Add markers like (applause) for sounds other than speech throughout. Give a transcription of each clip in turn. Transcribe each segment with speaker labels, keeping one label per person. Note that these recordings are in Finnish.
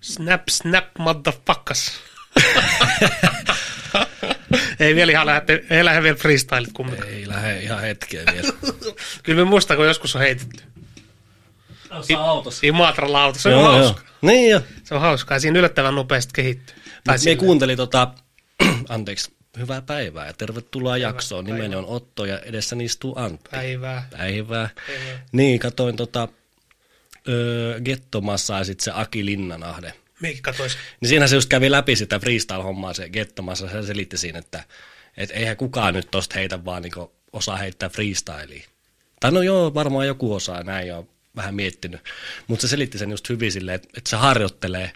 Speaker 1: Snap, snap, motherfuckers. ei vielä ihan lähde, ei lähde vielä freestylit kumminkaan.
Speaker 2: Ei lähde ihan hetkeen
Speaker 1: (laughs)
Speaker 2: vielä.
Speaker 1: Kyllä me muistan, kun joskus on heitetty.
Speaker 3: Tuossa autossa.
Speaker 1: Imatralla auto, se on joo, hauska. Joo.
Speaker 2: Niin jo.
Speaker 1: Se on hauskaa, siinä yllättävän nopeasti kehittyy. Tai
Speaker 2: Me
Speaker 1: silleen.
Speaker 2: kuunteli tota, (clears throat) anteeksi, hyvää päivää ja tervetuloa jaksoon. Nimeni on Otto ja edessäni istuu Antti.
Speaker 1: Päivää.
Speaker 2: Päivää.
Speaker 1: Päivää.
Speaker 2: Niin, katoin tota, öö, Gettomassa ja sitten se Aki Linnanahde.
Speaker 1: Mekin katois.
Speaker 2: Niin siinähän se just kävi läpi sitä freestyle-hommaa se Gettomassa. Se selitti siinä, että et eihän kukaan nyt tosta heitä vaan niinku osaa heittää freestyliä. Tai no joo, varmaan joku osaa, näin on vähän miettinyt. Mutta se selitti sen just hyvin silleen, että et se harjoittelee.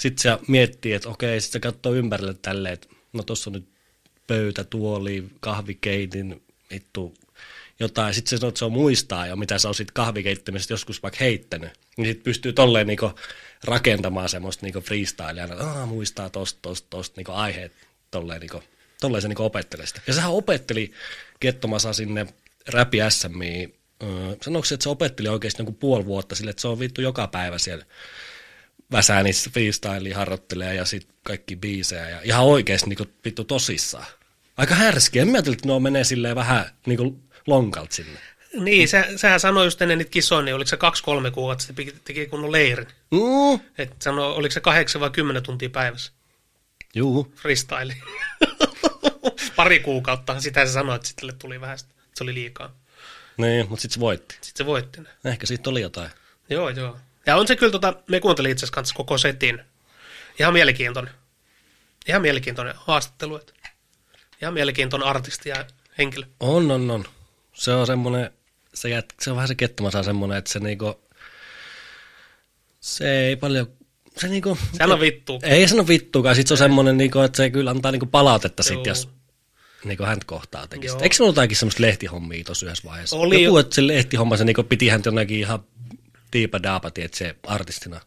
Speaker 2: Sitten se miettii, että okei, sitten se katsoo ympärille tälleen, että no tossa on nyt pöytä, tuoli, kahvikeitin, vittu, jotain. Sitten se sanoo, että se on muistaa jo, mitä sä oot siitä kahvikeittämisestä joskus vaikka heittänyt. Niin sit pystyy tolleen niinku rakentamaan semmoista niinku freestylea, että aah, muistaa tosta, tosta, tosta niinku aiheet tolleen niinku, tolleen se niinku opettelee sitä. Ja sehän opetteli Gettomasa sinne räpi SMiin. Öö, sanoiko se, että se opetteli oikeasti niinku puoli vuotta sille, että se on vittu joka päivä siellä väsäänissä freestylea harjoittelee ja sitten kaikki biisejä ja ihan oikeasti niinku vittu tosissaan. Aika härskiä. En mä ajatellut, että nuo menee silleen vähän niinku lonkalt sinne.
Speaker 1: Niin, se, sehän sanoi just ennen niitä kisoja, niin oliko se kaksi-kolme kuukautta, sitten piti- teki kunnon leirin.
Speaker 2: Mm.
Speaker 1: Et sanoi, oliko se kahdeksan vai kymmenen tuntia päivässä
Speaker 2: Juu.
Speaker 1: freestyle. (laughs) Pari kuukautta, sitä se sanoi, että sitten tuli vähän, sitä, että se oli liikaa.
Speaker 2: Niin, mutta sitten se voitti.
Speaker 1: Sitten se voitti ne.
Speaker 2: Ehkä siitä oli jotain.
Speaker 1: Joo, joo. Ja on se kyllä, tota, me kuuntelin itse asiassa kanssa koko setin. Ihan mielenkiintoinen. Ihan mielenkiintoinen haastattelu. et. Ihan mielenkiintoinen artisti ja henkilö.
Speaker 2: On, on, on. Se on semmoinen, se, jät, se on vähän se kettomasa semmoinen, että se niinku, se ei paljon, se niinku,
Speaker 1: Sehän on vittu.
Speaker 2: ei sano vittuakaan, sit se on semmoinen, niinku, että se kyllä antaa niinku palautetta
Speaker 1: Joo.
Speaker 2: sit, jos niinku häntä kohtaa teki
Speaker 1: Joo.
Speaker 2: sitä. Eikö se ollut jotakin semmoista lehtihommia tuossa yhdessä vaiheessa?
Speaker 1: Oli
Speaker 2: Joku,
Speaker 1: jo-
Speaker 2: että se lehtihomma, se niinku piti häntä jonakin ihan tiipa daapati, että se artistina.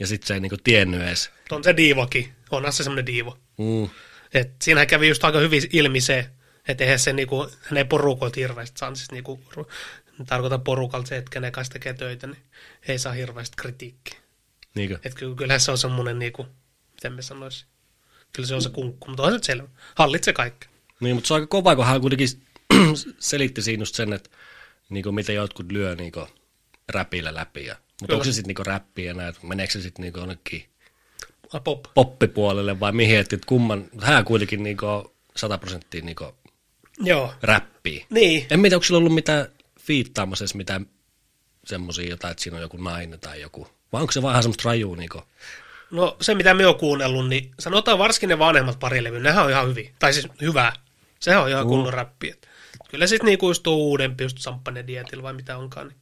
Speaker 2: Ja sit se ei niinku tiennyt edes.
Speaker 1: On se diivokin. Onhan se semmoinen diivo.
Speaker 2: Mm.
Speaker 1: Et siinähän kävi just aika hyvin ilmi se, että eihän se niinku, hän ei porukoilta hirveästi saa, siis niinku, ru- tarkoitan porukalta se, että kenen kanssa tekee töitä, niin ei saa hirveästi kritiikkiä.
Speaker 2: Niinku.
Speaker 1: Et ky- kyllähän se on semmoinen, niinku, miten me sanoisin, kyllä se on se kunkku, mutta on se nyt selvä. Hallitse kaikki.
Speaker 2: Niin, mutta se on aika kova, kun hän kuitenkin (clears throat) selitti siinä just sen, että niinku, miten jotkut lyö niinku, räpillä läpi. Ja, mutta
Speaker 1: Kyllä.
Speaker 2: onko se sitten niinku, räppiä enää, että meneekö se sitten niinku, jonnekin
Speaker 1: Ah, Pop.
Speaker 2: poppipuolelle vai mihin, että et kumman, hän kuitenkin niinku, 100 prosenttia niinku,
Speaker 1: Joo.
Speaker 2: räppiä.
Speaker 1: Niin.
Speaker 2: En tiedä, onko sillä ollut mitään fiittaamassa edes mitään semmoisia jotain, että siinä on joku nainen tai joku. Vai onko se vaan ihan semmoista rajua niinku?
Speaker 1: No se, mitä me oon kuunnellut, niin sanotaan varsinkin ne vanhemmat parilevy, nehän on ihan hyviä. Tai siis hyvää. Sehän on ihan kunnon räppi. et. Kyllä sitten niinku just tuo uudempi, just Samppanen Dietil vai mitä onkaan, niin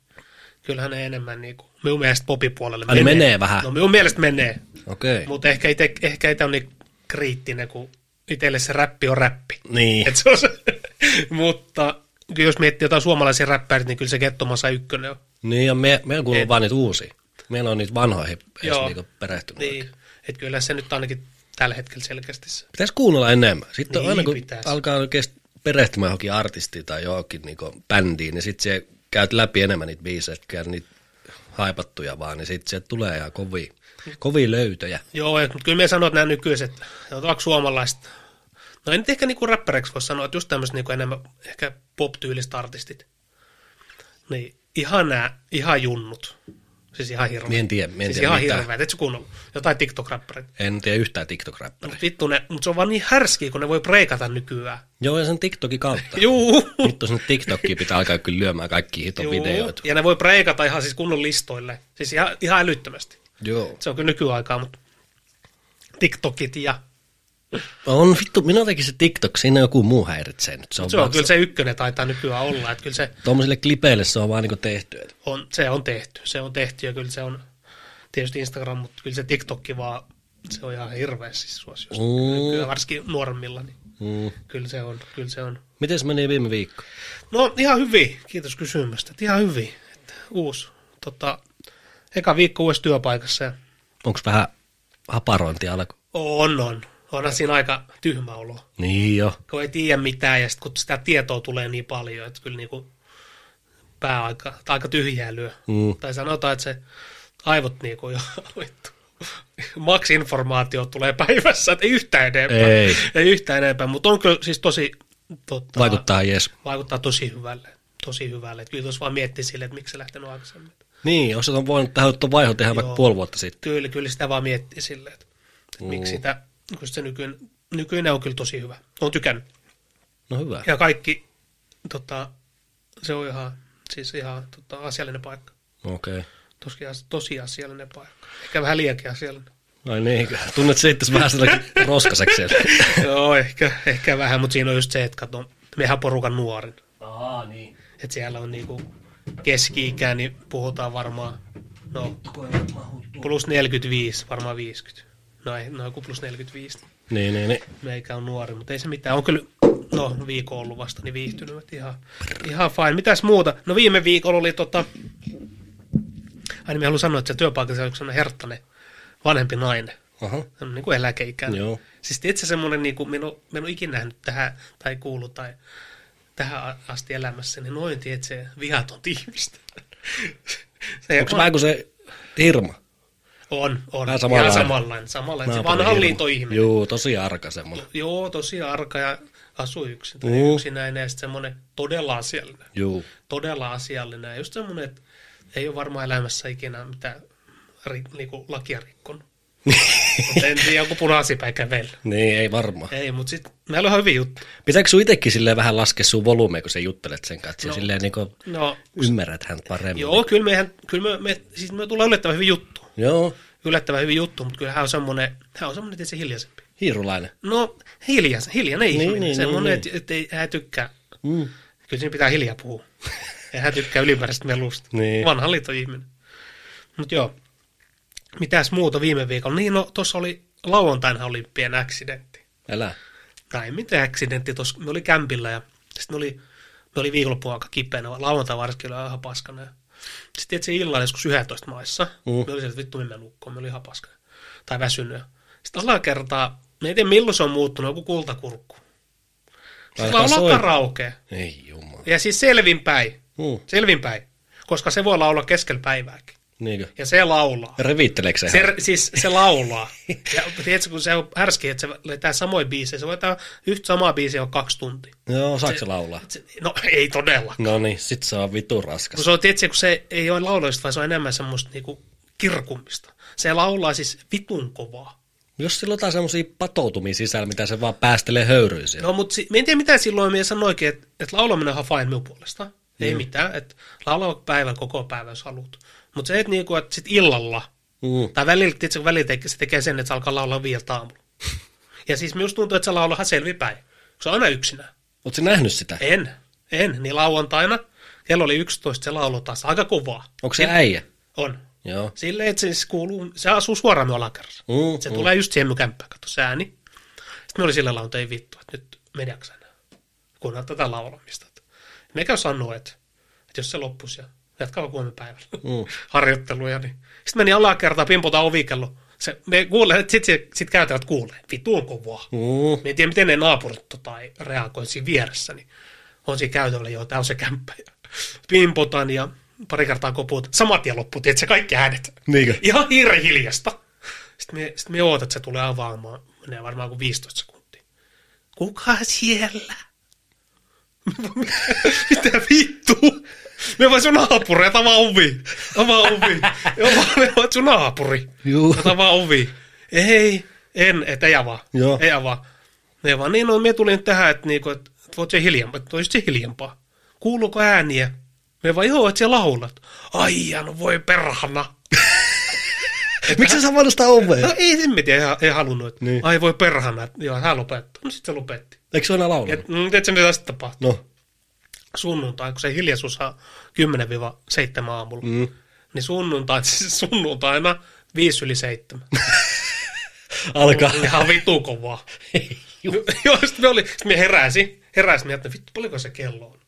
Speaker 1: kyllähän ne enemmän niinku, minun mielestä popipuolelle
Speaker 2: Ai, ne menee vähän.
Speaker 1: No minun mielestä menee.
Speaker 2: Okei.
Speaker 1: Mutta ehkä ite, ehkä ite on niin kriittinen, kun itselle se räppi on räppi.
Speaker 2: Niin.
Speaker 1: Et se on se. (laughs) Mutta kyllä jos miettii jotain suomalaisia räppärit, niin kyllä se Gettomasa ykkönen on.
Speaker 2: Niin, ja me, me on kuullut
Speaker 1: Et-
Speaker 2: vaan niitä uusia. Meillä on niitä vanhoja edes
Speaker 1: Joo.
Speaker 2: niinku, perehtynyt.
Speaker 1: Niin. Että kyllä se nyt ainakin tällä hetkellä selkeästi se
Speaker 2: Pitäisi kuunnella enemmän. Sitten
Speaker 1: Niin,
Speaker 2: niin, aina kun
Speaker 1: pitäisi.
Speaker 2: pitäisi. alkaa oikeasti perehtymään johonkin artistiin tai johonkin niin bändiin, niin sitten se käyt läpi enemmän niitä biisejä, että käy niitä haipattuja vaan, niin sitten se tulee ihan kovia, kovia löytöjä.
Speaker 1: Joo, mutta kyllä me sanoo, että nämä nykyiset, sanotaanko suomalaiset, no en nyt ehkä niinku räppäreiksi voi sanoa, että just tämmöiset niinku enemmän ehkä pop-tyyliset artistit. Niin ihan nämä, ihan junnut. Siis ihan hirveä.
Speaker 2: Mie en tiedä, mie en
Speaker 1: siis
Speaker 2: tiedä
Speaker 1: ihan
Speaker 2: mitään.
Speaker 1: hirveä. Et sä kuunnellut jotain TikTok-räppäreitä.
Speaker 2: En tiedä yhtään TikTok-räppäriä.
Speaker 1: Mut vittu ne, mut se on vaan niin härskiä, kun ne voi preikata nykyään.
Speaker 2: Joo, ja sen TikTokin kautta.
Speaker 1: Juu.
Speaker 2: Vittu, sinne TikTokiin pitää alkaa kyllä lyömään kaikki hiton
Speaker 1: Juu.
Speaker 2: videoita.
Speaker 1: Ja ne voi preikata ihan siis kunnon listoille. Siis ihan, ihan älyttömästi.
Speaker 2: Joo.
Speaker 1: Se on kyllä nykyaikaa, mutta TikTokit ja...
Speaker 2: On vittu, minä tekin se TikTok, siinä joku muu häiritsee nyt. Se on,
Speaker 1: Se on kyllä se ykkönen taitaa nykyään olla, että kyllä se
Speaker 2: Tuommoisille klipeille se on vaan niinku tehty. että
Speaker 1: on, se on tehty. Se on tehty ja kyllä se on tietysti Instagram, mutta kyllä se TikTokki vaan, se on ihan hirveä siis suosiosta.
Speaker 2: Mm.
Speaker 1: Kyllä varsinkin nuoremmilla, niin
Speaker 2: Mm.
Speaker 1: kyllä se on. Kyllä se on.
Speaker 2: Mites meni viime viikko?
Speaker 1: No ihan hyvin, kiitos kysymästä. Et Ihan hyvin. Et uusi, tota, eka viikko uudessa työpaikassa ja
Speaker 2: Onko vähän haparointia alku?
Speaker 1: on, on. Onhan siinä aika tyhmä olo.
Speaker 2: Niin jo.
Speaker 1: kun ei tiedä mitään ja sitten kun sitä tietoa tulee niin paljon, että kyllä niinku pää aika, tai aika tyhjää lyö.
Speaker 2: Mm.
Speaker 1: niin Tai sanotaan, että se aivot niinku jo vittu, max informaatio tulee päivässä, että ei yhtään enempää.
Speaker 2: Ei.
Speaker 1: ei yhtään enempää, mutta on kyllä siis tosi... Tota,
Speaker 2: Vaikuttaa jes.
Speaker 1: vaikuttaa tosi hyvälle. Tosi hyvälle. Että kyllä tuossa vaan miettii sille, että miksi se lähtenyt aikaisemmin.
Speaker 2: Niin, jos on voinut tähän tuon vaihon tehdä vaikka
Speaker 1: Joo.
Speaker 2: puoli vuotta sitten.
Speaker 1: Kyllä, kyllä sitä vaan miettii sille, että,
Speaker 2: Mm.
Speaker 1: että miksi sitä, kun se nykyinen, nykyinen on kyllä tosi hyvä. on tykännyt.
Speaker 2: No hyvä.
Speaker 1: Ja kaikki, tota, se on ihan, siis ihan tota, asiallinen paikka.
Speaker 2: Okei. Okay.
Speaker 1: Tosi, tosi asiallinen paikka. Ehkä vähän liiankin asiallinen.
Speaker 2: Ai niin, tunnet se itse vähän sellainen roskaseksi siellä.
Speaker 1: Joo, ehkä, ehkä vähän, mutta siinä on just se, että kato, mehän on porukan nuorin.
Speaker 3: Aa, niin.
Speaker 1: Että siellä on niinku keski-ikää, niin puhutaan varmaan, no
Speaker 3: Tuko ei mahuttu.
Speaker 1: plus 45, varmaan 50. No ei, no joku plus 45.
Speaker 2: niin, niin, niin.
Speaker 1: Meikä on nuori, mutta ei se mitään. On kyllä, no viikon ollut vasta, niin viihtynyt että ihan, ihan fine. Mitäs muuta? No viime viikolla oli tota, aina mä haluan sanoa, että se työpaikassa oli yksi sellainen herttainen vanhempi nainen.
Speaker 2: Aha.
Speaker 1: Se on niin kuin eläkeikäinen.
Speaker 2: Joo.
Speaker 1: Siis itse semmoinen, niin kuin, mä, en ole, mä en ole ikinä nähnyt tähän tai kuullut tai tähän a- asti elämässä, niin noin tietse vihaton ihmistä. (laughs) Se
Speaker 2: Onko se vähän kuin se Irma?
Speaker 1: on, on.
Speaker 2: vähän
Speaker 1: Ihan
Speaker 2: samanlainen?
Speaker 1: samanlainen. Samanlainen, samanlainen. Se
Speaker 2: Naapurin
Speaker 1: vanhan
Speaker 2: Irma.
Speaker 1: liitoihminen.
Speaker 2: Joo, tosi arka semmoinen.
Speaker 1: Joo, tosi arka ja asuu yksin,
Speaker 2: Juu.
Speaker 1: mm. yksinäinen ja sitten semmoinen todella asiallinen.
Speaker 2: Joo.
Speaker 1: Todella asiallinen ja just semmoinen, että ei ole varmaan elämässä ikinä mitään ri, niinku lakia
Speaker 2: (laughs)
Speaker 1: rikkonut. Mut en tiedä, joku punaisipäin kävellä.
Speaker 2: Niin, ei varmaan.
Speaker 1: Ei, mutta sitten meillä on ihan hyvin juttu.
Speaker 2: Pitääkö sun itsekin silleen vähän laskea sun volyymeja, kun sä juttelet sen kanssa? No. Silleen niin kuin
Speaker 1: No,
Speaker 2: ymmärrät hän paremmin.
Speaker 1: joo, kyllä, mehän, kyllä me, me, siis me tulee yllättävän hyvin juttu.
Speaker 2: Joo,
Speaker 1: Yllättävän hyvin juttu, mutta kyllä hän on semmoinen, hän on semmoinen tietysti hiljaisempi.
Speaker 2: hiirulainen.
Speaker 1: No, hiljainen, hiljainen
Speaker 2: Niin,
Speaker 1: ihminen.
Speaker 2: niin,
Speaker 1: semmoinen,
Speaker 2: niin,
Speaker 1: että et, ei- hän tykkää
Speaker 2: Mm.
Speaker 1: Kyllä siinä pitää hiljaa puhua. Ja hän tykkää ylimääräistä melusta.
Speaker 2: Niin.
Speaker 1: Vanha liittoihminen. Mutta joo. Mitäs muuta viime viikolla? Niin, no tuossa oli lauantaina oli pieni accidentti.
Speaker 2: Älä.
Speaker 1: Tai mitä accidentti tuossa? Me oli kämpillä ja sitten oli, me oli viikonloppuna aika kipeänä. Lauantai varsinkin oli ihan paskana. Sitten tietysti illalla joskus 11 maissa.
Speaker 2: Mm.
Speaker 1: Mm. Me oli sieltä vittu mennä nukkoon. Me oli ihan paskana. Tai väsynyt. Sitten alakertaa, me ei tiedä milloin se on muuttunut, joku kultakurkku. Sitten
Speaker 2: Alkaa
Speaker 1: laulaa
Speaker 2: soi-
Speaker 1: karaokea.
Speaker 2: Ei jumala.
Speaker 1: Ja siis selvinpäin.
Speaker 2: Mm.
Speaker 1: Selvinpäin. Koska se voi laulaa keskellä päivääkin.
Speaker 2: Niinkö?
Speaker 1: Ja se laulaa.
Speaker 2: Revitteleekö se?
Speaker 1: Se, siis se laulaa. (laughs) Ja tiedätkö, kun se on härski, että se vetää samoja biisejä. Se vetää yhtä samaa biisiä on kaksi tuntia.
Speaker 2: Joo, saako se laulaa?
Speaker 1: Se, no ei todella.
Speaker 2: No niin, sit se on vitu raskas.
Speaker 1: Kun se on, tiedätkö, kun se ei ole laulallista, vaan se on enemmän semmoista niinku kirkumista. Se laulaa siis vitun kovaa.
Speaker 2: Jos sillä on jotain semmoisia patoutumia sisällä, mitä se vaan päästelee höyryyn siellä.
Speaker 1: No mutta si- mä en tiedä mitä silloin, mä sanoinkin, että, että laulaminen on fine minun puolesta. Ei mitään, että laulaa päivän koko päivän, jos haluat. Mutta se, että, niinku, että sit illalla
Speaker 2: Mm.
Speaker 1: Tai välillä, tiedätkö, kun välillä tekee, se tekee sen, että se alkaa laulaa viieltä aamulla. Ja siis minusta tuntuu, että se laulaa ihan selvipäin. Se on aina yksinään.
Speaker 2: Oletko nähnyt sitä?
Speaker 1: En, en. Niin lauantaina, kello oli 11, se laulu taas aika kovaa.
Speaker 2: Onko se äijä?
Speaker 1: On.
Speaker 2: Joo.
Speaker 1: Silleen, että se siis kuuluu, se asuu suoraan minun alakerrassa.
Speaker 2: Mm,
Speaker 1: Se
Speaker 2: mm.
Speaker 1: tulee just siihen minun kämppään, katso se ääni. Sitten me oli sillä lailla, että ei vittu, että nyt mediaksa enää. Kuunnella tätä laulamista. Mekä sanoo, että, että jos se loppuisi ja jatkaa huomenna päivällä
Speaker 2: Mm.
Speaker 1: harjoitteluja. Niin. Sitten meni alakertaan, pimpotaan ovikello. Se, me kuulee, että sit, sit, sit käytävät kuulee. Vittu on kovaa.
Speaker 2: Mm.
Speaker 1: Me en tiedä, miten ne naapurit tota, ei reagoi siinä vieressä. Niin on siinä käytävällä, joo, tää on se kämppä. Ja pimpotan ja pari kertaa koput. Samat ja loppu, tiedätkö, kaikki äänet.
Speaker 2: Niinkö?
Speaker 1: Ihan hirveän hiljasta. Sitten me, sit me ootat, että se tulee avaamaan. Menee varmaan kuin 15 sekuntia. Kuka siellä? (laughs) Mitä vittu? Me vaan sun naapuri, että avaa ovi. Avaa ovi. Avaa, me vaan sun naapuri.
Speaker 2: Juu.
Speaker 1: Että avaa ovi. Ei, en, et ei avaa.
Speaker 2: Joo.
Speaker 1: Ei avaa. Ne vaan, niin no, me tulin nyt tähän, että niinku, et, et voit se hiljempaa, että olisit se hiljempaa. Kuuluuko ääniä? Me vaan, joo, että sä laulat. Ai, ja no voi perhana.
Speaker 2: Miksi sä vaan sitä
Speaker 1: No
Speaker 2: ovea?
Speaker 1: ei, en mä tiedä, ei, ei halunnut.
Speaker 2: Niin.
Speaker 1: Niin. Ai voi perhana, että joo, hän lopettaa. No sit se lopetti.
Speaker 2: Eikö se aina
Speaker 1: Ja,
Speaker 2: laulanut?
Speaker 1: mm, tiedätkö, mitä tästä tapahtui?
Speaker 2: No.
Speaker 1: sunnuntai, kun se hiljaisuus on 10-7 aamulla, mm. niin sunnuntai, siis sunnuntaina 5 yli 7.
Speaker 2: Alkaa.
Speaker 1: Ihan vitu (laughs) kovaa. Joo, sitten me, oli, sit me heräsi, heräsi, me ajattelin, vittu, paljonko se kello on.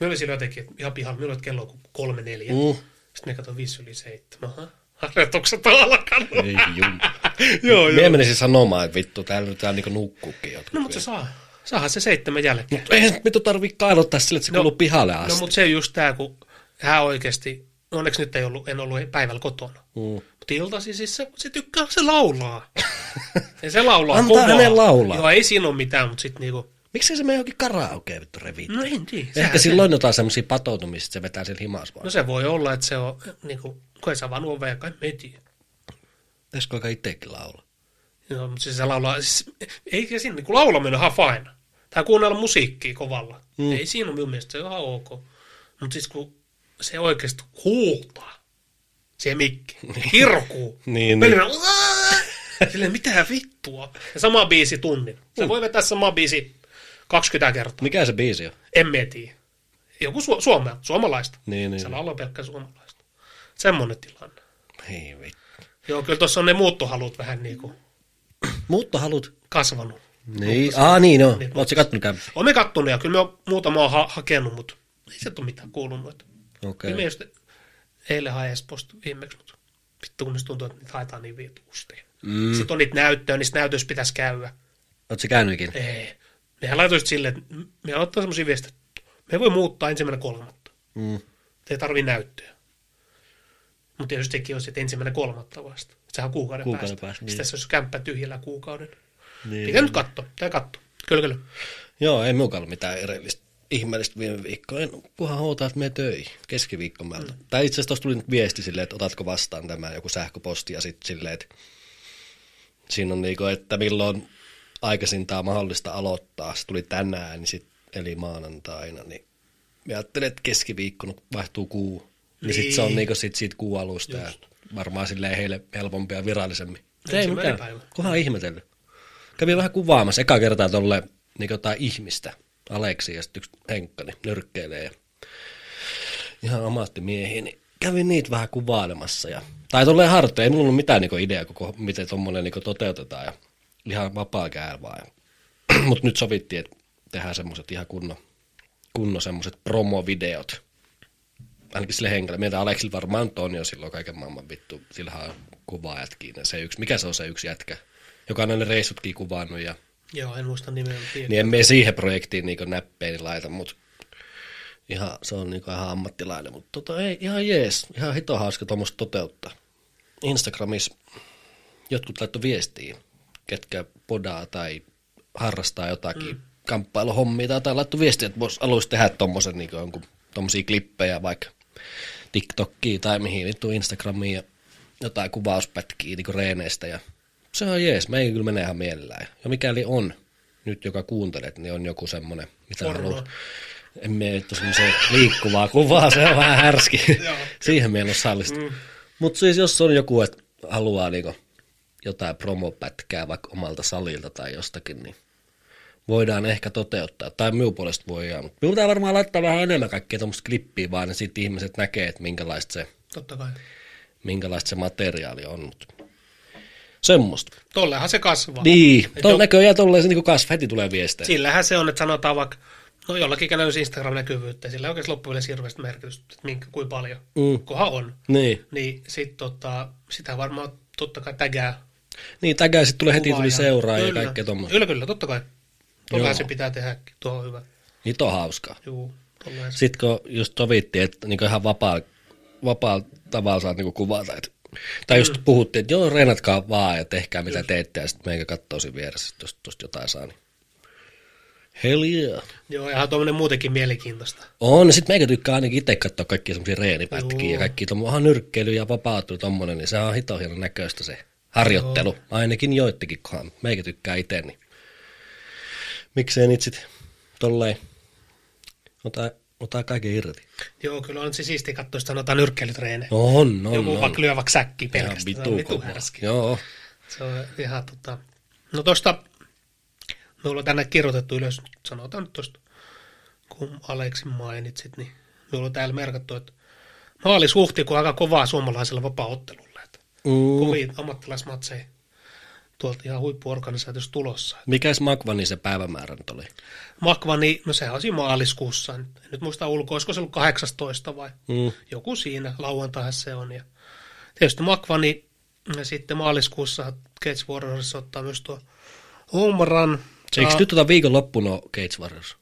Speaker 1: Me oli sillä jotenkin, että ihan pihalla, minulla oli kello kuin kolme neljä. Mm.
Speaker 2: Mm.
Speaker 1: Sitten me katsoin 5 yli 7. Aha, harjoitukset on alkanut.
Speaker 2: Ei jumala.
Speaker 1: (laughs) joo,
Speaker 2: Mie
Speaker 1: joo.
Speaker 2: menisin sanomaan, että vittu, täällä nyt tää niinku nukkuukin jotkut.
Speaker 1: No, mutta se saa. Saahan se seitsemän jälkeen.
Speaker 2: Eihän vittu tarvii kailottaa sille, että se kuuluu pihalle
Speaker 1: No
Speaker 2: asti.
Speaker 1: mutta se on just tää, kun hän oikeasti onneksi nyt ei ollut, en ollut päivällä kotona.
Speaker 2: Mm.
Speaker 1: Mutta iltaisin siis se, se tykkää, se laulaa. ja se laulaa
Speaker 2: Antaa
Speaker 1: kovaa.
Speaker 2: hänen laulaa.
Speaker 1: Joo, ei siinä ole mitään, mutta sitten niinku,
Speaker 2: (laughs) Miksei se mene johonkin karaokeen vittu reviittiin?
Speaker 1: no en tiedä.
Speaker 2: Ehkä
Speaker 1: sehän se-
Speaker 2: silloin jotain semmoisia patoutumisia, että se vetää siellä himas vaan.
Speaker 1: No se voi olla, että se on, niinku, kun ei saa vaan ovea, kai me ei tiedä.
Speaker 2: Pitäisikö aika itsekin laulaa?
Speaker 1: Joo, mutta siis se laulaa, siis, ei se siinä, kun laulaminen on ihan fine. Tai kuunnella musiikkia kovalla. Mm. Ei siinä ole minun mielestä, se on ihan ok. Mutta siis kun se oikeasti huutaa, se
Speaker 2: (laughs)
Speaker 1: mikki, kirkuu.
Speaker 2: Niin,
Speaker 1: Peli menee, "Uaa!" Silleen, mitä vittua. Ja sama biisi tunnin. Se voi vetää sama biisi 20 kertaa.
Speaker 2: Mikä se biisi on?
Speaker 1: En mä tiedä. Joku su- suomea, suomalaista.
Speaker 2: Niin, niin.
Speaker 1: Se laulaa pelkkää suomalaista. Semmoinen tilanne.
Speaker 2: Ei vittu.
Speaker 1: Joo, kyllä tuossa on ne muuttohalut vähän niinku
Speaker 2: Muutto halut.
Speaker 1: kasvanut.
Speaker 2: Niin, ah niin no. Oot sä kattonut kämpi?
Speaker 1: Olemme kattonut ja kyllä me on muutama on ha- hakenut, mutta ei sieltä ole mitään kuulunut. Että.
Speaker 2: Okei.
Speaker 1: Kyllä Niin me just eilen hain Espoosta viimeksi, mutta vittu kun tuntuu, että niitä haetaan niin vituusti. Mm. Sitten on niitä näyttöä, niistä näytöissä pitäisi käydä.
Speaker 2: Oot sä käynyt ikinä?
Speaker 1: Ei. Mehän laitoisit silleen, että me ottaa semmoisia viestejä, että me voi muuttaa ensimmäinen kolmatta.
Speaker 2: Mm.
Speaker 1: Te ei tarvii näyttöä. Mutta tietysti sekin on se, että ensimmäinen kolmatta vasta. Sehän on kuukauden,
Speaker 2: Kuukauden
Speaker 1: päästä.
Speaker 2: päästä, niin.
Speaker 1: Sitten se olisi kämppä tyhjällä kuukauden.
Speaker 2: Niin.
Speaker 1: Pitää nyt katsoa, pitää katsoa. Kyllä, kyllä.
Speaker 2: Joo, ei mukaan ollut mitään erillistä ihmeellistä viime viikkoa. En kunhan houtaa, että me töihin keskiviikko meiltä. Mm. Tai itse asiassa tuossa tuli nyt viesti silleen, että otatko vastaan tämä joku sähköposti ja sitten silleen, että siinä on niinku, että milloin aikaisintaan mahdollista aloittaa. Se tuli tänään, niin sit, eli maanantaina, niin me ajattelin, että keskiviikkona kun vaihtuu kuu. Niin, sitten se on
Speaker 1: Niin.
Speaker 2: niinku sit siitä kuun alusta ja varmaan silleen heille helpompi ja virallisemmin. Ei
Speaker 1: Ensimmäinen
Speaker 2: mitään,
Speaker 1: päivä.
Speaker 2: kunhan ihmetellyt. Kävin vähän kuvaamassa eka kertaa tuolle niin jotain ihmistä, Aleksi ja sitten yksi Henkka, niin nyrkkeilee ja ihan ammattimiehiä, niin kävin niitä vähän kuvailemassa. Ja, tai tulee harttu, ei mulla ollut mitään niin ideaa, koko, miten tuommoinen niin toteutetaan ja ihan vapaa käy vaan. (clears throat) Mutta nyt sovittiin, että tehdään semmoiset ihan kunnon, kunnon semmoiset promovideot. Ainakin sille henkilölle. Mieltä Aleksilla varmaan nyt on jo silloin kaiken maailman vittu. Sillähän on kuvaa jätkiin. Se yksi, mikä se on se yksi jätkä, joka on ne reissutkin kuvannut ja
Speaker 1: Joo, en muista nimeä. mutta tiedän.
Speaker 2: niin en mene siihen projektiin niin näppeeni laita, mutta ihan, se on niin ihan ammattilainen. Mutta tota, ei, ihan jees, ihan hito hauska tuommoista toteuttaa. Instagramissa jotkut laittoi viestiä, ketkä podaa tai harrastaa jotakin mm. kamppailuhommia tai, tai laittoi viestiä, että vois aluksi tehdä tuommoisen niin jonkun tommosia klippejä vaikka TikTokkiin tai mihin vittu Instagramiin ja jotain kuvauspätkiä niin reeneistä ja se on jees, meikin kyllä menee ihan mielellään. Ja mikäli on, nyt joka kuuntelet, niin on joku semmoinen, mitä
Speaker 1: Pornoa.
Speaker 2: haluat. En mene vittu semmoiseen liikkuvaa kuvaa, se on vähän (laughs) härski.
Speaker 1: Joo.
Speaker 2: Siihen meillä on sallista. Mm. Mutta siis jos on joku, että haluaa niinku jotain promopätkää vaikka omalta salilta tai jostakin, niin voidaan ehkä toteuttaa. Tai minun puolesta voidaan. Mutta minun pitää varmaan laittaa vähän enemmän kaikkea tuommoista klippiä, vaan niin sitten ihmiset näkee, että minkälaista se,
Speaker 1: Totta kai.
Speaker 2: minkälaista se materiaali on. Mut semmoista.
Speaker 1: Tollehan se kasvaa.
Speaker 2: Niin,
Speaker 1: Joo.
Speaker 2: tuon näköjään tolleen se niinku kasva, heti tulee viestejä.
Speaker 1: Sillähän se on, että sanotaan vaikka, no jollakin käy Instagram-näkyvyyttä, ja sillä ei oikeasti loppujen hirveästi merkitystä, että minkä, kuin paljon,
Speaker 2: Mm.
Speaker 1: mm. kunhan on.
Speaker 2: Niin.
Speaker 1: Niin sit tota, sitä varmaan totta kai tägää.
Speaker 2: Niin, tägää sitten tulee heti
Speaker 1: kuvaa
Speaker 2: tuli seuraa ja
Speaker 1: Kyllä.
Speaker 2: kaikkea tuommoista.
Speaker 1: Kyllä, kyllä, totta kai. Tuollahan
Speaker 2: Joo.
Speaker 1: se pitää tehdäkin, tuo on hyvä.
Speaker 2: Niin, on hauskaa.
Speaker 1: Juu, tollahan se.
Speaker 2: Sitten kun just sovittiin, että niin ihan vapaa, vapaa tavalla saat niin kuvata, että, tai just mm. puhuttiin, että joo, reenatkaa vaan ja tehkää mitä teette, ja sitten meikä kattoo siinä vieressä, että jos tuosta jotain saa, niin hell yeah.
Speaker 1: Joo, ja tuommoinen muutenkin mielenkiintoista.
Speaker 2: On, sitten meikä tykkää ainakin itse katsoa kaikkia semmoisia reenipätkiä
Speaker 1: Joo.
Speaker 2: ja kaikki tuommoinen nyrkkeily ja vapaatelu tommonen, niin se on hito hienon näköistä se harjoittelu. Joo. Ainakin joittikin kohan, meikä tykkää itse, niin miksei niitä sitten tolleen ota, ota kaiken irti.
Speaker 1: Joo, kyllä on se siistiä katsoa sitä noita nyrkkeilytreenejä.
Speaker 2: No On, on,
Speaker 1: Joku
Speaker 2: on.
Speaker 1: vaikka lyövä säkki pelkästään.
Speaker 2: Ihan
Speaker 1: Se on
Speaker 2: kova.
Speaker 1: härski.
Speaker 2: Joo.
Speaker 1: Se on ihan tota... No tosta, me ollaan tänne kirjoitettu ylös, sanotaan nyt tosta, kun Aleksi mainitsit, niin me ollaan täällä merkattu, että maalis huhtikuun aika kovaa suomalaisella vapaa-ottelulla. Että
Speaker 2: Mm.
Speaker 1: kovia ammattilaismatseja tuolta ihan huippuorganisaatiosta tulossa.
Speaker 2: Mikäs Makvanin se päivämäärä nyt oli?
Speaker 1: Makva, niin no sehän on siinä maaliskuussa. En nyt muista ulkoa, olisiko se ollut 18 vai
Speaker 2: Mm.
Speaker 1: joku siinä, lauantaihan se on. Ja tietysti Makvani ja sitten maaliskuussa Cage Warriors ottaa myös tuo Omran.
Speaker 2: Eikö
Speaker 1: Ah.
Speaker 2: nyt tota viikonloppuna ole Gates Warriors?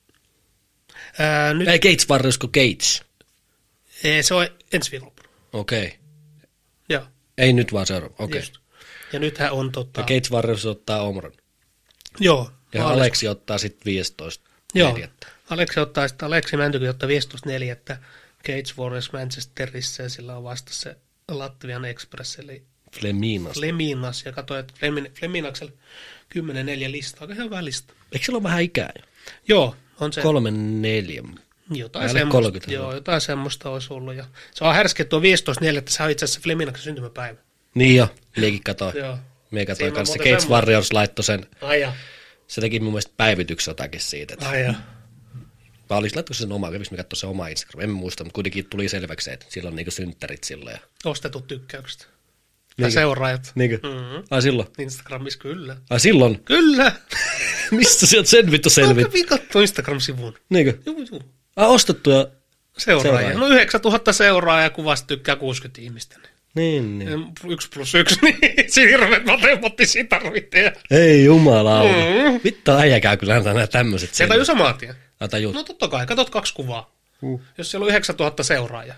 Speaker 1: Ää, nyt
Speaker 2: Ei Gates Warriors, kun Gates.
Speaker 1: ei, se on ensi viikonloppuna.
Speaker 2: Okei. Okay.
Speaker 1: Joo,
Speaker 2: Ei nyt vaan seuraava. Okei.
Speaker 1: just. Ja nythän on
Speaker 2: Ja
Speaker 1: tota...
Speaker 2: Gates Warriors ottaa Omron.
Speaker 1: Joo.
Speaker 2: Ja
Speaker 1: maalis-
Speaker 2: Aleksi ottaa sitten 15.
Speaker 1: Joo.
Speaker 2: neljättä.
Speaker 1: Aleksi ottaa sitten, Aleksi Mäntykin ottaa 15.4. Cage Warriors Manchesterissa ja sillä on vasta se Latvian Express eli
Speaker 2: Fleminas.
Speaker 1: Fleminas ja katsoin, että Flemin, Fleminaksella 10-4 listaa, aika hyvä lista.
Speaker 2: Eikö sillä ole vähän ikää jo?
Speaker 1: Joo, on se.
Speaker 2: Kolme neljä.
Speaker 1: Jotain
Speaker 2: Päälle
Speaker 1: semmoista,
Speaker 2: 30.
Speaker 1: joo, jotain semmoista olisi ollut. Ja se on härski, että tuo 15.4. että Se on itse asiassa Fleminaksen syntymäpäivä.
Speaker 2: Niin jo, miekin katoi.
Speaker 1: Joo.
Speaker 2: Mie katoi
Speaker 1: Siinä on
Speaker 2: kanssa.
Speaker 1: muuten
Speaker 2: Gates
Speaker 1: semmoinen.
Speaker 2: Warriors laittoi sen.
Speaker 1: Ai ja.
Speaker 2: Se teki mun mielestä päivityksen jotakin siitä. Että
Speaker 1: Ai ja.
Speaker 2: Vai oliko laitko se sen oma, kävis me katsoa sen oma Instagram, en muista, mutta kuitenkin tuli selväksi, että sillä on niinku synttärit silloin. Ja...
Speaker 1: Ostetut tykkäykset. Ja
Speaker 2: Niinkö?
Speaker 1: seuraajat.
Speaker 2: Niinkö?
Speaker 1: Mhm.
Speaker 2: Mm-hmm. Ai silloin?
Speaker 1: Instagramissa kyllä.
Speaker 2: Ai silloin? (laughs)
Speaker 1: Kyllä!
Speaker 2: Mistä sä oot sen vittu
Speaker 1: (laughs)
Speaker 2: selvit?
Speaker 1: Onko vikattu Instagram-sivun?
Speaker 2: Niinkö?
Speaker 1: Juu, juu.
Speaker 2: Ai ostettuja?
Speaker 1: Seuraajia.
Speaker 2: Seuraajia.
Speaker 1: No 9000 seuraajaa kuvasta tykkää 60 ihmistä.
Speaker 2: Niin, niin.
Speaker 1: Niin. Yksi plus yksi, (laughs) niin siinä hirveät matemaattisia tarvitsee.
Speaker 2: Ei jumala.
Speaker 1: Mm.
Speaker 2: Mm. Vittu äijä käy kyllä antaa nämä tämmöiset.
Speaker 1: Se tajuu samaa tien.
Speaker 2: Ai tajus.
Speaker 1: No totta kai, katot kaksi kuvaa.
Speaker 2: Mm.
Speaker 1: Jos siellä on 9000 seuraajaa.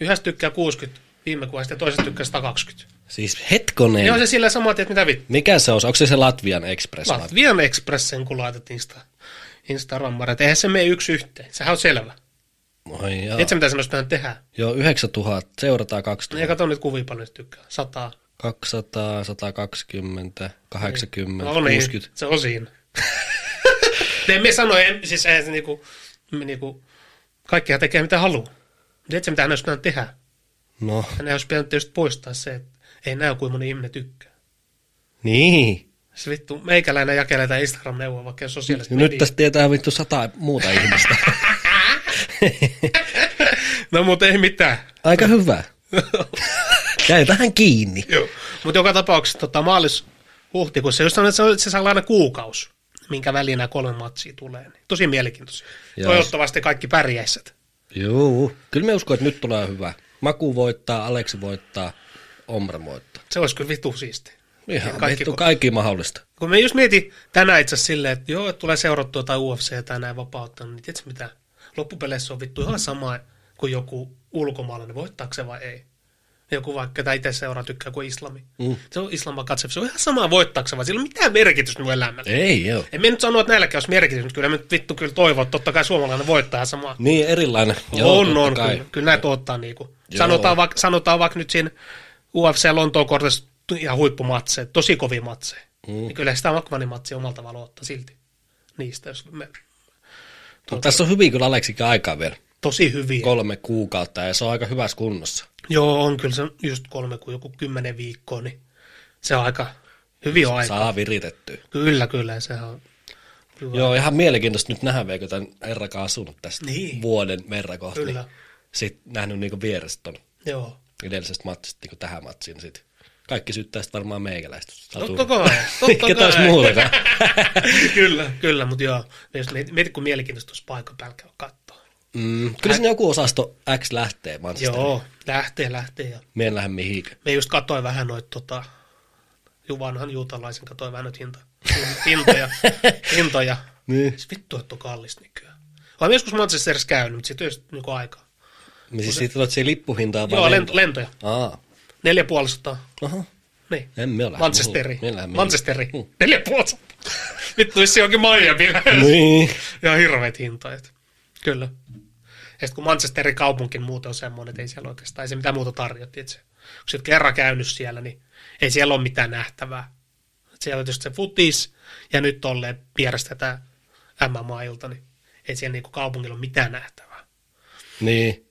Speaker 1: Yhdessä tykkää 60 viime kuvasta ja toisesta tykkää 120.
Speaker 2: Siis hetkonen.
Speaker 1: Niin on se sillä samaa tien, että mitä vittu.
Speaker 2: Mikä se on? Onko se se Latvian Express? vai?
Speaker 1: Latvian Expressen, kun laitat Insta, Instagrammaria. Eihän se mene yksi yhteen. Sehän on selvä.
Speaker 2: Oi joo.
Speaker 1: Et sä mitä semmoista tehdään.
Speaker 2: Joo, 9000, seurataan
Speaker 1: No ja
Speaker 2: 2000.
Speaker 1: kato nyt kuvia paljon nyt tykkää. 100.
Speaker 2: 200, 120, 80,
Speaker 1: No niin,
Speaker 2: 60.
Speaker 1: se on siinä. (laughs) en me sano, en, siis eihän se niinku, me niinku, kaikkihan tekee mitä haluaa. Mutta et se mitä hän olisi pitänyt tehdä.
Speaker 2: No,
Speaker 1: Hän olisi pitänyt tietysti poistaa se, että ei näy kuin moni ihminen tykkää.
Speaker 2: niin.
Speaker 1: Se vittu, meikäläinen jakelee tätä Instagram-neuvoa vaikka ei sosiaalista
Speaker 2: Ja No nyt tästä tietää vittu sata muuta ihmistä.
Speaker 1: No mutta ei mitään.
Speaker 2: Aika
Speaker 1: (laughs)
Speaker 2: hyvä. Jäi tähän kiinni.
Speaker 1: Joo. Mutta joka tapauksessa tota, maalis huhtikuussa, jos sanoo, että se on- se saa olla aina kuukaus, minkä väliin nämä kolme matsia tulee. Niin. Tosi mielenkiintoisia.
Speaker 2: Joo.
Speaker 1: Toivottavasti kaikki pärjäisivät.
Speaker 2: Joo. Kyllä me uskon, että nyt tulee hyvä. Maku voittaa, Aleksi voittaa, Omra voittaa.
Speaker 1: Se olisi kyllä vitu siisti.
Speaker 2: Ihan
Speaker 1: Kaikki
Speaker 2: kaikki, vittu,
Speaker 1: ko-
Speaker 2: kaikki mahdollista.
Speaker 1: Kun me just mietin tänään itse asiassa silleen, että joo, että tulee seurattua tai UFC tai näin vapautta, niin tiedätkö mitä? Loppupeleissä on vittu ihan sama kuin joku ulkomaalainen, voittaako se vai ei. Joku vaikka, tai itse seuraa tykkää kuin islami. Mm.
Speaker 2: Mm.
Speaker 1: Se on islama katse, se on ihan sama voittaako se vai, sillä ei ole mitään merkitystä mun elämälle.
Speaker 2: Ei joo.
Speaker 1: En mä nyt sano, että näilläkin olisi merkitys, mutta kyllä mä nyt vittu kyllä toivon, että totta kai suomalainen voittaa ihan samaa.
Speaker 2: Niin erilainen.
Speaker 1: Joo, on,
Speaker 2: totta
Speaker 1: on,
Speaker 2: kai.
Speaker 1: kyllä, kyllä näitä ottaa niinku.
Speaker 2: Joo.
Speaker 1: Sanotaan vaikka, sanotaan vaikka nyt siinä UFC Lontoon kortissa ihan huippumatseja, tosi kovia matseja. Mm. Niin kyllä sitä Makmanin matsia omalla tavalla ottaa silti niistä, jos me,
Speaker 2: Mutta tässä on hyvin kyllä Aleksikin aikaa vielä.
Speaker 1: tosi hyviä. Kol-
Speaker 2: Kolme kuukautta ja se on aika hyvässä kunnossa.
Speaker 1: Joo, on kyllä se just kolme kuin joku kymmenen viikkoa, niin se on aika hyvin on aika.
Speaker 2: Saa viritettyä.
Speaker 1: Kyllä, kyllä, sehän on hyvä.
Speaker 2: Joo, ihan mielenkiintoista nyt nähdä, vielä, kun tämän herrakaan asunut tästä
Speaker 1: Niin.
Speaker 2: vuoden verran kohta.
Speaker 1: Kyllä.
Speaker 2: Niin sitten nähnyt niinku vierestä ton (laughs)
Speaker 1: Joo.
Speaker 2: edellisestä matsista niin tähän matsiin sit. Kaikki syyttää sit varmaan meikäläistä. Satu.
Speaker 1: Totta kai, No,
Speaker 2: (laughs)
Speaker 1: totta
Speaker 2: Ketäs
Speaker 1: kai.
Speaker 2: muutakaan.
Speaker 1: kyllä, kyllä, mutta joo. Jos mietit, mietit, kun mielenkiintoista olisi paikka pälkää katsoa.
Speaker 2: Mm, kyllä sinne joku osasto X lähtee Manchesterin. Joo.
Speaker 1: Joo, lähtee, lähtee. Ja
Speaker 2: Mie en lähde mihinkään.
Speaker 1: me just katsoin vähän noita tota, Juvanhan juutalaisen, katsoin vähän noita hinta, hin-
Speaker 2: (laughs)
Speaker 1: hintoja. hintoja.
Speaker 2: Niin.
Speaker 1: Siis vittu, että on kallis nykyään. Olen joskus Manchesterissa käynyt, mutta siitä ei ole niinku aikaa.
Speaker 2: Me siis siitä tulee siihen lippuhintaan vai
Speaker 1: Joo,
Speaker 2: lento?
Speaker 1: lento, lentoja.
Speaker 2: Aa,
Speaker 1: Neljä puolisataa.
Speaker 2: aha.
Speaker 1: Niin.
Speaker 2: En me ole
Speaker 1: Manchesteri.
Speaker 2: Mie en lähde mihinkään. Hmm.
Speaker 1: Manchesteri. Neljä puolisataa. (laughs) Vittu, se onkin
Speaker 2: (laughs)
Speaker 1: Miamilla.
Speaker 2: Niin.
Speaker 1: Ihan hirveet hintajat. Kyllä. Ja sitten kun Manchesterin kaupunkin muuten on semmoinen, että ei siellä oikeastaan, ei se mitään muuta tarjoa, tiedätkö? Kun sä oot kerran käynyt siellä, niin ei siellä ole mitään nähtävää. Et Siellä on tietysti se futis, ja nyt tolleen vierestä tämä MMA-ilta, niin ei siellä niinku kaupungilla ole mitään nähtävää.
Speaker 2: Niin.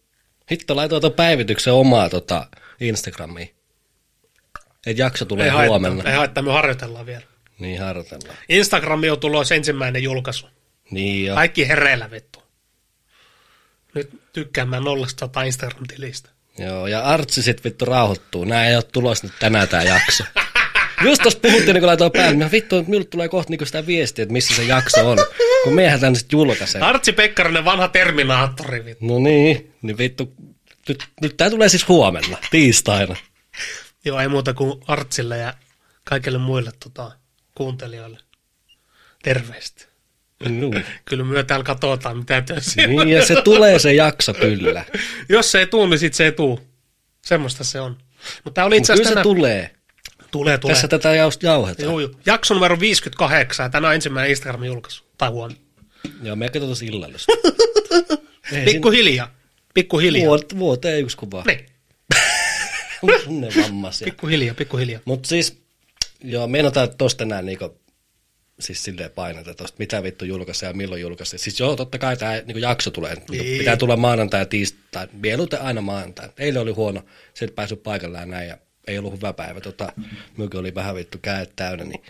Speaker 2: Hitto, laitoin tuon päivityksen omaa tota, Instagramiin. Et jakso tulee
Speaker 1: ei haittaa,
Speaker 2: huomenna.
Speaker 1: ei haittaa, me harjoitellaan vielä.
Speaker 2: Niin harjoitellaan.
Speaker 1: Instagrami on tulossa ensimmäinen julkaisu.
Speaker 2: Niin jo.
Speaker 1: Kaikki hereillä vittu. Nyt tykkäämään nollasta sataa Instagram-tilistä.
Speaker 2: Joo, ja Artsi sit vittu rauhoittuu. Nää ei ole tulos nyt tänään tää jakso. Just tuossa puhuttiin, niin kun laitoin päälle, niin vittu, minulle tulee kohta niin sitä viestiä, että missä se jakso on, kun miehän tän sit julkaisee.
Speaker 1: Artsi Pekkarinen, vanha Terminaattori, vittu.
Speaker 2: No niin, niin vittu, nyt, nyt tää tulee siis huomenna, tiistaina.
Speaker 1: Joo, ei muuta kuin Artsille ja kaikille muille tota, kuuntelijoille. Terveistä.
Speaker 2: Juu.
Speaker 1: Kyllä me täällä katsotaan, mitä töissä.
Speaker 2: Niin, ja se tulee se jakso kyllä.
Speaker 1: Jos se ei tuu, niin sit se ei tuu. Semmoista se on. Mutta tämä oli
Speaker 2: Mut
Speaker 1: itse
Speaker 2: kyllä
Speaker 1: asiassa
Speaker 2: se
Speaker 1: tänä...
Speaker 2: tulee.
Speaker 1: tulee, tulee.
Speaker 2: Tässä tätä jaust- jauhetaan.
Speaker 1: Joo, joo. Jakso numero 58, tänään ensimmäinen Instagramin julkaisu. Tai huono.
Speaker 2: Joo, me katsotaan tässä illalla. sitä. Ei
Speaker 1: Pikku hiljaa. Pikku hiljaa.
Speaker 2: Vuot, vuoteen yksi kuva.
Speaker 1: Niin,
Speaker 2: Ne vammaisia.
Speaker 1: pikku hiljaa, pikku hiljaa.
Speaker 2: Mutta siis, joo, me en ota tosta enää niinku, siis silleen painata tosta, mitä vittu julkaisee ja milloin julkaisee. Siis joo, totta kai tämä niinku jakso tulee. Niinku,
Speaker 1: Niin.
Speaker 2: Pitää tulla maanantai ja tiistai, mieluiten aina maanantai. Eilen oli huono, se et päässyt paikalle ja näin ja ei ollut hyvä päivä. Tota, myyki oli vähän vittu kädet täynnä. Niin.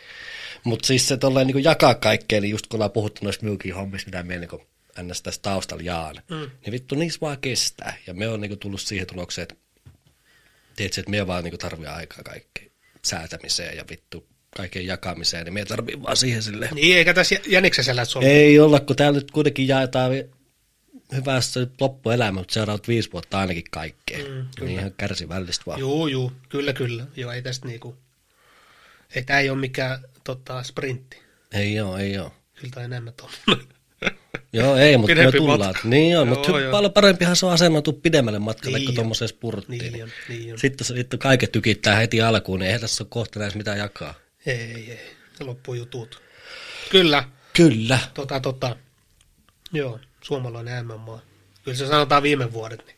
Speaker 2: Mutta siis se tolleen niinku jakaa kaikkea, niin just kun ollaan puhuttu noista myykin hommista, mitä me niinku ns. tässä taustalla jaan, mm. niin vittu niissä vaan kestää. Ja me on niinku tullut siihen tulokseen, että tiedätkö, että me vaan niinku tarvii aikaa kaikkeen säätämiseen ja vittu kaikkeen jakamiseen, niin me tarvii vaan siihen Niin. sille.
Speaker 1: Niin, eikä tässä jä- jäniksesellä että se ole.
Speaker 2: Ei olla, kun täällä nyt kuitenkin jaetaan vi- hyvää se loppuelämä, mutta seuraavat viisi vuotta ainakin kaikkea. Mm, niin ihan kärsivällistä vaan. Juu.
Speaker 1: Joo, joo, kyllä, kyllä. Joo, ei tästä niinku... Ei, tää ei ole mikään tota, sprintti.
Speaker 2: Ei joo, ei joo.
Speaker 1: Kyllä tää enemmän tuommoinen.
Speaker 2: Joo, ei, mutta me
Speaker 1: Pidempi
Speaker 2: tullaan.
Speaker 1: matka.
Speaker 2: Niin on,
Speaker 1: Joo,
Speaker 2: mutta
Speaker 1: joo.
Speaker 2: paljon parempihan se on asennoitu pidemmälle matkalle
Speaker 1: Niin
Speaker 2: kuin
Speaker 1: on.
Speaker 2: tuommoiseen
Speaker 1: (laughs)
Speaker 2: spurttiin.
Speaker 1: niin on, niin on.
Speaker 2: Sitten se vittu kaiket tykittää heti alkuun, niin eihän tässä ole kohta edes mitään jakaa.
Speaker 1: Ei, ei. Se loppuu jutut. Kyllä.
Speaker 2: Kyllä.
Speaker 1: Tota, tota. Joo, suomalainen MMA. Kyllä se sanotaan viime vuodet. Niin.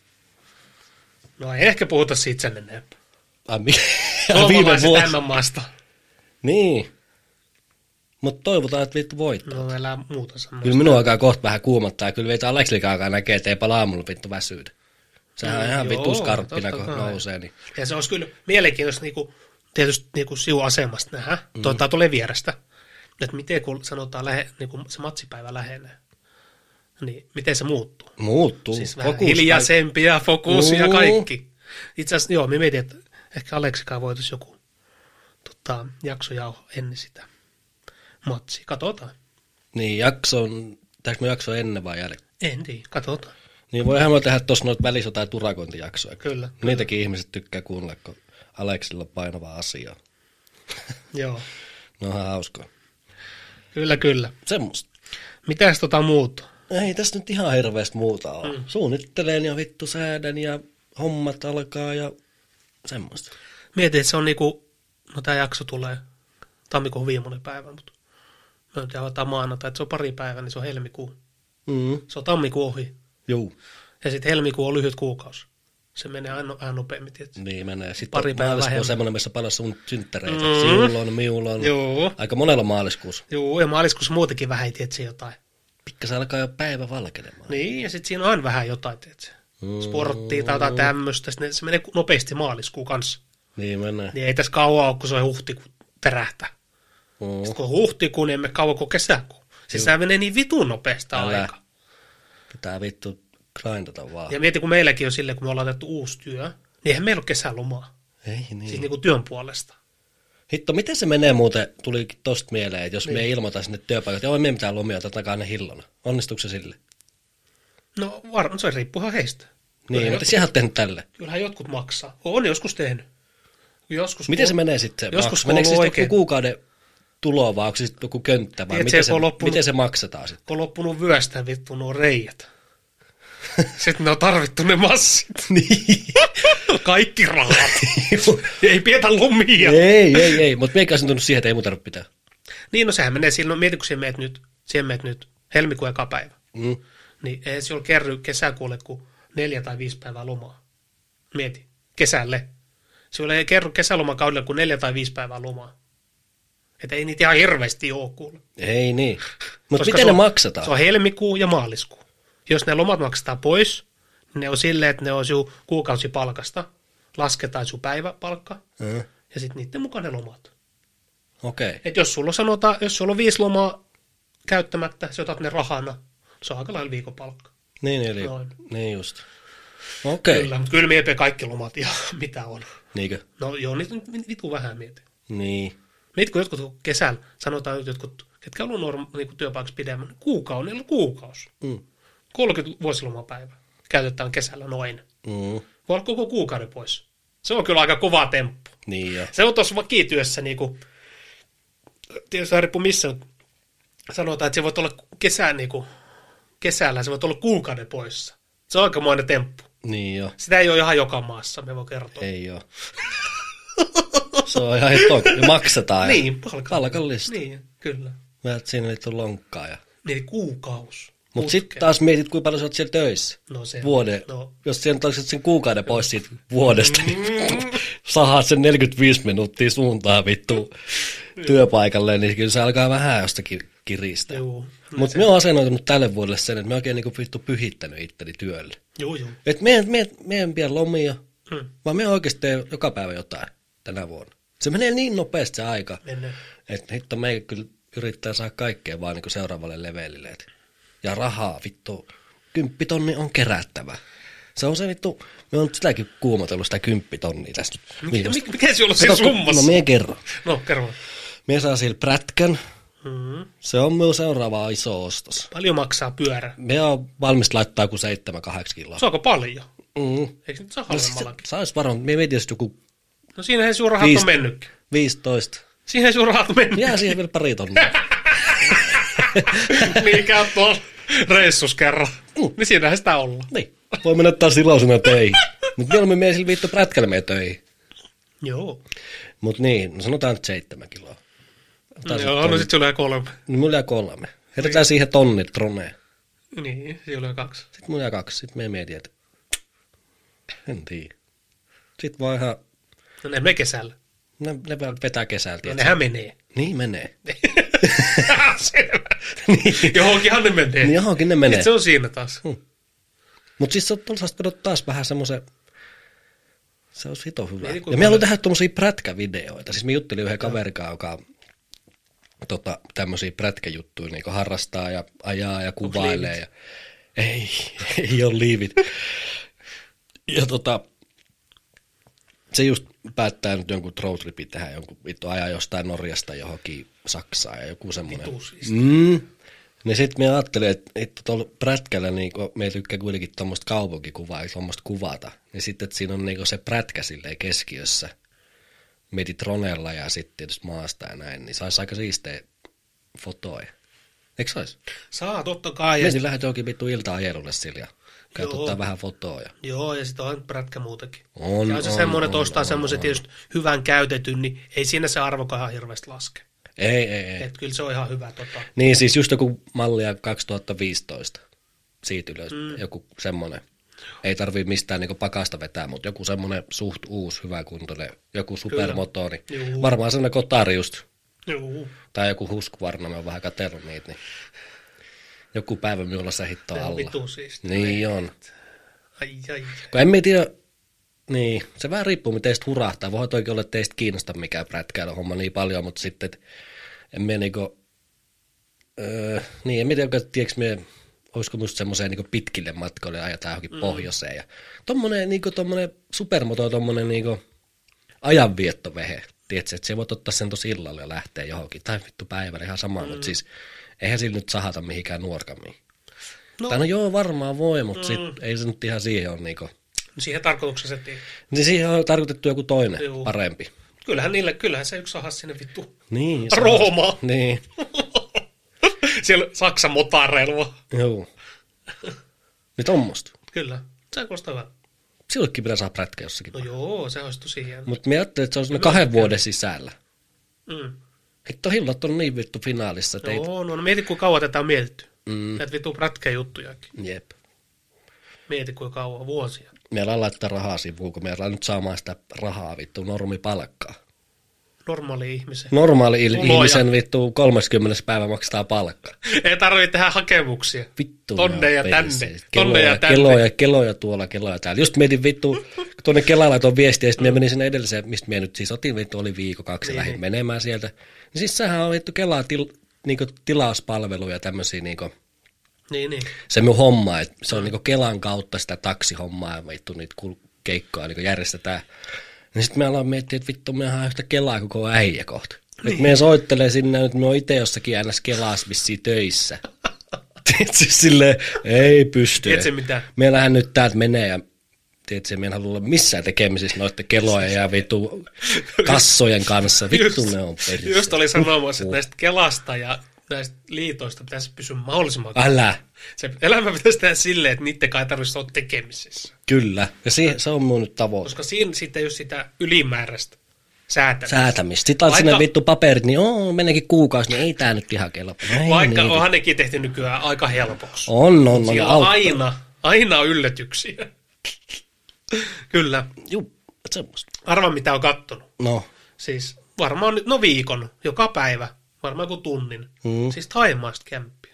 Speaker 1: No ei ehkä puhuta siitä sen enempää.
Speaker 2: Ai, mi- (laughs) viime
Speaker 1: Suomalaiset
Speaker 2: vuosi.
Speaker 1: MMAsta.
Speaker 2: Niin. Mutta toivotaan, että vittu voittaa.
Speaker 1: No älä muuta sanoa.
Speaker 2: Kyllä minun alkaa kohta vähän kuumottaa. ja Kyllä vittu Aleksilikaan alkaa näkee, että eipä aamulla vittu väsyytä. Sehän on
Speaker 1: Mm,
Speaker 2: ihan
Speaker 1: joo,
Speaker 2: vittu skarppina,
Speaker 1: totta
Speaker 2: kun
Speaker 1: kai.
Speaker 2: nousee. Niin.
Speaker 1: Ja se olisi kyllä mielenkiintoista niinku, tietysti niinku sivuasemasta nähdä, mm. tuota, tulee vierestä, että miten kun sanotaan lähe, niinku, se matsipäivä lähenee, niin miten se muuttuu.
Speaker 2: Muuttuu.
Speaker 1: Siis vähän fokus, Mm. hiljaisempi ja fokus ja
Speaker 2: Juu.
Speaker 1: kaikki. Itse asiassa joo, me mietin, että ehkä Aleksikaan voitaisiin joku tota, jakso jauho ennen sitä matsia. Katsotaan.
Speaker 2: Niin, jakso on... Tehdäänkö me jakso ennen vai jälkeen?
Speaker 1: En tiedä, katsotaan.
Speaker 2: Niin voihan me tehdä tuossa noita välissä tai turakointijaksoja.
Speaker 1: Kyllä.
Speaker 2: Niitäkin ihmiset tykkää kuunnella, kun Aleksilla on painavaa asiaa.
Speaker 1: Joo,
Speaker 2: Ne on ihan hauskaa.
Speaker 1: kyllä kyllä.
Speaker 2: Semmosta.
Speaker 1: Mitäs tota muuta?
Speaker 2: Ei tässä nyt ihan hirveästi muuta ole. Mm. Suunnittelen ja vittu säädän ja hommat alkaa ja semmoista.
Speaker 1: Mietin, että se on niinku, no tämä jakso tulee tammikuun viimeinen päivä, mutta me nyt avataan maanantai, että se on pari päivää, niin se on helmikuu.
Speaker 2: Mm.
Speaker 1: Se on tammikuu ohi.
Speaker 2: Juu.
Speaker 1: Ja sitten helmikuu on lyhyt kuukausi. Se menee aina, aina nopeammin, tietysti.
Speaker 2: Niin menee. Sitten
Speaker 1: Pari
Speaker 2: Pari
Speaker 1: päivää
Speaker 2: maaliskuu
Speaker 1: vähemmän.
Speaker 2: on semmoinen, missä on paljon sun synttäreitä.
Speaker 1: Mm.
Speaker 2: Mm. Siulon, miulon.
Speaker 1: Joo.
Speaker 2: Aika monella maaliskuussa.
Speaker 1: Joo, ja maaliskuussa muutenkin vähän ei tiedä jotain.
Speaker 2: Pikkasen alkaa jo päivä valkenemaan.
Speaker 1: Niin, ja sitten siinä on aina vähän jotain, tiedätkö? Niin,
Speaker 2: Mm.
Speaker 1: Sporttia tai jotain tämmöistä. Sitten se menee ku- nopeasti maaliskuun kanssa.
Speaker 2: Niin menee.
Speaker 1: Niin ei tässä kauan ole, kun se on huhtikuun perähtä.
Speaker 2: Mm.
Speaker 1: Sitten kun on huhtikuun, niin emme kauan kuin kesäkuun. Siis sehän menee niin vitun nopeasta
Speaker 2: Älä.
Speaker 1: aika.
Speaker 2: Pitää vittu grindata vaan.
Speaker 1: Ja mieti, kun meilläkin on silleen, kun me ollaan otettu uusi työ, niin eihän meillä ole kesälomaa.
Speaker 2: Ei niin.
Speaker 1: Siis niin kuin työn puolesta.
Speaker 2: Hitto, miten se menee muuten, tuli tosta mieleen, että jos niin. me ei ilmoita sinne työpaikalle, että joo, meidän pitää lomia, että ottakaa ne hillona. Onnistuuko se sille?
Speaker 1: No varmaan se riippuuhan heistä.
Speaker 2: Niin, mutta sinä oot tehnyt tälle.
Speaker 1: Kyllähän jotkut maksaa. On joskus tehnyt. Joskus
Speaker 2: Miten
Speaker 1: kun-
Speaker 2: se menee sitten?
Speaker 1: Joskus
Speaker 2: meneekö
Speaker 1: kuuluu
Speaker 2: siis
Speaker 1: oikein. Niin,
Speaker 2: joku kuukauden tulo vai onko se sitten joku könttä vai
Speaker 1: Tiedätkö,
Speaker 2: miten se,
Speaker 1: kun on loppunut-
Speaker 2: miten se
Speaker 1: (laughs)
Speaker 2: maksetaan sitten?
Speaker 1: Kun on loppunut vyöstä niin vittu nuo reijät. Sitten ne on tarvittu ne massit.
Speaker 2: Niin.
Speaker 1: Kaikki rahat. ei pidetä lomia.
Speaker 2: ei, ei, ei, mutta meikä asentunut siihen, että ei mun tarvitse pitää.
Speaker 1: Niin, no sehän menee silloin, mieti kun siihen meet nyt, siihen meet nyt helmikuun eka päivä.
Speaker 2: Mm.
Speaker 1: Niin ei se ole kerry kesäkuulle kuin neljä tai viisi päivää lomaa. Mieti, kesälle. Se ei kerry kesälomakaudelle kuin neljä tai viisi päivää lomaa. Että ei niitä ihan hirveästi ole kuule.
Speaker 2: Ei niin. Mutta
Speaker 1: Koska
Speaker 2: miten
Speaker 1: se
Speaker 2: ne
Speaker 1: on-
Speaker 2: maksataan?
Speaker 1: Se on helmikuu ja maaliskuu. Jos ne lomat maksetaan pois, niin ne on silleen, että ne on sinun kuukausipalkasta, lasketaan sinun päiväpalkka
Speaker 2: Mm.
Speaker 1: ja sitten niiden mukaan ne lomat.
Speaker 2: Okei. Okay.
Speaker 1: Et jos sulla on sanotaan, jos sulla on viisi lomaa käyttämättä, sä otat ne rahana, se on aika lailla viikonpalkka.
Speaker 2: Niin, eli,
Speaker 1: Noin.
Speaker 2: niin just. Okei. Okay.
Speaker 1: Kyllä, mutta kyllä miepä kaikki lomat ja (laughs) mitä on.
Speaker 2: Niinkö?
Speaker 1: No joo, niitä nyt vitu vähän mietin.
Speaker 2: Niin.
Speaker 1: Mietitkö jotkut kun kesällä, sanotaan nyt jotkut, ketkä on ollut norm- niin työpaikassa pidemmän, kuukauden, niillä on kuukausi.
Speaker 2: Mm.
Speaker 1: 30 vuosilomapäivää käytetään kesällä noin.
Speaker 2: Mm.
Speaker 1: Voi olla koko kuukauden pois. Se on kyllä aika kova temppu.
Speaker 2: Niin jo.
Speaker 1: Se on tuossa vakityössä niinku, tietysti vähän riippuu missä, mut sanotaan, että se voi olla kesän niinku, kesällä, se voi olla kuukauden poissa. Se on aikamoinen temppu.
Speaker 2: Niin joo,
Speaker 1: Sitä ei ole ihan joka maassa, me voi kertoa.
Speaker 2: ei joo. (laughs) Se on ihan hetto, ja maksetaan.
Speaker 1: Niin,
Speaker 2: ja
Speaker 1: palkalla.
Speaker 2: palkallista. Niin.
Speaker 1: Niin, kyllä.
Speaker 2: Mä et siinä vittu lonkkaa. Ja...
Speaker 1: Niin, kuukaus.
Speaker 2: Mutta sitten taas mietit, kuinka paljon sä oot siellä töissä.
Speaker 1: No se-
Speaker 2: Vuoden.
Speaker 1: no.
Speaker 2: Jos siellä taisit sen kuukauden pois siitä vuodesta,
Speaker 1: (laughs)
Speaker 2: niin sahaat sen 45 minuuttia suuntaan vittu työpaikalle, niin kyllä se alkaa vähän jostakin kiristää.
Speaker 1: Joo.
Speaker 2: Mutta me oon asennoitunut tälle vuodelle sen, että me oikein niinku vittu pyhittänyt itteni työlle.
Speaker 1: Joo, joo.
Speaker 2: Et me, en- me, en- me en pidä lomia,
Speaker 1: Hmm.
Speaker 2: vaan me oikeasti teen joka päivä jotain tänä vuonna. Se menee niin nopeasti se aika,
Speaker 1: Mennään.
Speaker 2: että hitto me kyllä yrittää saada kaikkea vaan niinku seuraavalle levelille. Et. Ja rahaa, vittu, kymppitonni on kerättävä. Se on se vittu, me on sitäkin kuumotellut sitä kymppitonnia tässä nyt.
Speaker 1: Mikä,
Speaker 2: viikosta.
Speaker 1: mikä, mikä se on siinä
Speaker 2: Kato, kun-
Speaker 1: summassa?
Speaker 2: No me kerron.
Speaker 1: No, kerro.
Speaker 2: Me saa sillä prätkän,
Speaker 1: Mm.
Speaker 2: se on minun seuraava iso ostos.
Speaker 1: Paljon maksaa pyörä?
Speaker 2: Me on valmis laittaa kuin 7-8 kiloa.
Speaker 1: Se onko paljon?
Speaker 2: Mm.
Speaker 1: Eikö nyt saa
Speaker 2: No, siis se,
Speaker 1: halvemmallakin?
Speaker 2: saisi varmaan, me mietin, jos joku
Speaker 1: No siinähän sun rahat on
Speaker 2: Viisi-
Speaker 1: mennytkin.
Speaker 2: 15.
Speaker 1: Siinähän sun rahat on mennyt. (laughs)
Speaker 2: Jää siihen vielä pari tonnia.
Speaker 1: Mikä on Niin tuolla reissus kerran.
Speaker 2: Uh.
Speaker 1: Niin siinähän sitä olla.
Speaker 2: niin. Voi mennä taas iloisena töihin. Mutta mieluummin mie sillä viitto prätkällä mie töihin.
Speaker 1: Joo.
Speaker 2: Mut niin, no sanotaan nyt seitsemän kiloa. Otetaan
Speaker 1: Joo, no sit Niin. se oli kolme.
Speaker 2: Niin mulla jää kolme. Herätään siihen tonni troneen.
Speaker 1: Niin, se oli kaksi.
Speaker 2: Sitten mulla jää kaksi. Sitten me mietin, että en tiedä. Sitten vaan ihan,
Speaker 1: No ne menee kesällä.
Speaker 2: ne, ne vaan vetää kesällä.
Speaker 1: Ja
Speaker 2: tiedätkö?
Speaker 1: nehän
Speaker 2: (laughs)
Speaker 1: menee. Ah,
Speaker 2: Niin menee.
Speaker 1: Selvä. Johonkinhan ne menee.
Speaker 2: Niin johonkin ne menee.
Speaker 1: Sitten se on siinä taas.
Speaker 2: Mutta siis se on tuollaista vedot taas vähän semmoisen, se on hito hyvä.
Speaker 1: Niin,
Speaker 2: Niin,
Speaker 1: kun
Speaker 2: ja me haluan tehdä tuommoisia prätkävideoita. Siis me juttelin yhden kaverin kanssa, joka tota, tämmöisiä prätkäjuttuja niin harrastaa ja ajaa ja kuvailee. Ja... Ei, (laughs) ei ole liivit. ja tota, se just päättää nyt jonkun roadtripin tehdä, jonkun vittu ajaa jostain Norjasta johonkin Saksaan ja joku semmoinen.
Speaker 1: Vitu siis.
Speaker 2: Mm. Niin sitten minä ajattelin, että, että tuolla prätkällä niin me tykkää kuitenkin tuommoista kaupunkikuvaa, eli tuommoista kuvata. Niin sitten, että siinä on niin se prätkä silleen keskiössä. Mietit dronella ja sitten tietysti maasta ja näin, niin saisi aika siistejä fotoja. Eikö saisi?
Speaker 1: Saa, totta kai. Ja
Speaker 2: Mietin lähdet johonkin vittu ilta-ajelulle sillä ja käyt
Speaker 1: Joo.
Speaker 2: ottaa vähän fotoja.
Speaker 1: Joo, ja sitten on prätkä muutakin.
Speaker 2: On,
Speaker 1: ja on se
Speaker 2: on,
Speaker 1: semmoinen, että
Speaker 2: on,
Speaker 1: ostaa
Speaker 2: on,
Speaker 1: semmoisen
Speaker 2: on.
Speaker 1: tietysti hyvän käytetyn, niin ei siinä se arvokaan ihan hirveästi laske.
Speaker 2: Ei, ei, ei.
Speaker 1: Et kyllä se on ihan hyvä. Tota.
Speaker 2: Niin siis just joku mallia 2015, siitä ylös, mm. joku semmoinen. Ei tarvii mistään niinku pakasta vetää, mutta joku semmoinen suht uusi, hyväkuntoinen, joku supermotori.
Speaker 1: Juu.
Speaker 2: Varmaan semmoinen kotari just,
Speaker 1: Joo,
Speaker 2: tai joku huskvarna, mä oon vähän katsellut niitä, niin joku päivä minulla se hitto
Speaker 1: ne on
Speaker 2: alla.
Speaker 1: vitu siis.
Speaker 2: Niin on.
Speaker 1: Ai, ai.
Speaker 2: Kun en mä tiedä, niin, se vähän riippuu, miten teistä hurahtaa. Voi toki olla, että teistä kiinnosta mikään prätkäillä homma niin paljon, mutta sitten, et en mä niinku, öö, niin, en mä tiedä, tiedätkö mie, olisiko musta semmoiseen niinku pitkille matkoille ajetaan johonkin mm. pohjoiseen. Ja tommonen, niinku, tommonen supermoto, tommonen niinku ajanviettovehe, tiedätkö, että sä voit ottaa sen tosi illalla ja lähteä johonkin, tai vittu päivällä ihan sama, mm. mutta siis eihän sillä nyt sahata mihinkään nuorkamiin.
Speaker 1: No.
Speaker 2: No. Tai no joo, varmaan voi, mutta mm. sit, ei se nyt ihan siihen ole niinku,
Speaker 1: Siihen tarkoituksessa, että
Speaker 2: niin siihen on tarkoitettu joku toinen,
Speaker 1: Juu.
Speaker 2: Juu. parempi.
Speaker 1: kyllähän, niille, kyllähän se yksi sahas sinne vittu.
Speaker 2: Niin.
Speaker 1: Rooma.
Speaker 2: Niin,
Speaker 1: (laughs) Siellä Saksan motareilla.
Speaker 2: juu. Niin tommosta.
Speaker 1: Kyllä, se kuulostaa hyvä.
Speaker 2: Silloinkin pitää saa prätkä jossakin.
Speaker 1: No joo, se olisi tosi hieno.
Speaker 2: Mutta me ajattelin, että se on semmoinen kahden vuoden sisällä.
Speaker 1: Mm.
Speaker 2: Hitto hillat on niin vittu finaalissa, että ei...
Speaker 1: Joo, no, no mieti kuinka kauan tätä on mietitty. Mm.
Speaker 2: Mm.
Speaker 1: Näitä vittu prätkäjuttujakin.
Speaker 2: Jep.
Speaker 1: Mieti kuinka kauan, vuosia.
Speaker 2: Me ollaan laittaa rahaa sivuun, kun me ollaan nyt saamaan sitä rahaa vittu normipalkkaa.
Speaker 1: Normaali ihmisen. (laughs)
Speaker 2: Normaali il-
Speaker 1: Tuloja.
Speaker 2: ihmisen vittu 30. päivä maksaa palkka.
Speaker 1: Ei tarvitse tehdä hakemuksia.
Speaker 2: Vittu.
Speaker 1: Tonne ja
Speaker 2: joo,
Speaker 1: tänne,
Speaker 2: perseet.
Speaker 1: tonne
Speaker 2: Keloja,
Speaker 1: ja tänne.
Speaker 2: Keloja, keloja tuolla, keloja täällä. Just mietin vittu tuonne Kelalle tuon viesti, ja sitten minä menin sinne edelliseen, mistä minä nyt siis otin vittu, oli viikko kaksi niin.
Speaker 1: Niin,
Speaker 2: lähdin menemään sieltä. Niin siis sehän on vittu Kelaa til, niinku, tilauspalveluja tämmöisiä niinku,
Speaker 1: Niin, niin.
Speaker 2: se minun homma, että se on niinku Kelan kautta sitä taksihommaa ja vittu niitä kul- keikkoja niinku järjestetään. Niin sitten me aloin miettiä, että vittu, me on yhtä Kelaa koko äijä kohta.
Speaker 1: Niin.
Speaker 2: Nyt me soittelee sinne, että me on itse jossakin ns. Kelaas vissiin
Speaker 1: (laughs)
Speaker 2: töissä. Tiedätkö, silleen, ei pysty.
Speaker 1: Tiedätkö mitä?
Speaker 2: Me lähden nyt täältä menee ja tiedätkö, me en halua olla missään tekemisissä noiden kelojen
Speaker 1: (laughs)
Speaker 2: ja vittu kassojen kanssa. Vittu ne on
Speaker 1: Just
Speaker 2: perissä.
Speaker 1: oli sanomassa, että näistä Kelasta ja näistä liitoista pitäisi pysyä mahdollisimman
Speaker 2: Älä.
Speaker 1: Se elämä pitäisi tehdä silleen, että niiden kai tarvitsisi olla tekemisissä.
Speaker 2: Kyllä. Ja si- se on mun nyt tavoite.
Speaker 1: Koska siinä sitten ei ole sitä ylimääräistä säätämistä.
Speaker 2: Säätämistä. Sitten olet
Speaker 1: Vaikka-
Speaker 2: sinne vittu paperit, niin oo, meneekin kuukausi, niin ei tää nyt ihan kelpaa. Ei
Speaker 1: Vaikka
Speaker 2: niin.
Speaker 1: onhan nekin tehty nykyään aika helpoksi.
Speaker 2: On, on, on.
Speaker 1: Siellä on
Speaker 2: auttaa.
Speaker 1: aina, aina on yllätyksiä. Kyllä.
Speaker 2: Juu, et semmoista.
Speaker 1: Arva mitä on kattonut.
Speaker 2: No,
Speaker 1: Siis varmaan nyt, no viikon, joka päivä, varmaan joku tunnin.
Speaker 2: Mm.
Speaker 1: Siis taimaista kämppiä.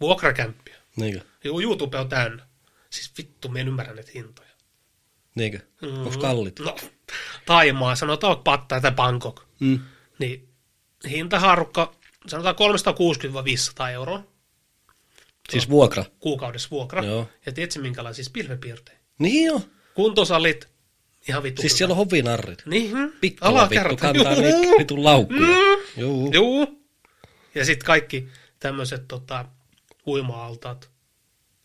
Speaker 1: Vuokrakämppiä.
Speaker 2: niinkö,
Speaker 1: Joo, YouTube on täynnä. Siis vittu, me en ymmärrä näitä hintoja.
Speaker 2: niinkö. Onks kallit?
Speaker 1: No, Taimaa, sanotaan Pattaya tai Bangkok.
Speaker 2: Mm.
Speaker 1: Niin hintahaarukka, sanotaan 360-500 euroa
Speaker 2: Siis vuokra.
Speaker 1: kuukaudessa vuokra.
Speaker 2: Joo.
Speaker 1: Ja tiedätkö minkälaisia siis pilvepiirtejä?
Speaker 2: Niin joo.
Speaker 1: Kuntosalit, ihan vittu.
Speaker 2: Siis
Speaker 1: hyvä.
Speaker 2: siellä on hovinarrit.
Speaker 1: Niin, hmm.
Speaker 2: Pikkula vittu
Speaker 1: alakerta.
Speaker 2: kantaa
Speaker 1: Juu. Mm.
Speaker 2: niitä vitun laukkuja. Juu.
Speaker 1: Juu. Ja sitten kaikki tämmöiset tota, huima-altaat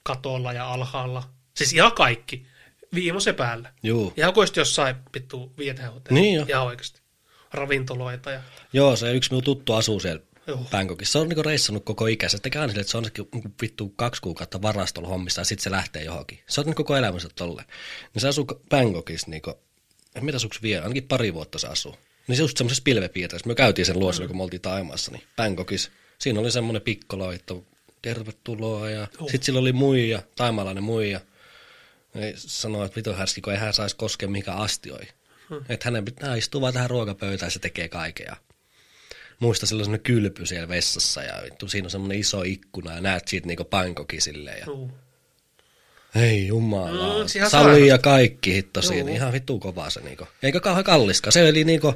Speaker 1: katolla ja alhaalla. Siis ihan kaikki. Viimeisen päällä.
Speaker 2: Juu.
Speaker 1: Ihan kuin olisi jossain vittu vietehotelli.
Speaker 2: Niin jo.
Speaker 1: Ihan oikeasti. Ravintoloita ja...
Speaker 2: Joo, se yksi minun tuttu asuu siellä
Speaker 1: Joo.
Speaker 2: Bangkokissa. Se on niinku reissannut koko ikänsä. Se Tekee aina sille, että se on sekin niinku vittu kaksi kuukautta varastolla hommissa ja sitten se lähtee johonkin. Se on nyt koko elämänsä tolle. Niin se asuu Bangkokissa niinku, en mitä suksi vielä, ainakin pari vuotta se asuu. Niin se just semmoisessa pilvepiirteessä. Me käytiin sen luossa, mm. kun me oltiin Taimaassa, niin Bangkokissa. Siinä oli semmoinen pikkola, että tervetuloa ja sitten sillä oli muija, taimalainen muija. Ei sanoi, että vitun härski, kun ei hän saisi koskea mihinkään astioihin. Hmm. Että hänen pitää istua vaan tähän ruokapöytään ja se tekee kaiken. Ja muista sillä on semmoinen kylpy siellä vessassa ja vittu, siinä on semmoinen iso ikkuna ja näet siitä niinku Bangkokin silleen. Ja...
Speaker 1: Juu.
Speaker 2: Hei jumala,
Speaker 1: Mm, se ihan
Speaker 2: mm, sali ja
Speaker 1: sairasta.
Speaker 2: kaikki hitto siinä,
Speaker 1: Juu.
Speaker 2: ihan vittu kovaa se niinku. Eikä kauhean kalliska, se oli niinku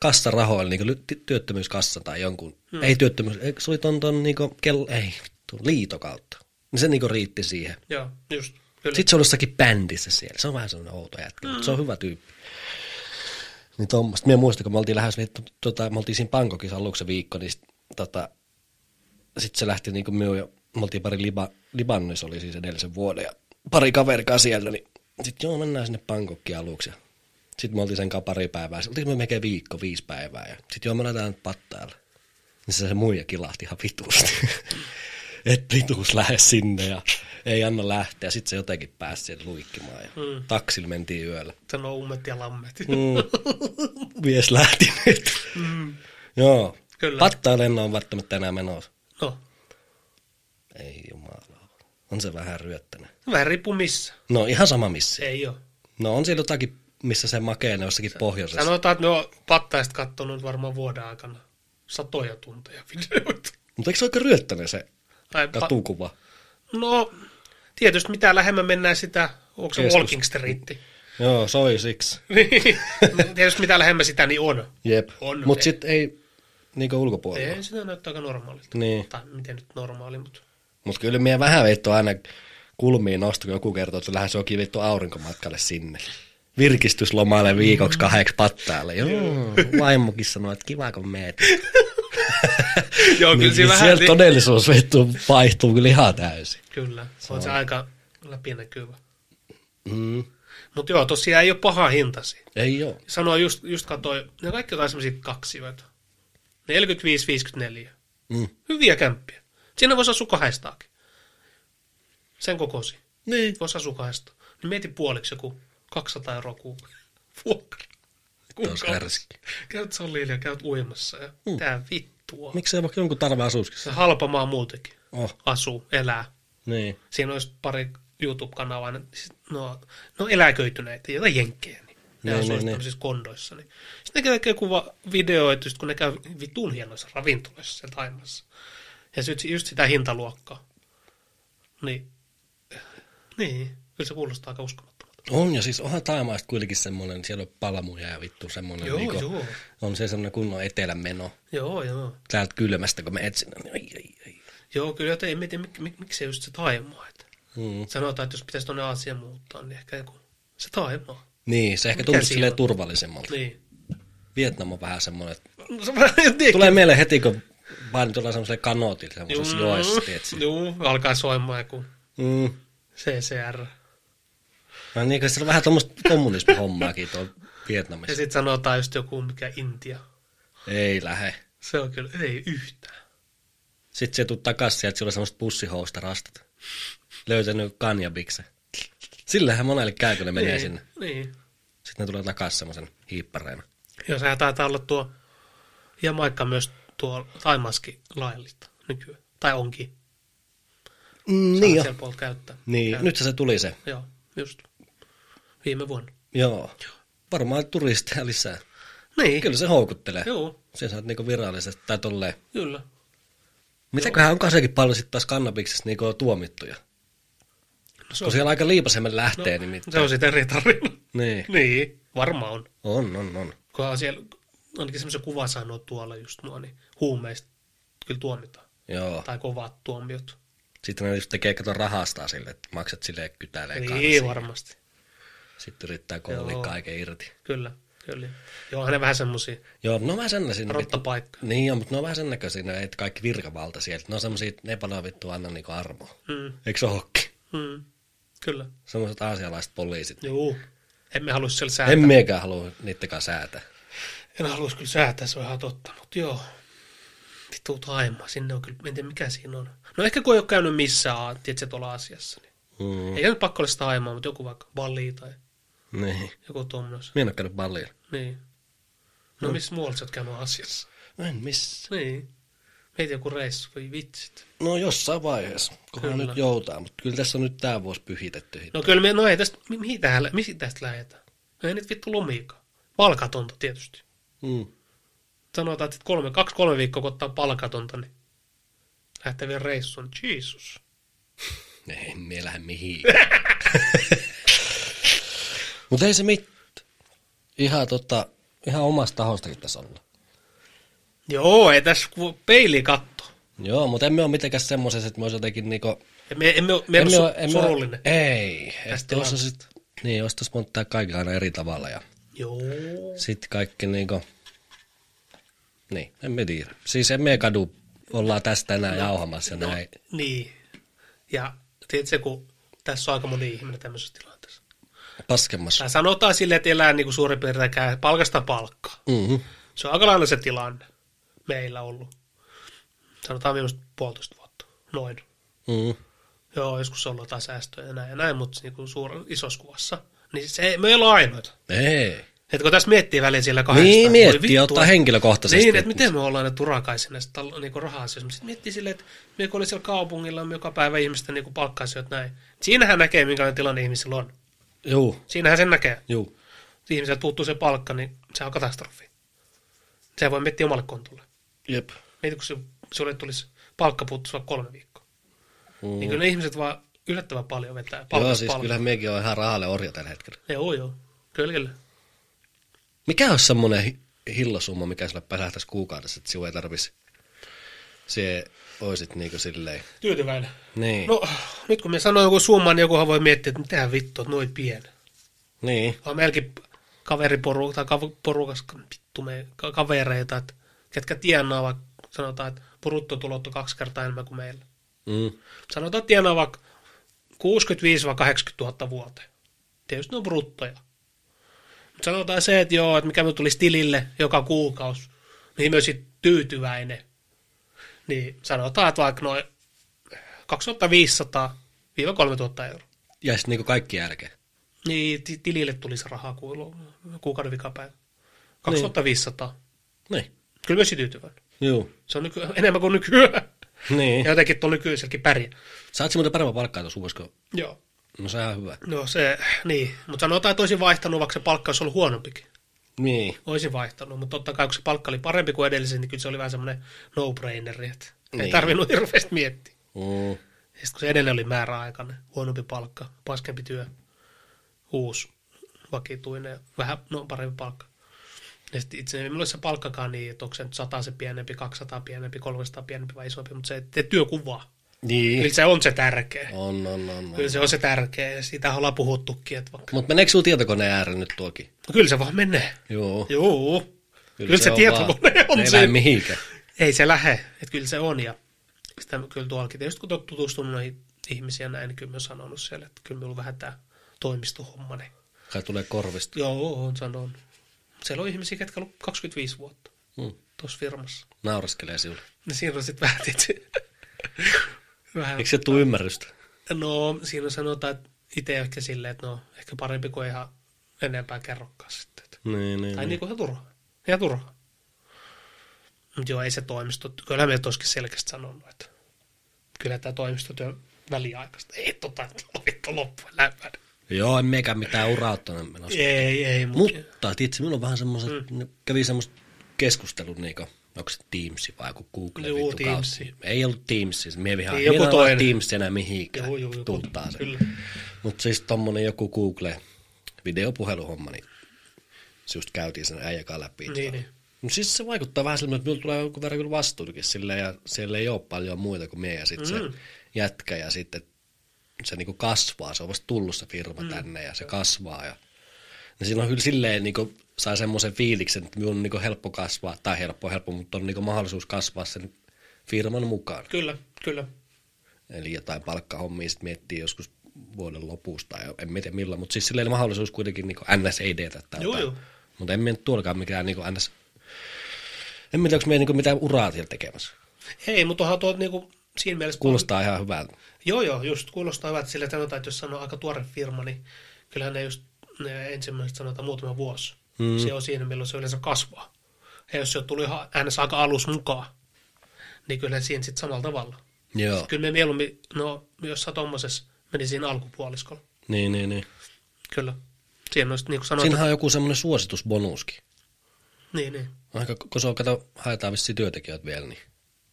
Speaker 2: kassarahoilla, niinku ly- ty- työttömyyskassa tai jonkun, hmm. ei työttömyys, ei, se oli ton, ton niinku, kello, ei vittu, liito kautta. Niin se niinku riitti siihen.
Speaker 1: Joo, just. Kyllä.
Speaker 2: Sitten se on jossakin bändissä siellä. Se on vähän sellainen outo jätkä, mm. mutta se on hyvä tyyppi. Niin tuommoista. Minä muistan, kun me oltiin lähes, vittu- tota, me oltiin siinä Pankokissa aluksi se viikko, niin sit, tota, sitten se lähti niin kuin minun ja me oltiin pari Liba, Libanonissa oli siis edellisen vuoden ja pari kaverikaa siellä, niin sitten joo mennään sinne Pankokkiin aluksi ja sitten me oltiin sen kanssa pari päivää, sitten oltiin me melkein viikko, viisi päivää ja sitten joo me lähdetään nyt pattaalle. Niin se, se muija kilahti ihan vituusti. (laughs) Et vituus lähde sinne ja ei anna lähteä. Sitten se jotenkin pääsi sieltä luikkimaan ja mm. taksilla mentiin yöllä.
Speaker 1: Se on ummet ja lammet.
Speaker 2: Mm. (laughs) Mies lähti nyt.
Speaker 1: Mm.
Speaker 2: Joo.
Speaker 1: Kyllä.
Speaker 2: Pattaalle en ole välttämättä enää menossa.
Speaker 1: (laughs) No,
Speaker 2: Ei jumala. On se vähän ryöttänä.
Speaker 1: vähän riippuu missä.
Speaker 2: No ihan sama missä.
Speaker 1: Se ei ole.
Speaker 2: No on siellä jotakin, missä se makee ne jossakin pohjoisessa.
Speaker 1: Sanotaan, että ne on pattaista kattonut varmaan vuoden aikana satoja tunteja videoita.
Speaker 2: Mutta eikö se ole aika ryöttäinen se
Speaker 1: Ai, pa-
Speaker 2: katukuva?
Speaker 1: no, tietysti mitä lähemmän mennään sitä, onko se
Speaker 2: Keskus-
Speaker 1: Walking Street? (laughs)
Speaker 2: Joo, soi siksi.
Speaker 1: Niin. tietysti mitä lähemmän sitä, niin on.
Speaker 2: Jep.
Speaker 1: On, ei.
Speaker 2: Mutta sitten ei niinku ulkopuolella.
Speaker 1: Ei, sitä näyttää aika normaalilta.
Speaker 2: Niin.
Speaker 1: Tai miten nyt normaali, mutta...
Speaker 2: Mutta kyllä minä vähän vittu aina kulmiin nostu, kun joku kertoo, että se lähes jokin vittu aurinkomatkalle sinne. Virkistyslomalle
Speaker 1: Mm.
Speaker 2: viikoksi kahdeksi pattaalle. Joo, vaimokin sanoi, että kiva kun meet.
Speaker 1: Joo, No, kyllä siinä
Speaker 2: Niin, niin
Speaker 1: vähän...
Speaker 2: siellä
Speaker 1: Niin,
Speaker 2: todellisuus vittu vaihtuu kyllä ihan täysin.
Speaker 1: kyllä, se on se aika läpinäkyvä.
Speaker 2: Mm,
Speaker 1: Mutta joo, tosiaan ei ole paha hintasi.
Speaker 2: ei joo.
Speaker 1: Sanoin just, just katsoin, ne kaikki on semmoisia kaksioita. 45-54.
Speaker 2: Mm.
Speaker 1: Hyviä kämppiä. Siinä voisi asua kahdestaakin. Sen kokosi.
Speaker 2: Niin.
Speaker 1: Voisi asua kahdesta. Niin mieti puoliksi joku 200 euroa ku- (laughs) vuokra.
Speaker 2: Tuos kärsi.
Speaker 1: Käyt salilla ja käyt uimassa. Ja mm. Tää vittua. Mik?
Speaker 2: Miksei vaikka jonkun tarve asuuskin?
Speaker 1: Se halpa maa muutenkin.
Speaker 2: Oh,
Speaker 1: Asuu, elää.
Speaker 2: niin.
Speaker 1: Siinä olisi pari YouTube-kanavaa. niin siis No, no eläköityneitä, jotain jenkkejä. Niin. Ne
Speaker 2: Niin,
Speaker 1: niin, asuu
Speaker 2: niin,
Speaker 1: niin, niin. kondoissa. Niin. Sitten ne tekee kuva videoita, just kun ne käy vitun hienoissa ravintoloissa siellä Taimassa. Ja sit just sitä hintaluokkaa. Niin. Niin. Kyllä se kuulostaa aika uskomattomalta.
Speaker 2: On, ja siis onhan Taamaista kuitenkin semmoinen, siellä on palmuja ja vittu semmoinen,
Speaker 1: Joo,
Speaker 2: niinku,
Speaker 1: joo.
Speaker 2: on se semmoinen kunnon etelän meno.
Speaker 1: Joo, joo.
Speaker 2: Täältä kylmästä, kun me etsin, niin ai, ai, ai.
Speaker 1: Joo, kyllä joten en mietiä, mik, mik, miksi just se Taimaa. Että
Speaker 2: Mm.
Speaker 1: sanotaan, että jos pitäisi tuonne Aasiaan muuttaa, niin ehkä joku se Taimaa.
Speaker 2: Niin, se ehkä
Speaker 1: Mikä
Speaker 2: tuntuu
Speaker 1: siinä
Speaker 2: silleen
Speaker 1: on?
Speaker 2: turvallisemmalta.
Speaker 1: Niin.
Speaker 2: Vietnam on vähän semmoinen, että
Speaker 1: No, se vähän jotenkin.
Speaker 2: tulee mieleen heti, kun vaan tuolla semmoiselle kanootille,
Speaker 1: Mm.
Speaker 2: semmoisessa joessa, tiedätkö?
Speaker 1: Juu, alkaa soimaan joku
Speaker 2: Mm.
Speaker 1: CCR.
Speaker 2: No niin, kun siellä on vähän tuommoista kommunismihommaakin tuolla
Speaker 1: Ja
Speaker 2: Vietnamissa.
Speaker 1: sitten sanotaan just joku, mikä Intia.
Speaker 2: Ei lähe.
Speaker 1: Se on kyllä, ei yhtään.
Speaker 2: Sitten se tuu takas sieltä, sillä on semmoista pussihousta rastat. Löytänyt kanjabiksen. Sillähän monelle käy, kun ne menee
Speaker 1: niin,
Speaker 2: sinne.
Speaker 1: Niin.
Speaker 2: Sitten ne tulee takas semmoisen hiippareina.
Speaker 1: Ja sehän taitaa olla tuo Jamaikka myös tuo taimaski laillista nykyään. Tai onkin.
Speaker 2: Mm,
Speaker 1: Niin
Speaker 2: niin jo.
Speaker 1: siellä puolella käyttää.
Speaker 2: Niin,
Speaker 1: Käy-
Speaker 2: nyt se tuli se.
Speaker 1: Joo, just. Viime vuonna.
Speaker 2: Joo. Varmaan turisteja lisää.
Speaker 1: Niin.
Speaker 2: Kyllä se houkuttelee.
Speaker 1: Joo,
Speaker 2: Se saat niinku virallisesti tai tolleen.
Speaker 1: kyllä.
Speaker 2: Mitäköhän onkaan sekin paljon sitten taas kannabiksessa niinku tuomittuja?
Speaker 1: No, se,
Speaker 2: Kun
Speaker 1: on,
Speaker 2: siellä aika liipasemmin lähtee no, nimittäin.
Speaker 1: se on sitten eri
Speaker 2: (laughs)
Speaker 1: tarina.
Speaker 2: Niin.
Speaker 1: niin, varmaan on.
Speaker 2: On, on, on.
Speaker 1: Kunhan siellä, ainakin semmoisen kuva sanoo tuolla just nuo, niin huumeista kyllä tuomitaan.
Speaker 2: Joo.
Speaker 1: Tai kovat tuomiot.
Speaker 2: Sitten ne just tekee kato rahastaa sille, että maksat sille kytäleen
Speaker 1: Ei,
Speaker 2: kansi.
Speaker 1: Niin, varmasti.
Speaker 2: Sitten yrittää koulua
Speaker 1: Joo.
Speaker 2: kaiken irti.
Speaker 1: Kyllä, kyllä. Joo, ne vähän semmoisia
Speaker 2: Joo, no vähän sen sinne.
Speaker 1: rottapaikkoja.
Speaker 2: Niin on, mutta ne on vähän sen näköisiä, ne, että kaikki virkavalta sieltä. Ne on semmosia, että ne ei paljon vittu anna niinku armoa.
Speaker 1: Mm,
Speaker 2: Eikö se olekin?
Speaker 1: mm, kyllä,
Speaker 2: Semmoiset aasialaiset poliisit.
Speaker 1: joo. Emme haluaisi siellä säätää.
Speaker 2: En miekään halua niittenkään säätää.
Speaker 1: En haluaisi kyllä säätää, se on ihan totta, mutta joo. Vittu taima, sinne on kyllä, en tiedä mikä siinä on. No ehkä kun ei ole käynyt missään, tiedätkö, tuolla asiassa. Niin.
Speaker 2: Mm.
Speaker 1: Ei nyt pakko ole sitä aimaa, mutta joku vaikka balli tai
Speaker 2: Niin.
Speaker 1: joku tommoinen.
Speaker 2: Minä en ole käynyt paljon.
Speaker 1: Niin. No, no. missä muualla sä oot käynyt asiassa?
Speaker 2: En missä.
Speaker 1: Niin. Meitä joku reissu, voi vitsit.
Speaker 2: No jossain vaiheessa, kunhan
Speaker 1: Kyllä.
Speaker 2: nyt joutaa, mutta kyllä tässä on nyt tämä vuosi pyhitetty. hit-
Speaker 1: No kyllä me, no ei tästä, mi- mihin, tähän, lä- mihin tästä lähetään? No ei nyt vittu lomiikaan. Palkatonta tietysti.
Speaker 2: Mm.
Speaker 1: Sanotaan, että kolme, kaksi kolme viikkoa kun ottaa palkatonta, niin lähtee vielä reissuun. Jeesus.
Speaker 2: Ei, me lähde mihin. (laughs) Mutta ei se mitään. Ihan, tota, ihan omasta tahostakin tässä olla.
Speaker 1: Joo, ei tässä ku- peili katto.
Speaker 2: Joo, mutta emme ole mitenkään semmoisessa, että me olisi jotenkin niinku...
Speaker 1: Emme, emme, ole- me emme,
Speaker 2: emme ole-
Speaker 1: emme,
Speaker 2: emme ole-
Speaker 1: surullinen.
Speaker 2: Ei. Tästä tuossa
Speaker 1: tilanteesta.
Speaker 2: sit, niin, olisi tässä monta tää kaikki aina eri tavalla ja
Speaker 1: Joo.
Speaker 2: sitten kaikki niinku... Niin, en mä tiedä. Siis emme kadu ollaan
Speaker 1: No.
Speaker 2: tästä enää jauhamassa ja näin.
Speaker 1: Niin. Ja tiedätkö, kun tässä on aika moni ihminen tämmöisessä tilanteessa.
Speaker 2: Paskemmassa.
Speaker 1: Tai sanotaan silleen, että elää niin kuin suurin piirtein käy palkasta palkkaa.
Speaker 2: Mm-hmm.
Speaker 1: Se on aika lailla se tilanne meillä ollut. Sanotaan viimeiset puolitoista vuotta. Noin.
Speaker 2: Mm-hmm.
Speaker 1: Joo, joskus on ollut jotain säästöjä ja näin ja näin, mutta niin kuin suur, isossa kuvassa. Niin se ei, me ei ole ainoita.
Speaker 2: Ei.
Speaker 1: Et kun tässä miettii välillä siellä kahdesta.
Speaker 2: Niin
Speaker 1: voi
Speaker 2: miettii,
Speaker 1: vittu,
Speaker 2: ottaa henkilökohtaisesti.
Speaker 1: Niin, että miten me ollaan näitä turakaisia näistä tal- niinku raha-asioista. Sitten miettii silleen, että me kun oli siellä kaupungilla, me joka päivä ihmisten niinku palkka-asioita näin. Siinähän näkee, minkälainen tilanne ihmisillä on.
Speaker 2: Juu,
Speaker 1: Siinähän sen näkee.
Speaker 2: juu.
Speaker 1: Ihmisellä puuttuu se palkka, niin se on katastrofi. Se voi miettiä omalle kontolle.
Speaker 2: Jep.
Speaker 1: Mieti, kun se- sulle tulisi palkka puuttuu sulla kolme viikkoa. Mm. Niin kyllä ne ihmiset vaan yllättävän paljon vetää palkasta
Speaker 2: Joo, siis
Speaker 1: palkkaan.
Speaker 2: kyllähän mekin on ihan rahalle orja tällä hetkellä.
Speaker 1: Joo, joo. Kyllä, kyllä.
Speaker 2: Mikä olisi semmoinen hi- hillosumma, mikä sulle päsähtäisi kuukaudessa, että sinua ei tarvitsisi? Se oisit niinku silleen.
Speaker 1: Tyytyväinen.
Speaker 2: Niin.
Speaker 1: No, nyt kun me sanoin joku summan, niin jokuhan voi miettiä, että mitähän vittu, että noin pieni.
Speaker 2: Niin.
Speaker 1: on meilläkin kaveriporu, tai kav- porukas, vittu me, ka- kavereita, että ketkä tienaa vaikka, sanotaan, että bruttotulot on kaksi kertaa enemmän kuin meillä.
Speaker 2: Mm.
Speaker 1: Sanotaan, että tienaa vaikka 65 vai 80 000 vuoteen. Tietysti ne on bruttoja. Mut sanotaan se, että joo, että mikä me tulisi tilille joka kuukausi, mihin me sitten tyytyväinen. Niin sanotaan, että vaikka noin 2500-3000 euroa.
Speaker 2: Jäisi niinku kaikki jälkeen.
Speaker 1: Niin, ti- tilille tulisi rahaa kuilu, kuukauden vikapäivä. 2500. Niin.
Speaker 2: Niin.
Speaker 1: Kyllä myös tyytyväinen.
Speaker 2: Juu.
Speaker 1: Se on nyky- enemmän kuin nykyään.
Speaker 2: Niin.
Speaker 1: Ja jotenkin tuolla nykyiselläkin pärjää.
Speaker 2: Saat se muuten parempaa palkkaa tuossa vuosiko.
Speaker 1: Joo.
Speaker 2: No sehän on hyvä.
Speaker 1: No se, niin. Mutta sanotaan, että olisin vaihtanut, vaikka se palkka olisi ollut huonompikin.
Speaker 2: Niin.
Speaker 1: Olisin vaihtanut, mutta totta kai kun se palkka oli parempi kuin edellisen, niin kyllä se oli vähän semmoinen no-braineri, että ei
Speaker 2: Niin.
Speaker 1: tarvinnut hirveästi miettiä.
Speaker 2: Mm.
Speaker 1: Ja sitten kun se edellinen oli määräaikainen, huonompi palkka, paskempi työ, uusi, vakituinen, ja vähän no, parempi palkka. Ja sitten itse ei minulla se palkkakaan niin, että onko se nyt 100 se pienempi, 200 pienempi, 300 pienempi vai isompi, mutta se te työkuvaa.
Speaker 2: Niin.
Speaker 1: Kyllä se on se tärkeä.
Speaker 2: On, on, on. on.
Speaker 1: Kyllä se on se tärkeä, ja siitä ollaan puhuttukin, että vaikka...
Speaker 2: Mutta meneekö sulla tietokoneen ääreen nyt tuokin?
Speaker 1: No, kyllä se vaan menee.
Speaker 2: Joo.
Speaker 1: Joo. Kyllä, se, tietokone on,
Speaker 2: se.
Speaker 1: on
Speaker 2: ei lähde
Speaker 1: siinä.
Speaker 2: mihinkään.
Speaker 1: Ei se lähe, että kyllä se on ja sitä mä kyllä tuollakin. Tietysti kun olet tutustunut noihin ihmisiä näin, niin kyllä mä oon sanonut siellä, että kyllä minulla on vähän tämä toimistohomma. Niin.
Speaker 2: Kai tulee korvista.
Speaker 1: Joo, on sanonut. Siellä on ihmisiä, ketkä on ollut 25 vuotta
Speaker 2: Mm.
Speaker 1: tuossa firmassa.
Speaker 2: Naureskelee sinulle.
Speaker 1: Ja siinä on sitten vähän tietysti (laughs) Vähän.
Speaker 2: Eikö se tule ymmärrystä?
Speaker 1: No, siinä sanotaan, että itse ehkä silleen, että no, ehkä parempi kuin ei ihan enempää kerrokaan sitten.
Speaker 2: Niin, niin.
Speaker 1: Tai
Speaker 2: niin.
Speaker 1: niin kuin ihan turhaa. Ihan turhaa. Mutta joo, ei se toimisto. Kyllä me olisikin selkeästi sanonut, että kyllä tämä toimistotyö on väliaikaista. Ei tota, vittu loppu lämpää.
Speaker 2: Joo, en mekään mitään urauttanut menossa.
Speaker 1: niin. Ei, ei. Mut.
Speaker 2: Mutta itse minulla on vähän semmoiset, mm. kävi semmoista keskustelut niinku, onko se Teams vai joku Google
Speaker 1: Juu,
Speaker 2: vittu
Speaker 1: Teams.
Speaker 2: kautta. Ei ollut Teams, siis mie vihaan.
Speaker 1: Niin, joku
Speaker 2: Mie en ala
Speaker 1: toinen.
Speaker 2: Teams enää mihinkään.
Speaker 1: Juu, juu, juu.
Speaker 2: Tuntaa se.
Speaker 1: Kyllä.
Speaker 2: Mutta siis tommonen joku Google videopuheluhomma, niin se just käytiin sen äijäkaan läpi.
Speaker 1: Niin, niin.
Speaker 2: No siis se vaikuttaa vähän siltä, että minulla tulee jonkun verran kyllä vastuutakin silleen, ja siellä ei ole paljon muita kuin me ja sitten mm. se jätkä ja sitten se niinku kasvaa, se on vasta tullut se firma mm. tänne ja se kasvaa ja ja siinä on kyllä silleen niinku, sai semmoisen fiiliksen, että minun on niinku helppo kasvaa, tai helppo helppo, mutta on niinku mahdollisuus kasvaa sen firman mukaan.
Speaker 1: Kyllä, kyllä.
Speaker 2: Eli jotain palkkahommia sitten miettii joskus vuoden lopusta, ja en mä tiedä milloin, mutta siis silleen mahdollisuus kuitenkin niin ns. ei teetä tai
Speaker 1: Joo, joo.
Speaker 2: Mutta en mä nyt tuollakaan mikään niin ns. En mä tiedä, onko me niin mitään uraa siellä tekemässä.
Speaker 1: Ei, mutta onhan tuo niinku, siinä mielessä...
Speaker 2: Kuulostaa ihan hyvältä.
Speaker 1: Joo, joo, just kuulostaa hyvältä sillä sanotaan, että jos sanoo aika tuore firma, niin kyllähän ne just ne ensimmäiset sanotaan muutama vuosi. Mm. Se on siinä, milloin se yleensä kasvaa. Ja jos se on tullut ihan ns. aika alus mukaan, niin kyllä siinä sitten samalla tavalla.
Speaker 2: Joo,
Speaker 1: Kyllä me mieluummin, no jos sä tommosessa, meni siinä alkupuoliskolla.
Speaker 2: niin, niin, niin.
Speaker 1: Kyllä. Siinä on sit, niin kuin sanoit,
Speaker 2: Siinähän on joku semmoinen suositusbonuskin.
Speaker 1: niin, niin.
Speaker 2: Aika, kun se on, kato, haetaan vissiin työntekijät vielä, niin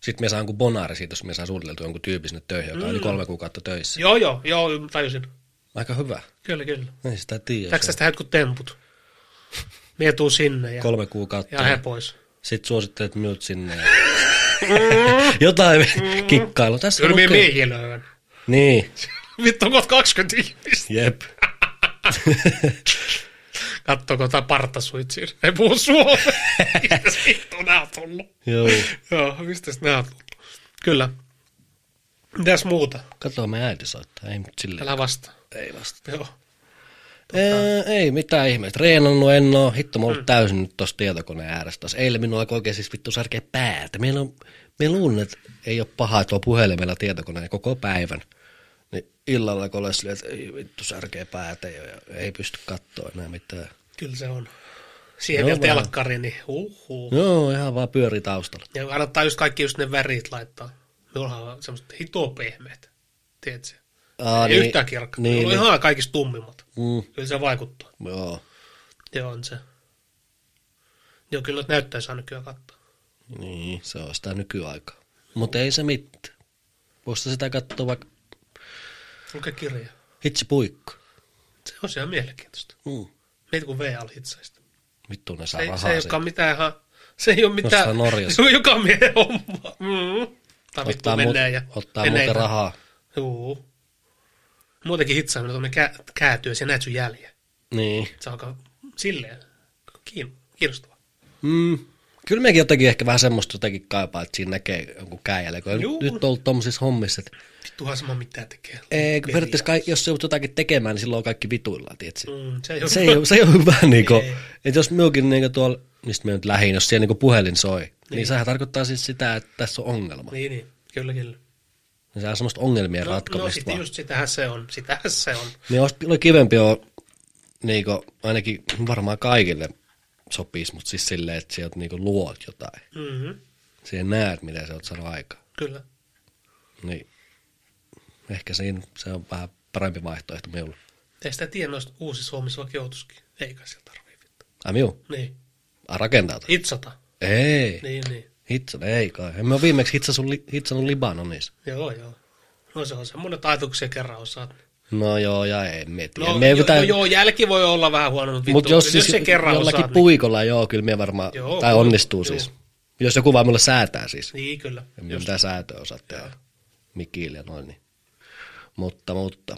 Speaker 2: sitten me saan jonkun bonaari siitä, jos me saa suunniteltu jonkun tyypin sinne töihin, joka mm. oli kolme kuukautta töissä.
Speaker 1: Joo, joo, joo, mä tajusin.
Speaker 2: Aika hyvä.
Speaker 1: Kyllä, kyllä.
Speaker 2: Ei sitä tiedä.
Speaker 1: Täks tästä jotkut temput? Mie tuu sinne ja,
Speaker 2: Kolme kuukautta.
Speaker 1: ja he pois.
Speaker 2: Sitten suosittelet minut sinne. (laughs) Jotain kikkailu. Tässä
Speaker 1: Kyllä
Speaker 2: on
Speaker 1: mie
Speaker 2: kyllä.
Speaker 1: miehiä löydän.
Speaker 2: Niin,
Speaker 1: (laughs) Vittu, onko 20 ihmistä?
Speaker 2: jep.
Speaker 1: Kattoko tää partasuitsiin? Ei puhu
Speaker 2: (laughs)
Speaker 1: suomea. Mistä vittu nää on tullut?
Speaker 2: Joo.
Speaker 1: Joo, mistä nää on tullut? Kyllä. Mitäs muuta?
Speaker 2: Kato, me äiti soittaa. Ei nyt silleen.
Speaker 1: Älä vastaa.
Speaker 2: Ei vasta.
Speaker 1: Joo.
Speaker 2: Ee, ei mitään ihmeitä. Treenannut en oo. Hitto, mä oon ollut täysin nyt tossa tietokoneen ääressä. Tossa. Eilen minua alkoi oikein siis vittu särkeä päätä. Meillä on, me luulen, että ei oo pahaa tuo puhelimella tietokoneen koko päivän. Niin illalla kun olen silleen, että ei vittu särkeä päätä jo, ja ei pysty kattoo enää mitään.
Speaker 1: Kyllä se on. Siihen
Speaker 2: Joo,
Speaker 1: vielä
Speaker 2: vähän.
Speaker 1: telkkari, niin huhhuh.
Speaker 2: Joo, ihan vaan pyörii taustalla.
Speaker 1: Ja kannattaa just kaikki just ne värit laittaa. Minullahan on semmoiset hito pehmeät. Tiedätkö?
Speaker 2: Aa,
Speaker 1: Ei yhtään kirkkaat.
Speaker 2: Niin,
Speaker 1: Niin,
Speaker 2: niin.
Speaker 1: ihan kaikista tummimmat.
Speaker 2: Mm,
Speaker 1: Kyllä se vaikuttaa.
Speaker 2: joo.
Speaker 1: Joo, on se. Joo, kyllä näyttää saa nykyään katsoa.
Speaker 2: Niin, se on sitä nykyaikaa. Mutta ei se mitään. Voisi sitä katsoa vaikka
Speaker 1: Luke kirja.
Speaker 2: hitsi puikko.
Speaker 1: Se on ihan mielenkiintoista.
Speaker 2: Mm.
Speaker 1: Meitä Niin kuin VL hitsaista.
Speaker 2: Vittu ne saa
Speaker 1: Se,
Speaker 2: rahaa
Speaker 1: se ei
Speaker 2: siitä.
Speaker 1: olekaan mitään ihan... Se ei ole mitään...
Speaker 2: Norjassa.
Speaker 1: Se on joka miehen homma. Mm. Tai vittu
Speaker 2: Ottaa,
Speaker 1: menee ja...
Speaker 2: mu- ottaa
Speaker 1: menee
Speaker 2: muuten
Speaker 1: ja-
Speaker 2: rahaa.
Speaker 1: Juu. Muutenkin hitsaaminen tuonne kä- käätyy ja sä näet sun jäljen.
Speaker 2: Niin.
Speaker 1: Se on aika silleen kiin- kiinnostavaa.
Speaker 2: Mm. Kyllä mekin jotenkin ehkä vähän semmoista jotenkin kaipaa, että siinä näkee jonkun käijälle.
Speaker 1: Juu.
Speaker 2: Kun Juu. nyt on ollut tommosissa hommissa, että
Speaker 1: Vittuhan sama mitä tekee.
Speaker 2: ei, kun
Speaker 1: Meri-
Speaker 2: periaatteessa kai, jos se joudut jotakin tekemään, niin silloin on kaikki vituilla, tiedätkö?
Speaker 1: Mm, se ei ole...
Speaker 2: se ei, ole- se ei ole hyvä, niinku,
Speaker 1: Ei.
Speaker 2: että jos minunkin niinku tuolla, mistä me nyt lähin, jos siellä niinku puhelin soi, niin. niin sehän tarkoittaa siis sitä, että tässä on
Speaker 1: (laughs)
Speaker 2: ongelma.
Speaker 1: Niin, niin. Kyllä, kyllä.
Speaker 2: Niin. Se on semmoista ongelmien no,
Speaker 1: No, no
Speaker 2: ratkomista
Speaker 1: sit
Speaker 2: vaan.
Speaker 1: just sitähän se on. Sitähän se on.
Speaker 2: Niin olisi kyllä kivempi on, niinku, ainakin varmaan kaikille sopisi, mutta siis silleen, että sieltä niinku luot jotain.
Speaker 1: Mm-hmm.
Speaker 2: Siihen näet, mitä sä oot saanut aikaa.
Speaker 1: Kyllä.
Speaker 2: Niin ehkä siinä se on vähän parempi vaihtoehto minulle.
Speaker 1: Ei sitä tiedä noista uusi Suomessa vaikka joutuskin. Eikä sillä tarvii vittu.
Speaker 2: Ai miu,
Speaker 1: Niin.
Speaker 2: a, rakentaa tätä.
Speaker 1: Hitsata.
Speaker 2: Ei, niin.
Speaker 1: Niin, niin.
Speaker 2: hitsan, ei kai. En mä ole viimeksi hitsasun, li, hitsannut Libanonissa.
Speaker 1: Joo, joo. No se on semmoinen taito, kun se kerran osaat.
Speaker 2: No joo, ja en mä tiedä.
Speaker 1: No,
Speaker 2: Me ei
Speaker 1: jo,
Speaker 2: mitään-
Speaker 1: no joo, jälki voi olla vähän huono, mutta vittu, no
Speaker 2: Mutta jos, siis
Speaker 1: se kerran
Speaker 2: jollakin
Speaker 1: osaat,
Speaker 2: puikolla, niin... joo, kyllä me varmaan,
Speaker 1: Joo,
Speaker 2: tai
Speaker 1: kyllä,
Speaker 2: onnistuu
Speaker 1: joo.
Speaker 2: siis. Jos joku vaan mulle säätää siis.
Speaker 1: niin, niin kyllä.
Speaker 2: En minä mitään säätöä osaa tehdä. Mikillä ja noin. Niin. Mutta, mutta.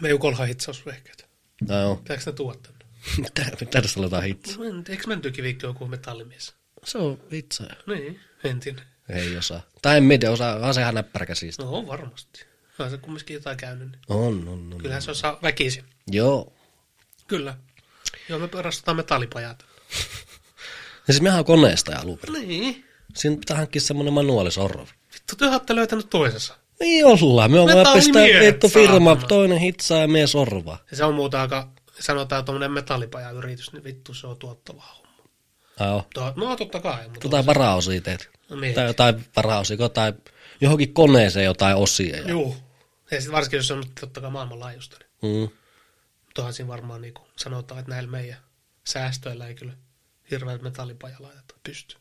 Speaker 1: Me ei kolha hitsausvehkeet.
Speaker 2: No joo. (laughs)
Speaker 1: Pitääkö ne tuoda tänne?
Speaker 2: Mitä, mitä tässä aletaan hitsa?
Speaker 1: No, en- Eikö mentykin viikko joku metallimies?
Speaker 2: Se on hitsa.
Speaker 1: Niin, entinen.
Speaker 2: Ei osaa. Tai en miten osaa, vaan se ihan näppäräkä siis.
Speaker 1: No on varmasti. On se kumminkin jotain käynyt. Niin.
Speaker 2: On, on, on.
Speaker 1: Kyllähän se osaa väkisin.
Speaker 2: Joo.
Speaker 1: Kyllä. Joo, me perastetaan metallipajat.
Speaker 2: Ja siis mehän on koneesta ja alun perin.
Speaker 1: Niin.
Speaker 2: Siinä pitää hankkia semmoinen manuaalisorvi.
Speaker 1: Vittu, te olette löytänyt toisensa.
Speaker 2: Ei Niin ollaan, me
Speaker 1: Me
Speaker 2: ollaan
Speaker 1: tää oli
Speaker 2: pistää
Speaker 1: miehet,
Speaker 2: vittu firma,
Speaker 1: saatana.
Speaker 2: toinen hitsaa ja mies orva.
Speaker 1: Ja se on muuta aika, sanotaan tuommoinen metallipajayritys, niin vittu se on tuottavaa homma.
Speaker 2: Joo.
Speaker 1: Tuo, no totta kai, mutta
Speaker 2: Jotain varaosia teet.
Speaker 1: No niin.
Speaker 2: Tai jotain varaosia, jotain, johonkin koneeseen jotain osia. Ja.
Speaker 1: Juu. Ja sitten varsinkin, jos se on totta kai maailmanlaajuista, niin
Speaker 2: Mm.
Speaker 1: tuohan siinä varmaan niin sanotaan, että näillä meidän säästöillä ei kyllä hirveät metallipaja laiteta pysty.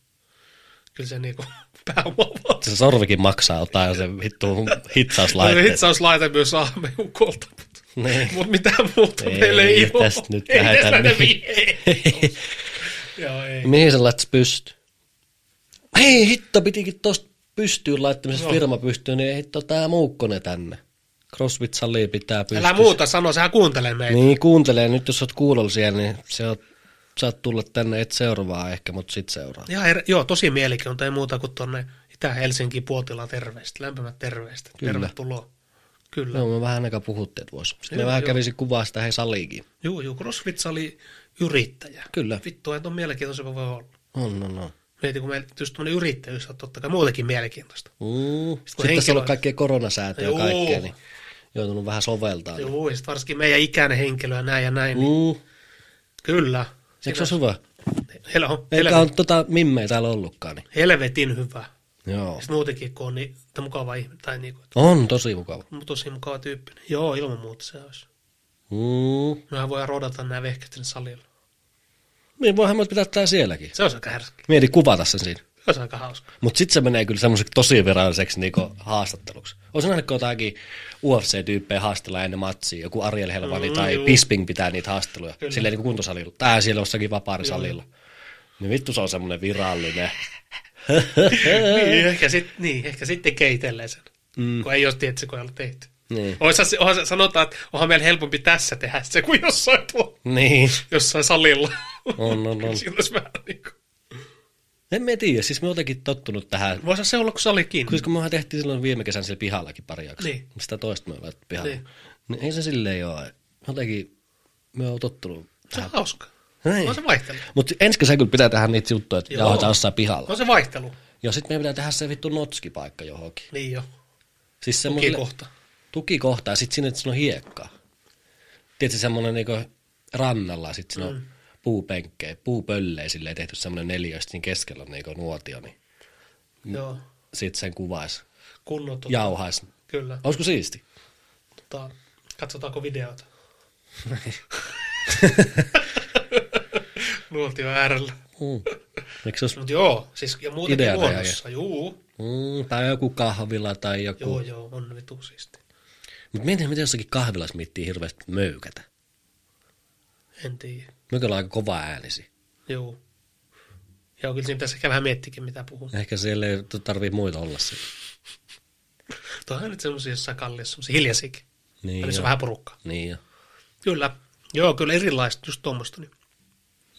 Speaker 1: Kyllä se niin (laughs) kuin pääoma
Speaker 2: Se sorvikin maksaa jotain se vittu
Speaker 1: No, (laughs)
Speaker 2: hitsauslaitteet.
Speaker 1: hitsauslaite myös saamme ukolta, mutta
Speaker 2: Niin.
Speaker 1: mut mitään muuta
Speaker 2: Ei
Speaker 1: meillä ei ole.
Speaker 2: tästä nyt lähdetä mihin-
Speaker 1: mihin. Joo, ei.
Speaker 2: Mihin sä laitat pysty? Hei, hitto, pitikin tosta pystyyn laittamisesta
Speaker 1: Joo.
Speaker 2: firma pystyyn, niin hitto tää muukkone tänne. CrossFit sali pitää pystyä.
Speaker 1: Älä muuta sano, sehän kuuntelee meitä.
Speaker 2: Niin, kuuntelee nyt, jos oot kuulolla siellä, niin se oot, saat tulla tänne, et seuraavaa ehkä, mutta sit seuraa.
Speaker 1: Ihan her- joo, tosi mielenkiintoista, ei muuta kuin tuonne Itä-Helsinkiin Puotila terveistä, lämpimät terveistä.
Speaker 2: Kyllä.
Speaker 1: Tervetuloa. Kyllä.
Speaker 2: Joo, me vähän aikaa puhuttiin, että voisi. Sitten me
Speaker 1: Joo,
Speaker 2: vähän
Speaker 1: Niin. joo.
Speaker 2: kävisin kuvaa sitä hei saliikin.
Speaker 1: Joo, joo, CrossFit oli yrittäjä.
Speaker 2: Kyllä.
Speaker 1: Vittu, että on mielenkiintoisempi voi olla.
Speaker 2: On, on, on.
Speaker 1: Mietin, kun meillä just tämmöinen yrittäjyys on totta kai muutenkin mielenkiintoista.
Speaker 2: Mm. Sitten,
Speaker 1: kun
Speaker 2: Sitten tässä on
Speaker 1: henkilö-
Speaker 2: ollut kaikkea koronasäätöä ja
Speaker 1: Joo.
Speaker 2: kaikkea, niin joutunut vähän soveltaa. Mm.
Speaker 1: Joo, ja sit varsinkin meidän ikäinen henkilö ja näin ja näin. Mm. Kyllä.
Speaker 2: Eikö se ole hyvä?
Speaker 1: Hel- on,
Speaker 2: Eikä
Speaker 1: helvetin,
Speaker 2: on tota mimmei täällä ollutkaan. Niin.
Speaker 1: helvetin hyvä.
Speaker 2: Joo.
Speaker 1: Sitten muutenkin, kun on niin, että mukava ihminen, tai niin kuin,
Speaker 2: On tosi mukava.
Speaker 1: tosi mukava tyyppi. niin Joo, ilman muuta se olisi.
Speaker 2: Mm.
Speaker 1: Mehän voidaan rodata nämä vehket sinne salilla.
Speaker 2: Niin voihan me pitää tää sielläkin.
Speaker 1: Se olisi aika härski.
Speaker 2: Mieti kuvata sen siinä.
Speaker 1: Se olisi aika hauska.
Speaker 2: Mutta sitten se menee kyllä semmoiseksi tosi viralliseksi niinku haastatteluksi. Oletko nähnyt, kun jotakin UFC-tyyppejä haastella ennen matsia, joku Ariel Helvani
Speaker 1: Mm,
Speaker 2: mm, tai
Speaker 1: juu.
Speaker 2: juu. Bisping pitää niitä haasteluja,
Speaker 1: Kyllä.
Speaker 2: kyllä. silleen niinku kuntosalilla, tää siellä jossakin vapaarisalilla. Niin vittu se on semmoinen virallinen.
Speaker 1: niin, ehkä, sit, niin, ehkä sitten keitellään sen, mm. kun ei ole tietysti, kun ei ole tehty.
Speaker 2: Niin.
Speaker 1: Oisa, oisa, sanotaan, että onhan meillä helpompi tässä tehdä se kuin jossain, tuo,
Speaker 2: Niin.
Speaker 1: jossain salilla.
Speaker 2: On, on,
Speaker 1: (laughs)
Speaker 2: on.
Speaker 1: Siinä olisi vähän niin kuin.
Speaker 2: En mä tiedä, siis me jotenkin tottunut tähän.
Speaker 1: Voisi se olla, kun sali kiinni.
Speaker 2: Koska Siis mehän tehtiin silloin viime kesän siellä pihallakin pari jaksoa.
Speaker 1: Niin.
Speaker 2: Sitä toista me ollaan pihalla.
Speaker 1: Niin.
Speaker 2: Niin. niin. ei se silleen ole. Jotenkin me oon tottunut
Speaker 1: Se
Speaker 2: tähän.
Speaker 1: on hauska.
Speaker 2: Niin.
Speaker 1: On se vaihtelu.
Speaker 2: Mutta ensi kesä kyllä pitää tehdä niitä juttuja, että
Speaker 1: Joo.
Speaker 2: jauhetaan jossain pihalla.
Speaker 1: On se vaihtelu.
Speaker 2: Ja sitten meidän pitää tehdä se vittu notskipaikka johonkin.
Speaker 1: Niin jo.
Speaker 2: Siis semmoiselle tukikohta.
Speaker 1: Kikohta.
Speaker 2: tukikohta ja sitten sinne, että siinä on hiekkaa. Tietysti semmoinen niinku rannalla ja sitten siinä on mm. puupenkkejä, puupöllejä silleen tehty semmoinen neljä, ja sit siinä keskellä on niinku nuotio, niin
Speaker 1: Joo.
Speaker 2: sitten sen kuvaisi,
Speaker 1: Kunnon tota.
Speaker 2: jauhaisi.
Speaker 1: Kyllä.
Speaker 2: Olisiko siisti?
Speaker 1: Tota, katsotaanko
Speaker 2: (laughs)
Speaker 1: videota? Nuotio äärellä.
Speaker 2: Mm.
Speaker 1: (laughs)
Speaker 2: Eikö se olisi,
Speaker 1: Mutta joo, siis ja muutenkin
Speaker 2: Ideana
Speaker 1: luonnossa. Juu.
Speaker 2: mm, tai joku kahvila tai joku.
Speaker 1: Joo, joo, on vitu siisti.
Speaker 2: Mutta mietin, miten jossakin kahvilassa miettii hirveästi möykätä.
Speaker 1: En tiedä.
Speaker 2: Möykällä on aika kova äänisi.
Speaker 1: Joo. Joo, kyllä siinä pitäisi ehkä vähän miettiäkin, mitä puhun.
Speaker 2: Ehkä siellä ei tarvii muita olla siellä.
Speaker 1: Tuohan on nyt semmoisia jossain kalliossa, semmoisia hiljaisiakin.
Speaker 2: Niin
Speaker 1: Niin missä
Speaker 2: jo.
Speaker 1: on vähän porukkaa.
Speaker 2: Niin jo.
Speaker 1: Kyllä. Joo, kyllä erilaista, just tuommoista. Niin.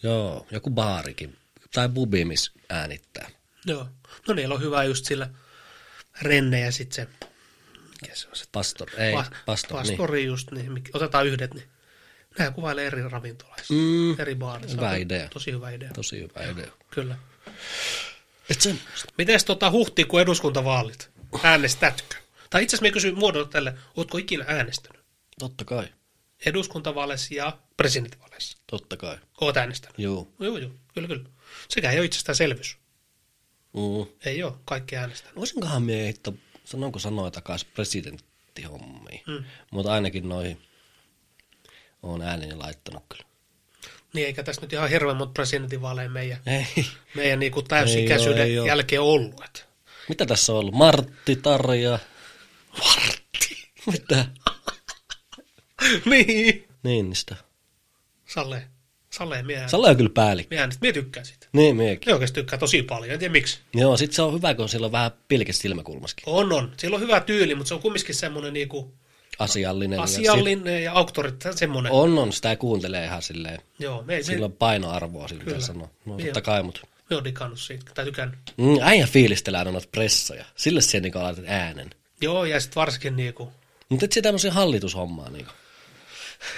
Speaker 2: Joo, joku baarikin. Tai bubi, missä äänittää.
Speaker 1: Joo. No niillä on hyvä just sillä renne ja sitten se, mikä se on se,
Speaker 2: Pastor, ei,
Speaker 1: pas-
Speaker 2: pa- pastor, pastor,
Speaker 1: pastori just, niin, mikä- otetaan yhdet, niin nämä kuvailee eri ravintolaissa,
Speaker 2: Mm.
Speaker 1: eri baarissa.
Speaker 2: Hyvä
Speaker 1: To-
Speaker 2: idea.
Speaker 1: Tosi hyvä idea,
Speaker 2: niin. Tosi hyvä idea.
Speaker 1: kyllä.
Speaker 2: Et semmoista.
Speaker 1: Mites tota huhtikuun eduskuntavaalit? Äänestätkö? Tai itse asiassa me kysyin muodolla tälle, ootko ikinä äänestänyt?
Speaker 2: Totta kai,
Speaker 1: Eduskuntavaaleissa ja presidentinvaaleissa.
Speaker 2: totta kai.
Speaker 1: Oot äänestänyt?
Speaker 2: Juu.
Speaker 1: Joo, joo, kyllä, kyllä. Sekä ei ole itsestäänselvyys.
Speaker 2: Mm.
Speaker 1: Ei ole, kaikki äänestänyt.
Speaker 2: Voisinkohan mie hitto, sanonko sanoa takaisin presidenttihommiin.
Speaker 1: Mm.
Speaker 2: Mm. Mutta ainakin noihin on ääneni laittanut kyllä.
Speaker 1: Niin eikä tässä nyt ihan hirveän monta presidentinvaaleja meidän
Speaker 2: Ei.
Speaker 1: meidän niin kuin
Speaker 2: Ei oo, ei
Speaker 1: täysikäisyyden
Speaker 2: oo.
Speaker 1: jälkeen ollut. Et. (laughs)
Speaker 2: Mitä tässä on ollut? Martti, Tarja. Martti? Mitä?
Speaker 1: niin.
Speaker 2: Niinistä.
Speaker 1: Salle, Salle minä, Sal-
Speaker 2: Salla on kyllä päällikkö.
Speaker 1: minä, minä tykkään sitä.
Speaker 2: Niin, miekin.
Speaker 1: Me oikeasti tykkää tosi paljon, en tiedä miksi.
Speaker 2: Joo, sit se on hyvä, kun sillä on vähän pilkes silmäkulmaskin.
Speaker 1: On, on. Sillä on hyvä tyyli, mutta se on kumminkin semmoinen niinku
Speaker 2: Asiallinen. ja
Speaker 1: asiallinen ja auktoriteetti, semmoinen.
Speaker 2: On, on, sitä kuuntelee ihan silleen.
Speaker 1: Joo, me ei
Speaker 2: Sillä
Speaker 1: Silloin...
Speaker 2: on painoarvoa, sillä
Speaker 1: Niin. Kyllä.
Speaker 2: pitää sanoa. No
Speaker 1: Niin
Speaker 2: totta
Speaker 1: on.
Speaker 2: kai, mutta
Speaker 1: me on digannut siitä, tai tykännyt.
Speaker 2: mm, äijä fiilistelee aina noita pressoja. Sille siihen niinku laitat äänen.
Speaker 1: Joo, ja sitten varsinkin niinku,
Speaker 2: Mutta et se tämmöisiä hallitushommaa niinku.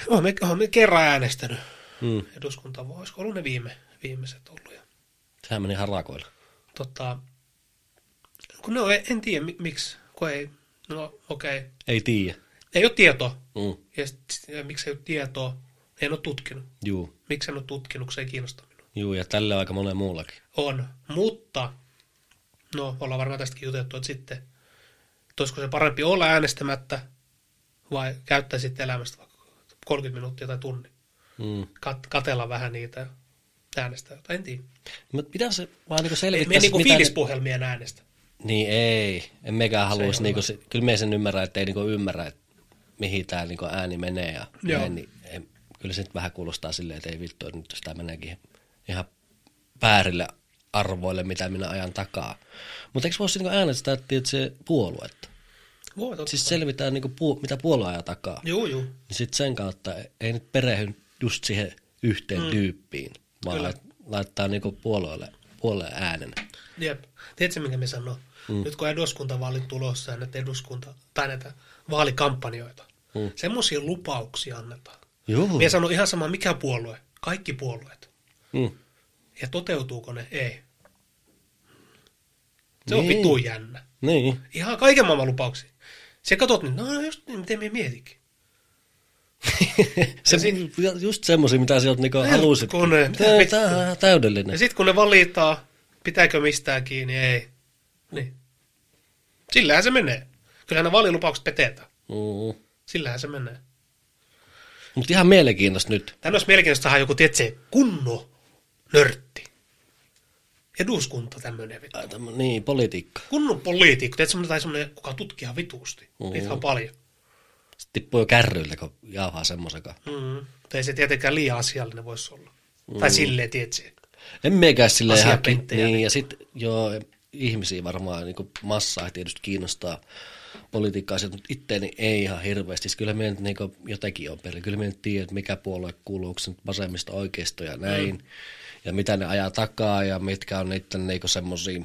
Speaker 1: oon me, oon me kerran äänestänyt
Speaker 2: Mm.
Speaker 1: eduskunta, olisiko ollut ne viime, viimeiset ollut. Ja,
Speaker 2: Sehän meni harakoilla.
Speaker 1: tota, kun ne on, en tiedä mi- miksi, kun ei No okei. Okay.
Speaker 2: Ei tiedä.
Speaker 1: Ei ole tietoa.
Speaker 2: Mm.
Speaker 1: Ja sit, ja miksi ei ole tietoa? En ole tutkinut.
Speaker 2: Juu.
Speaker 1: Miksi en ole tutkinut, kun se ei kiinnosta minua.
Speaker 2: Juu, ja tällä on aika monen muullakin.
Speaker 1: On, mutta no ollaan varmaan tästäkin juteltu, että sitten että olisiko se parempi olla äänestämättä vai käyttää sitten elämästä vaikka 30 minuuttia tai tunni.
Speaker 2: Mm.
Speaker 1: Kat- katella vähän niitä ja äänestää jotain, en tiedä.
Speaker 2: Mutta pitää se vaan niinku
Speaker 1: Ei
Speaker 2: selvittää,
Speaker 1: me niinku
Speaker 2: mitä ne-
Speaker 1: fiilispuhelmien äänestä.
Speaker 2: Niin ei, en mekään
Speaker 1: Se
Speaker 2: haluaisi,
Speaker 1: on
Speaker 2: niinku, se, kyllä me sen ymmärrä, että ei niinku ymmärrä, että mihin tämä niinku ääni menee ja
Speaker 1: Joo.
Speaker 2: näin, niin en, kyllä se nyt vähän kuulostaa silleen, että ei vittu, että nyt sitä meneekin ihan väärille arvoille, mitä minä ajan takaa. Mutta eikö voisi niinku äänestää, että se puoluetta?
Speaker 1: Voi, totta.
Speaker 2: Siis selvitään, niinku, puu, mitä puolue ajaa takaa.
Speaker 1: Juu, juu.
Speaker 2: Niin sitten sen kautta ei nyt perehdy just siihen yhteen mm. tyyppiin, vaan
Speaker 1: Kyllä.
Speaker 2: lait, laittaa niinku puolueelle, puolueen äänen.
Speaker 1: Jep. Tiedätkö, minkä me sanoo? Mm. Nyt kun eduskuntavaalit tulossa ja näitä eduskunta, tai näitä vaalikampanjoita, mm. semmoisia lupauksia annetaan.
Speaker 2: Joo.
Speaker 1: Me sanon ihan sama, mikä puolue. Kaikki puolueet.
Speaker 2: Mm.
Speaker 1: Ja toteutuuko ne? Ei. Se on
Speaker 2: Niin.
Speaker 1: vitu jännä.
Speaker 2: Niin.
Speaker 1: Ihan kaiken maailman lupauksia. Se katot niin, no just niin, miten me mietikin.
Speaker 2: Se, just semmoisia, mitä sä oot niinku halusit.
Speaker 1: Kone, mitä
Speaker 2: Tää-
Speaker 1: vittu?
Speaker 2: Tää on ihan
Speaker 1: Ja
Speaker 2: täydellinen.
Speaker 1: sitten kun ne valitaan, pitääkö mistään kiinni, ei. Niin. Sillähän se menee. Kyllähän ne vaalilupaukset petetään.
Speaker 2: Mm.
Speaker 1: Sillähän se menee.
Speaker 2: Mutta ihan mielenkiintoista nyt.
Speaker 1: Tänne olisi mielenkiintoista saada joku, tietse, kunno nörtti. Eduskunta tämmöinen vittu.
Speaker 2: Ai, tämmö, niin, politiikka.
Speaker 1: Kunnon poliitikko, tiedät semmoinen tai semmoinen, kuka tutkija vituusti.
Speaker 2: Mm.
Speaker 1: Mm. Niitä on paljon.
Speaker 2: Sitten tippuu jo kärryiltä, kun jauhaa semmoisenkaan.
Speaker 1: Mm. Mutta ei se tietenkään liian asiallinen voisi olla. Mm. Tai silleen, tietse.
Speaker 2: En meikäs sillä ihan...
Speaker 1: Asiapenttejä
Speaker 2: Niin,
Speaker 1: niinku.
Speaker 2: ja sitten joo, ihmisiä varmaan niin massaa tietysti kiinnostaa politiikkaa, mutta itteeni ei ihan hirveästi. Siis kyllä minä nyt niin jotenkin on perillä. Kyllä minä nyt tiedän, että mikä puolue kuuluu, onko se nyt vasemmista oikeisto ja näin. Mm. Ja mitä ne ajaa takaa ja mitkä on niiden niin semmoisia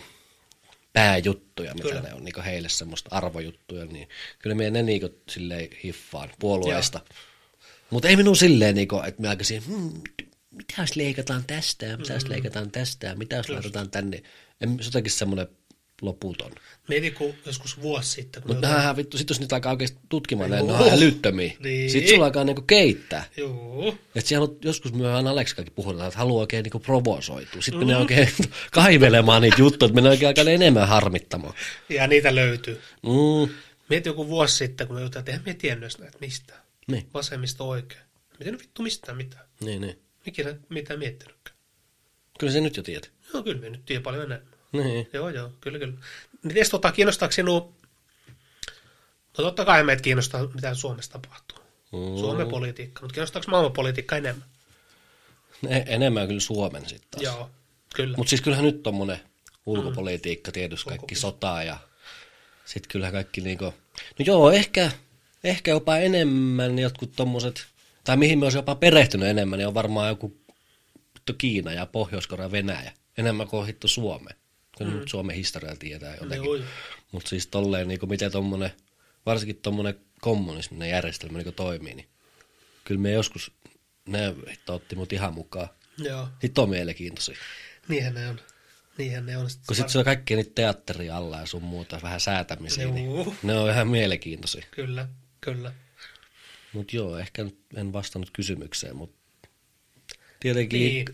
Speaker 2: pääjuttuja, mitä
Speaker 1: Kyllä.
Speaker 2: ne on niin heille semmoista arvojuttuja. Niin kyllä minä ne niin silleen hiffaan puolueesta. Mutta ei minun silleen, niin kuin, että mä alkaisin, hmm, mitä jos leikataan tästä, ja mitä jos leikataan tästä, ja mitä jos laitetaan tänne. En, se on jotenkin semmoinen loputon.
Speaker 1: Mieti kun joskus vuosi sitten, kun
Speaker 2: Mutta
Speaker 1: jotain-
Speaker 2: nämähän vittu, sit jos niitä alkaa oikeasti tutkimaan, niin ne
Speaker 1: Joo.
Speaker 2: on älyttömiä.
Speaker 1: Niin.
Speaker 2: Sitten sulla alkaa niinku keittää.
Speaker 1: Juu.
Speaker 2: Et siellä on joskus myöhään Aleksikakin puhutaan, että haluaa oikein niinku provosoitua. Sitten mm. menee oikein (laughs) kaivelemaan niitä juttuja, että menee oikein aika enemmän harmittamaan.
Speaker 1: Ja niitä löytyy.
Speaker 2: Mm.
Speaker 1: Mieti joku vuosi sitten, kun me juteltiin, että eihän me tiennyt edes näitä mistään.
Speaker 2: Niin,
Speaker 1: Vasemmista oikein. Miten ne vittu mistään mitään?
Speaker 2: niin, niin.
Speaker 1: Ikinä mitään miettinytkään.
Speaker 2: Kyllä se nyt jo tiedät.
Speaker 1: Joo, kyllä me nyt tiedän paljon enemmän.
Speaker 2: Niin.
Speaker 1: Joo, joo, kyllä, kyllä. Miten tota, kiinnostaako sinua, no totta kai meitä kiinnostaa, mitä Suomessa tapahtuu.
Speaker 2: Mm.
Speaker 1: Suomen politiikka, mutta kiinnostaako maailmanpolitiikka enemmän?
Speaker 2: Ne- E, Enemmän kyllä Suomen sitten taas.
Speaker 1: Joo, kyllä.
Speaker 2: Mutta siis kyllähän nyt tommonen ulkopolitiikka, tietysti kaikki sotaa ja sitten kyllähän kaikki niinku, no joo, ehkä, ehkä jopa enemmän jotkut tommoset, tai mihin me olisi jopa perehtynyt enemmän, niin on varmaan joku vittu Kiina ja Pohjois-Korea, Venäjä, enemmän kuin hittu Suome. Kyllä mm. nyt Suomen historiaa tietää
Speaker 1: Joo, joo.
Speaker 2: jotenkin. Mutta siis tolleen, niinku, miten tommonen, varsinkin tommonen kommunisminen järjestelmä niinku toimii, niin kyllä me joskus, ne hitto otti mut ihan mukaan.
Speaker 1: Joo,
Speaker 2: Hitto on mielenkiintoisia.
Speaker 1: niinhän ne on. Niinhän ne on.
Speaker 2: Kun sitten se on kaikki niitä teatteri alla ja sun muuta, vähän säätämisiä,
Speaker 1: Juu.
Speaker 2: niin ne on ihan mielenkiintoisia.
Speaker 1: Kyllä, kyllä.
Speaker 2: Mutta joo, ehkä nyt en vastannut kysymykseen, mutta tietenkin niin.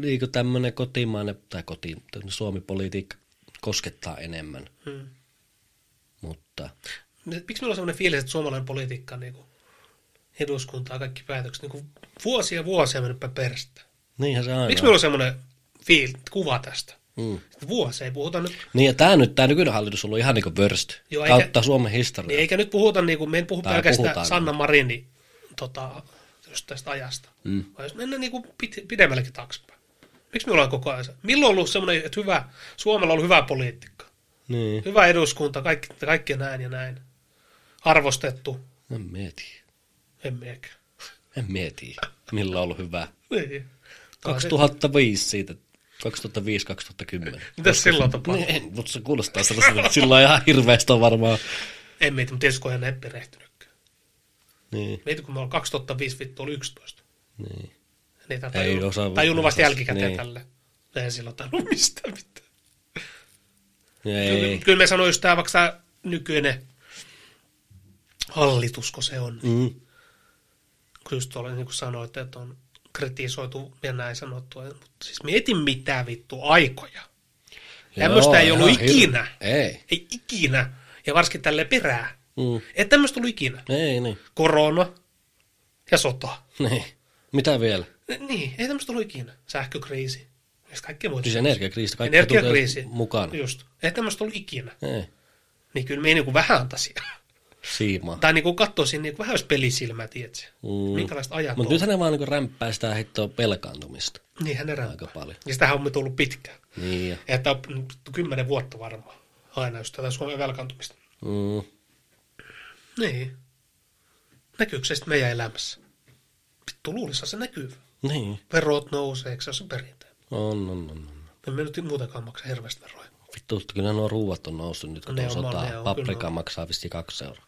Speaker 2: niinku tämmöinen kotimainen, tai koti, tämmönen Suomi-politiikka koskettaa enemmän,
Speaker 1: Hmm.
Speaker 2: mutta
Speaker 1: Miksi meillä on sellainen fiilis, että suomalainen politiikka, niin kuin eduskuntaa, kaikki päätökset, niin kuin vuosia ja vuosia mennyt päin perstä.
Speaker 2: niinhän se aina
Speaker 1: Miksi
Speaker 2: on.
Speaker 1: meillä on semmoinen fiil, kuva tästä?
Speaker 2: Mm.
Speaker 1: Vuosia ei puhuta nyt
Speaker 2: Niin ja tämä nyt, tämä nykyinen hallitus on ollut ihan niinku worst
Speaker 1: Joo,
Speaker 2: joo,
Speaker 1: eikä-
Speaker 2: kautta Suomen historiaa.
Speaker 1: Niin eikä nyt puhuta, niin kuin, me en puhu
Speaker 2: Tai
Speaker 1: pelkästään
Speaker 2: puhutaan.
Speaker 1: Sanna Marinin tota, just tästä ajasta, mm. vaan jos mennään niin kuin pit, pidemmällekin taaksepäin. Miksi me ollaan koko ajan? se- Milloin on ollut semmoinen, että hyvä, Suomella on ollut hyvä politiikka,
Speaker 2: niin.
Speaker 1: hyvä eduskunta, kaikki, kaikki näin ja näin. Arvostettu,
Speaker 2: en mieti,
Speaker 1: en miekä.
Speaker 2: en mieti, millä on ollut hyvä.
Speaker 1: Niin. Taas-
Speaker 2: 2005 siitä, 2005-2010.
Speaker 1: Mitäs silloin tapahtui?
Speaker 2: Niin, en, mutta se kuulostaa sellaiselta, että sillä on ihan hirveästä varmaan.
Speaker 1: En mieti, mutta tietysti kun en perehtynytkään.
Speaker 2: Niin,
Speaker 1: Mieti, kun me ollaan 2005 vittu oli 11.
Speaker 2: niin.
Speaker 1: Niin tämä
Speaker 2: Ei
Speaker 1: tajun,
Speaker 2: osaa-
Speaker 1: tajunnut vasta
Speaker 2: osaa-
Speaker 1: jälkikäteen niin.
Speaker 2: niin.
Speaker 1: tälle. Ei silloin tajunnut mistään mitään.
Speaker 2: Ei,
Speaker 1: niin, Kyllä, kyllä me sanoin just tämä vaikka tämä nykyinen hallitusko se on. niin
Speaker 2: Mm.
Speaker 1: Kun just tuolla niin kuin sanoit, että on kritisoitu ja näin sanottu. Mutta siis mieti mitä vittu aikoja. Tämmöistä ei ollut
Speaker 2: ihan
Speaker 1: ikinä.
Speaker 2: hirveä. Ei.
Speaker 1: Ei ikinä. Ja varsinkin tälle perää.
Speaker 2: Mm.
Speaker 1: Ei tämmöistä ollut ikinä.
Speaker 2: Ei niin.
Speaker 1: Korona ja sota.
Speaker 2: niin. Mitä vielä?
Speaker 1: Niin, ei tämmöistä ollut ikinä. Sähkökriisi. Ja kaikki muut.
Speaker 2: Siis energiakriisi. Kaikki
Speaker 1: Energiakriisi.
Speaker 2: tulee mukana.
Speaker 1: Just. Ei tämmöistä ollut ikinä.
Speaker 2: Ei.
Speaker 1: Niin kyllä me ei niinku vähän antaisi. (laughs)
Speaker 2: Siimaa.
Speaker 1: Tai niinku katsoisin niinku vähän jos pelisilmää, tiedätkö? Mm. Minkälaista ajat on.
Speaker 2: Mutta nythän ne vaan niin rämppää sitä hittoa pelkaantumista
Speaker 1: Niin hän erää.
Speaker 2: aika paljon.
Speaker 1: Ja sitähän on me tullut pitkään.
Speaker 2: Niin ja.
Speaker 1: Että on nyt kymmenen vuotta varmaan aina just tätä Suomen velkaantumista.
Speaker 2: Mm.
Speaker 1: Niin. Näkyykö se sitten meidän elämässä? Vittu luulissa se näkyy.
Speaker 2: Niin.
Speaker 1: Verot nousee, eikö se ole se perinteinen?
Speaker 2: On, on, on, on.
Speaker 1: En me nyt muutenkaan maksa hirveästi veroja.
Speaker 2: Vittu, että kyllä nuo ruuat on noussut nyt, kun
Speaker 1: Ne
Speaker 2: tuo
Speaker 1: on, ne on,
Speaker 2: sotaa.
Speaker 1: kyllä
Speaker 2: Paprika
Speaker 1: on.
Speaker 2: maksaa vissiin kaksi euroa.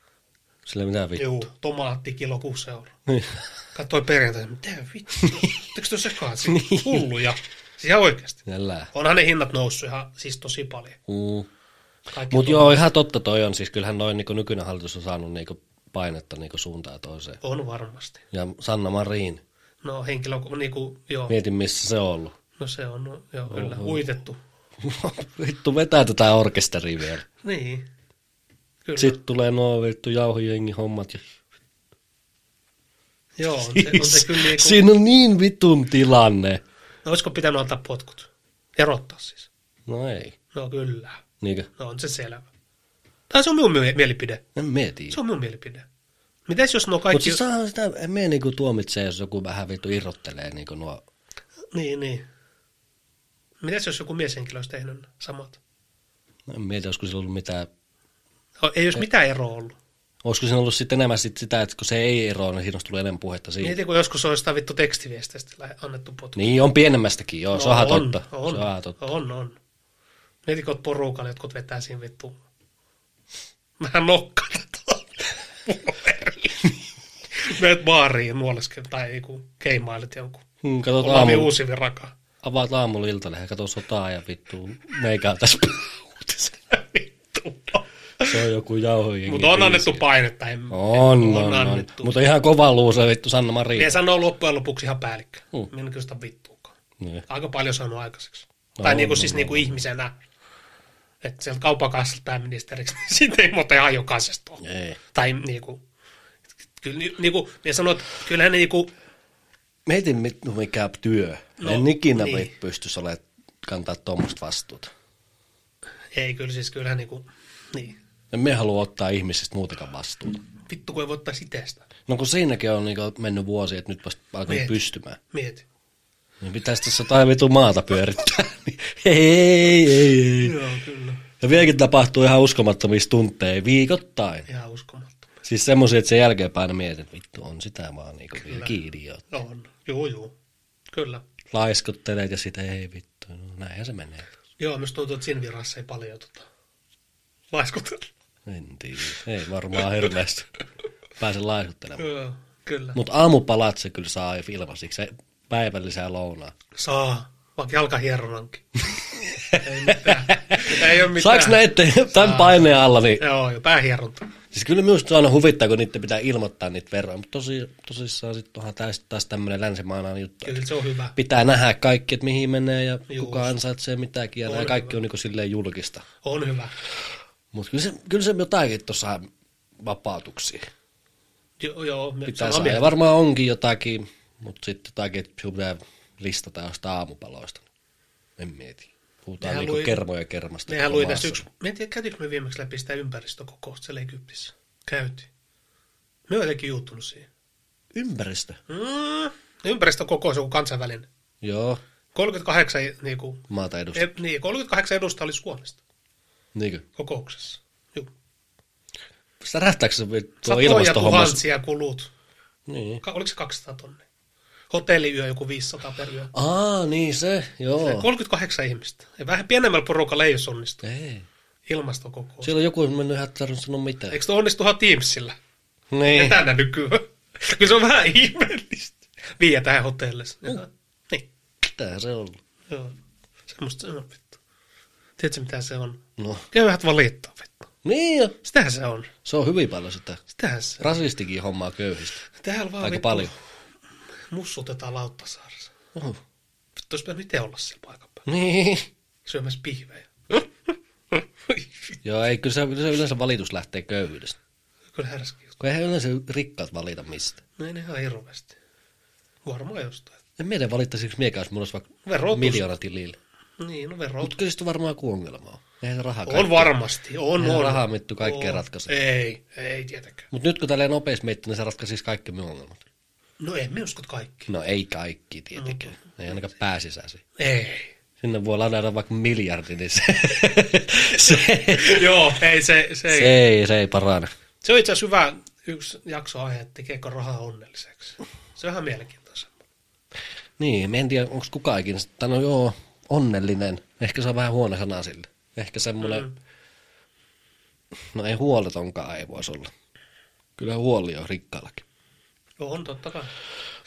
Speaker 2: Sillä mitä vittu.
Speaker 1: Juu, tomaatti kilo kuusi euroa.
Speaker 2: Niin. Joo.
Speaker 1: Katsoi perjantaina, mitä vittu, etteikö tuo sekaan niin. hulluja? Siis ihan oikeasti.
Speaker 2: (laughs) Elää.
Speaker 1: Onhan ne hinnat noussut ihan siis tosi paljon.
Speaker 2: Mm.
Speaker 1: Kaikki
Speaker 2: Mutta
Speaker 1: on-
Speaker 2: joo, ihan totta toi on. Siis kyllähän noin niin nykyinen hallitus on saanut niin painetta niin suuntaan toiseen.
Speaker 1: On varmasti.
Speaker 2: Ja Sanna Marin,
Speaker 1: No henkilö, niinku, joo,
Speaker 2: mietin missä se on ollut. (laughs)
Speaker 1: no se on, no, joo, kyllä, uitettu.
Speaker 2: vittu vetää tätä orkesteria vielä.
Speaker 1: Niin, kyllä.
Speaker 2: Sitten tulee nuo vittu jauhojengi hommat. Ja...
Speaker 1: Joo, on se, on
Speaker 2: siis
Speaker 1: se kyllä niinku,
Speaker 2: Siinä on niin vitun tilanne.
Speaker 1: no, olisiko pitänyt antaa potkut? Erottaa siis.
Speaker 2: No ei. niinku,
Speaker 1: No kyllä,
Speaker 2: Niinkö?
Speaker 1: no on se selvä. Tai se on minun mie- mielipide.
Speaker 2: En mieti.
Speaker 1: Se on minun mielipide. Mitäs jos nuo kaikki...
Speaker 2: Mutta siis saahan sitä, en mene niinku tuomitsee, jos joku vähän vittu irrottelee niinku nuo.
Speaker 1: Niin, niin. Mitäs jos joku mieshenkilö olisi tehnyt samat?
Speaker 2: En mieti, olisiko sillä ollut mitään
Speaker 1: O- No, Ei
Speaker 2: Eh,
Speaker 1: olisi mitään eroa
Speaker 2: niin.
Speaker 1: ollut.
Speaker 2: Olisiko siinä ollut sitten enemmän sit sitä, että kun se ei eroa, niin siinä olisi tullut enemmän puhetta siitä.
Speaker 1: Mieti, kun joskus olisi sitä vittu tekstiviesteistä lä- annettu potku.
Speaker 2: Niin, on pienemmästäkin, joo, no, se onhan
Speaker 1: on,
Speaker 2: totta.
Speaker 1: On,
Speaker 2: Se onhan totta.
Speaker 1: on, on. Mieti, kun oot porukalla, jotkut vetää siinä vittu vähän nokkana tuolla. Meet baariin nuoleskin tai joku keimailet jonkun.
Speaker 2: Hmm, katot
Speaker 1: Ollaan
Speaker 2: aamulla,
Speaker 1: vielä uusi viraka.
Speaker 2: avaat aamulla iltalehen, katot sotaa ja vittu, meikää tässä. (laughs)
Speaker 1: vittu.
Speaker 2: se on joku jauhojengi.
Speaker 1: Mutta on annettu painetta. En,
Speaker 2: niin, On, on, on.
Speaker 1: annettu.
Speaker 2: Mutta ihan kova luusa vittu Sanna
Speaker 1: Minä
Speaker 2: Marin.
Speaker 1: sanoo loppujen lopuksi ihan päällikkö.
Speaker 2: Mm.
Speaker 1: Mm. Minä kyllä sitä vittuukaan.
Speaker 2: Niin.
Speaker 1: Aika paljon sanoo aikaiseksi.
Speaker 2: No,
Speaker 1: tai niinku,
Speaker 2: no,
Speaker 1: siis
Speaker 2: no,
Speaker 1: niinku ihmisenä. Että sieltä kaupakassalta pääministeriksi, (laughs) niin siitä ei muuten ihan jokaisesta ole.
Speaker 2: Ei.
Speaker 1: Tai niinku, kyllä ni- niinku, minä sanon, että kyllähän ne niinku,
Speaker 2: Mietin, mit- mikä työ.
Speaker 1: No,
Speaker 2: No, en ikinä
Speaker 1: niin.
Speaker 2: niin. pystyisi olemaan kantaa tuommoista vastuuta.
Speaker 1: ei kyllä siis kyllähän niinku, niin.
Speaker 2: En me halua ottaa ihmisistä muutakaan vastuuta.
Speaker 1: Vittu kun ei voi ottaa sitestä.
Speaker 2: No kun siinäkin on niin mennyt vuosi, että nyt vasta alkaa
Speaker 1: Niin.
Speaker 2: pystymään.
Speaker 1: Mieti.
Speaker 2: Niin pitäisi tässä jotain vitu maata pyörittää. (laughs) Niin, ei, ei, ei.
Speaker 1: Joo, kyllä.
Speaker 2: Ja vieläkin tapahtuu ihan uskomattomia tunteja viikoittain.
Speaker 1: Ihan uskomattomaa.
Speaker 2: Siis semmoisia, että sen jälkeenpäin aina mietit, että vittu on sitä vaan niinku vielä kiidiot.
Speaker 1: On. Joo, joo. Kyllä.
Speaker 2: Laiskottelet ja sitä ei vittu, no näinhän se menee.
Speaker 1: Joo, myös tuntuu, että siinä virassa ei paljon tota, laiskutella.
Speaker 2: En tiedä, ei varmaan hirveästi pääse laiskuttelemaan.
Speaker 1: Joo, kyllä.
Speaker 2: Mutta aamupalat se kyllä saa ilmaisiksi, se päivällisää lounaa.
Speaker 1: Saa, vaikka
Speaker 2: (laughs)
Speaker 1: jalkahieronankin. ei mitään. ei ole mitään.
Speaker 2: Saaks näette tämän paineen alla, niin
Speaker 1: Joo, joo, päähieronta.
Speaker 2: Siis kyllä minusta aina huvittaa, kun niitä pitää ilmoittaa niitä veroja, mutta tosi, tosissaan sitten onhan taas, taas tämmöinen länsimaalainen juttu. että
Speaker 1: Kyllä se on hyvä.
Speaker 2: Pitää nähdä kaikki, että mihin menee ja
Speaker 1: Juu.
Speaker 2: kuka ansaitsee mitäkin ja nämä
Speaker 1: On
Speaker 2: kaikki on niin silleen julkista.
Speaker 1: On hyvä.
Speaker 2: Mutta kyllä se, kyllä se jotakin tuossa vapautuksia
Speaker 1: Joo, joo. me-
Speaker 2: pitää
Speaker 1: samaa
Speaker 2: saada. Ja
Speaker 1: mieltä.
Speaker 2: varmaan onkin jotakin, mutta sitten jotakin, että sinun pitää listata jostain aamupaloista. En mieti. Puhutaan
Speaker 1: Mehän
Speaker 2: niinku
Speaker 1: lui-
Speaker 2: kermoja kermasta.
Speaker 1: Mehän
Speaker 2: koko
Speaker 1: luin
Speaker 2: maassa.
Speaker 1: tässä yksi, mä en tiedä, käytiinkö me viimeksi läpi sitä ympäristökokousta siellä Egyptissä. Käytiin. Me oon jotenkin juuttunut siihen.
Speaker 2: Ympäristö.
Speaker 1: Mm. Ympäristökokous on joku kansainvälinen.
Speaker 2: Joo,
Speaker 1: 38, niinku,
Speaker 2: maata edustaa.
Speaker 1: e, niin, 38 edustajaa oli Suomesta
Speaker 2: Niinkö?
Speaker 1: kokouksessa. Joo.
Speaker 2: Särähtääkö se tuo
Speaker 1: Satoja
Speaker 2: ilmastohommas?
Speaker 1: tuhansia kulut.
Speaker 2: Niin.
Speaker 1: Ka- oliko se 200 tonnia? Hotelliyö joku 500 per yö.
Speaker 2: Aa, niin se, joo.
Speaker 1: 38 ihmistä. Ja vähän pienemmällä porukalla ei jos onnistu.
Speaker 2: Ei.
Speaker 1: Ilmastokokous.
Speaker 2: Siellä on joku mennyt ihan tarvinnut sanoa mitään.
Speaker 1: Eikö se onnistu ihan Teamsilla?
Speaker 2: Niin.
Speaker 1: Etänä nykyään. (laughs) Kyllä se on vähän ihmeellistä. Viiä tähän hotellissa. Mm. Niin.
Speaker 2: Mitä se on ollut?
Speaker 1: Joo. Semmosta se on vittu. Tiedätkö mitä se on?
Speaker 2: No,
Speaker 1: Köyhät valittaa vittu.
Speaker 2: Niin jo.
Speaker 1: Sitähän se on.
Speaker 2: Se on hyvin paljon sitä.
Speaker 1: Sitähän se on.
Speaker 2: Rasistikin hommaa köyhistä.
Speaker 1: Täällä vaan
Speaker 2: Aika
Speaker 1: vittu
Speaker 2: paljon.
Speaker 1: mussutetaan Lauttasaaressa.
Speaker 2: Oho.
Speaker 1: Vittu, olisi pitänyt itse olla siellä paikan päällä.
Speaker 2: Niin.
Speaker 1: Syömässä
Speaker 2: (laughs)
Speaker 1: pihvejä.
Speaker 2: Joo, ei, kyllä se, kyllä se yleensä valitus lähtee köyhyydestä.
Speaker 1: Kyllä härski juttu.
Speaker 2: Kun eihän yleensä rikkaat valita mistä.
Speaker 1: No ei ne ihan hirveästi. Varmaan jostain.
Speaker 2: En mietin valittaisiko miekä, jos mulla olisi vaikka
Speaker 1: Verotus.
Speaker 2: miljoona tilillä.
Speaker 1: Niin, no verot.
Speaker 2: Mutta kyllä se varmaan kuin ongelma on. Eihän se rahaa
Speaker 1: On varmasti, on,
Speaker 2: Eihän
Speaker 1: on.
Speaker 2: rahaa mittu kaikkea
Speaker 1: On.
Speaker 2: ratkaise.
Speaker 1: Ei, ei tietenkään.
Speaker 2: Mutta nyt kun tälleen nopeasti miettii, niin se ratkaisisi kaikki minun ongelmat.
Speaker 1: No en minä usko että kaikki.
Speaker 2: No ei kaikki tietenkään. Ei ainakaan pääsisäsi. (laughs)
Speaker 1: Ei.
Speaker 2: Sinne voi ladata vaikka miljardi, niin se, (laughs) se,
Speaker 1: Joo, ei se, se,
Speaker 2: se,
Speaker 1: ei.
Speaker 2: ei, se ei parane.
Speaker 1: se on itse asiassa hyvä yksi jaksoaihe, että tekeekö rahaa onnelliseksi. Se on ihan mielenkiintoista.
Speaker 2: Mm. Niin, mä en tiedä, onko kukaan ikinä, tai no joo, onnellinen. Ehkä se on vähän huono sana sille. Ehkä semmoinen, mm. no ei huoletonkaan ei voisi olla. Kyllä huoli on rikkaallakin.
Speaker 1: Joo, on totta kai.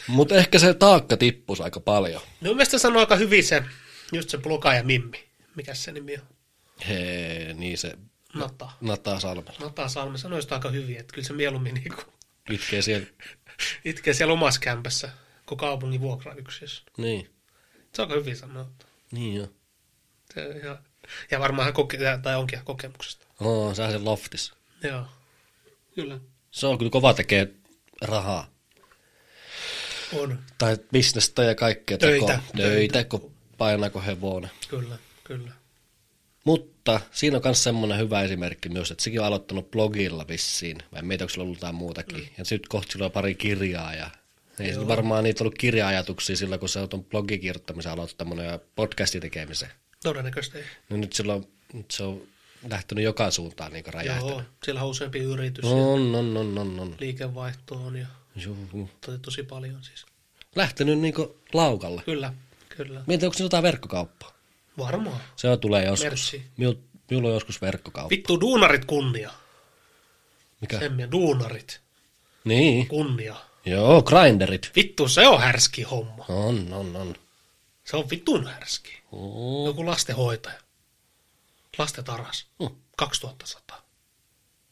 Speaker 2: Mutta ehkä se taakka tippuisi aika paljon.
Speaker 1: No mielestäni sanoi aika hyvin se, just se pluka ja mimmi. Mikäs se nimi on?
Speaker 2: Hee, niin se
Speaker 1: Nata.
Speaker 2: Nataa Salmella.
Speaker 1: Nata Salmi sanoi sitä aika hyvin, että kyllä se mieluummin niinku
Speaker 2: Itkee siellä.
Speaker 1: itkee siellä omassa kämpässä kuin kaupungin vuokrayksiössä.
Speaker 2: Niin,
Speaker 1: Se on aika hyvin sanottu.
Speaker 2: niin joo.
Speaker 1: Se on ihan- Ja varmaan hän koke- tai onkin ihan kokemuksesta.
Speaker 2: Oo, sehän se loftis.
Speaker 1: Joo. Kyllä.
Speaker 2: Se on kyllä kova tekee rahaa.
Speaker 1: On.
Speaker 2: Tai bisnestä ja kaikkea.
Speaker 1: Töitä.
Speaker 2: Töitä.
Speaker 1: Töitä.
Speaker 2: Töitä, kun painaako hevonen.
Speaker 1: Kyllä, kyllä.
Speaker 2: Mutta siinä on myös semmoinen hyvä esimerkki myös, että sekin on aloittanut blogilla vissiin, vai en mietin, onko sillä ollut jotain muutakin. Mm. Ja nyt kohta sillä on pari kirjaa ja ei sillä varmaan niitä ollut kirja-ajatuksia silloin, kun se on tuon blogikirjoittamisen aloittanut ja podcastin tekemisen.
Speaker 1: Todennäköisesti ei.
Speaker 2: No nyt, silloin, nyt se on lähtenyt joka suuntaan niin räjähtänyt.
Speaker 1: Joo, siellä on useampi yritys, no.
Speaker 2: On, on, on, on, on.
Speaker 1: liikevaihtoon ja
Speaker 2: Juu.
Speaker 1: tosi, tosi paljon siis.
Speaker 2: Lähtenyt niin laukalle.
Speaker 1: Kyllä, kyllä.
Speaker 2: Mietin, onko se jotain verkkokauppaa?
Speaker 1: Varmaan.
Speaker 2: Se tulee joskus.
Speaker 1: Merci.
Speaker 2: Minu- Minulla on joskus verkkokauppa.
Speaker 1: Vittu, duunarit kunnia.
Speaker 2: Mikä?
Speaker 1: Semmiä, duunarit
Speaker 2: Niin.
Speaker 1: kunnia.
Speaker 2: Joo, grinderit.
Speaker 1: Vittu, se on härski homma.
Speaker 2: On, on, on.
Speaker 1: Se on vitun härski.
Speaker 2: Mm.
Speaker 1: Joku lastenhoitaja. Lastet aras.
Speaker 2: Mm.
Speaker 1: 2100.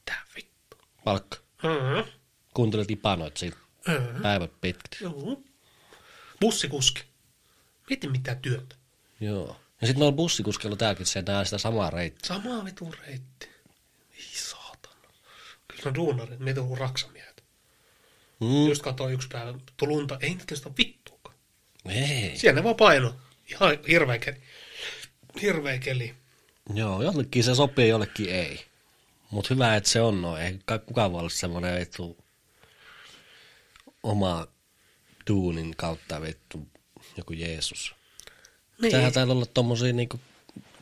Speaker 1: Tää vittu.
Speaker 2: Palkka.
Speaker 1: Mm-hmm.
Speaker 2: Kuuntelet ipanoit siinä
Speaker 1: Mm-hmm.
Speaker 2: päivät pitkät.
Speaker 1: Joo. Bussikuski. Mieti mitä työtä.
Speaker 2: Joo. Ja sitten noilla bussikuskella täälläkin se nää sitä samaa reittiä.
Speaker 1: Sama vitun reitti. Ei saatana. Kyllä ne on duunarit, meitä on raksamiehet. Mm.
Speaker 2: Mm.
Speaker 1: Just katsoin yksi päivä, vittu lunta, ei niitä sitä vittuakaan.
Speaker 2: Ei.
Speaker 1: Siellä ne vaan paino. Ihan hirveä keli. Hirveä keli.
Speaker 2: Joo, jollekin se sopii, jollekin ei. Mut hyvä, että se on noin. Ei kai kukaan voi olla semmoinen vittu oma duunin kautta vittu joku Jeesus.
Speaker 1: Niin.
Speaker 2: Tähän täällä olla tommosia niinku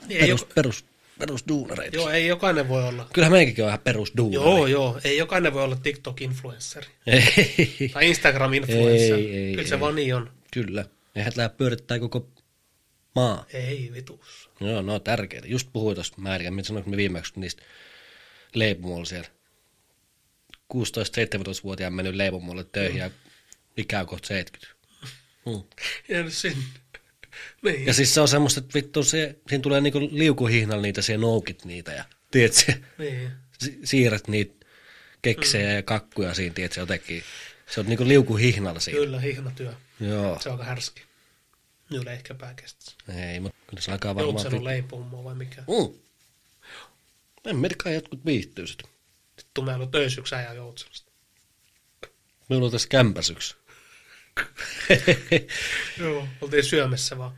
Speaker 1: Ei
Speaker 2: perus,
Speaker 1: jok-
Speaker 2: perus, perusduunareita.
Speaker 1: Joo, ei jokainen voi olla.
Speaker 2: Kyllähän meidänkin on ihan perusduunari.
Speaker 1: Joo, joo. Ei jokainen voi olla TikTok-influenssari.
Speaker 2: Ei.
Speaker 1: Tai Instagram-influenssari.
Speaker 2: Ei, ei,
Speaker 1: Kyllä se
Speaker 2: ei.
Speaker 1: vaan niin on.
Speaker 2: (laughs) Kyllä. Eihän tää pyörittää koko maa.
Speaker 1: Ei (laughs) vitus.
Speaker 2: Joo, no tärkeitä. Just puhuin tuosta määriä, mitä sanoinko me viimeksi niistä leipomoilla siellä. 16-17-vuotiaan mennyt leipomoille töihin ja ikä on kohta 70. Mm.
Speaker 1: Hmm. Jäänyt sinne. (laughs) Niin.
Speaker 2: Ja siis se on semmoista, että vittu se, siinä tulee niinku liukuhihnalla niitä, se noukit niitä ja tiedät, se, (laughs)
Speaker 1: Niin.
Speaker 2: si- siirrät niitä keksejä ja kakkuja siinä, tiedät, se jotenkin. Se on niinku liukuhihnalla siinä.
Speaker 1: Kyllä, hihnatyö.
Speaker 2: Joo.
Speaker 1: Se on aika härski. Niillä ei ehkä pää kestä.
Speaker 2: Ei, mutta kyllä se alkaa varmaan...
Speaker 1: Joutsenut leipomoa vai mikä?
Speaker 2: Mm. En mä tiedä, kai jotkut viihtyy sit.
Speaker 1: Vittu, mä en ollut töisyksä ja joutsenut.
Speaker 2: Minulla on tässä kämpäs yksi.
Speaker 1: Joo. Oltiin syömässä vaan.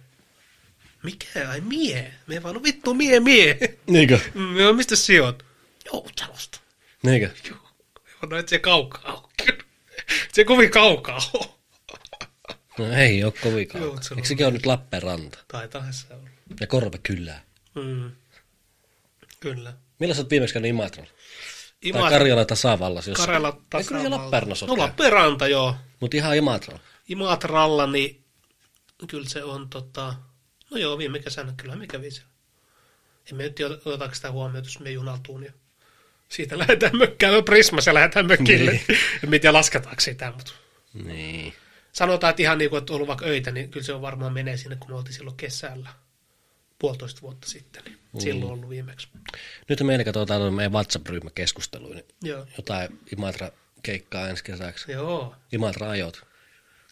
Speaker 1: Mikä? Ai mie? Me vaan, no vittu mie mie.
Speaker 2: Niinkö?
Speaker 1: Mm, Joo, mistä sä oot? Joutsenusta.
Speaker 2: Niinkö?
Speaker 1: Joo. No et se kaukaa oo (laughs) kyllä. Et Se kovin kaukaa oo. (laughs)
Speaker 2: No ei ole kovin
Speaker 1: Joo,
Speaker 2: kaukaa.
Speaker 1: se on niin.
Speaker 2: Eikö sekin ole nyt Lappeenranta?
Speaker 1: Taitaahan se olla.
Speaker 2: Ja Korvekylää.
Speaker 1: Mm. Kyllä.
Speaker 2: Milloin sä oot viimeksi käynyt Imatralla? Tai
Speaker 1: Ima-
Speaker 2: Karjala tasavallassa jossain.
Speaker 1: Karjala
Speaker 2: Ei, kyllä siellä Lappeenrannassa
Speaker 1: No
Speaker 2: oot käynyt.
Speaker 1: Lappeenranta, joo.
Speaker 2: Mut ihan Imatralla.
Speaker 1: Imatralla, niin kyllä se on tota... No joo, viime kesänä kyllä me kävi siellä. En me nyt tiedä, otetaanko sitä huomioon, jos me junaltuun ja siitä lähdetään mökkään, Prismassa lähdetään mökille. Niin. Miten lasketaanko sitä, mutta
Speaker 2: Niin.
Speaker 1: sanotaan, että ihan niin kuin, että on ollut vaikka öitä, niin kyllä se on varmaan menee sinne, kun me oltiin silloin kesällä puolitoista vuotta sitten. Niin Silloin ollut viimeksi.
Speaker 2: Nyt meillä katsotaan tuon meidän WhatsApp-ryhmä keskusteluun.
Speaker 1: Joo.
Speaker 2: Jotain Imatra-keikkaa ensi kesäksi.
Speaker 1: Joo,
Speaker 2: Imatra-ajot.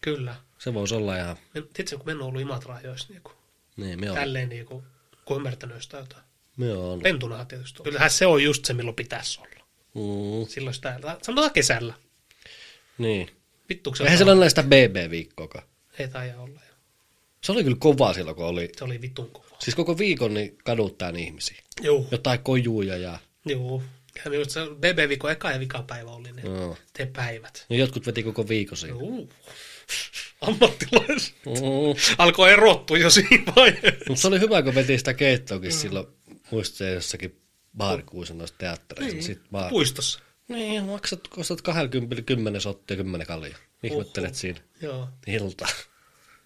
Speaker 1: kyllä.
Speaker 2: Se voisi olla ihan...
Speaker 1: Itse kun me en ole ollut Imatrajoissa niin kuin,
Speaker 2: Niin, me on,
Speaker 1: tälleen niin kuin, kun ymmärtänyt jostain jotain.
Speaker 2: me on.
Speaker 1: Pentunahan tietysti on. Kyllähän se on just se, milloin pitäisi olla.
Speaker 2: Mm,
Speaker 1: Silloin sitä, sanotaan kesällä.
Speaker 2: niin.
Speaker 1: Vittu, se
Speaker 2: Eihän
Speaker 1: on-
Speaker 2: siellä ole näistä BB-viikkoakaan.
Speaker 1: Ei taida olla. joo.
Speaker 2: Se oli kyllä kovaa silloin, kun oli...
Speaker 1: Se oli vitun kova.
Speaker 2: Siis koko viikon niin kaduttaa ihmisiä.
Speaker 1: Joo.
Speaker 2: Jotain kojuja ja...
Speaker 1: Joo. Ja just se BB-viikon eka ja vikapäivä oli ne.
Speaker 2: Joo.
Speaker 1: Te päivät.
Speaker 2: Ja jotkut veti koko viikon siinä.
Speaker 1: Joo. Ammattilaiset.
Speaker 2: Mm.
Speaker 1: Alkoi erottua jo siinä vaiheessa.
Speaker 2: Mutta se oli hyvä, kun veti sitä keittoakin mm. silloin, muistaakseni jossakin baarikuusin noissa teattereissa. Niin. Sitten vaan,
Speaker 1: Puistossa.
Speaker 2: niin, maksat, kun ostat 20 10 sottia 10 kalja. Ihmettelet
Speaker 1: Oho.
Speaker 2: siinä
Speaker 1: Joo.
Speaker 2: ilta. No,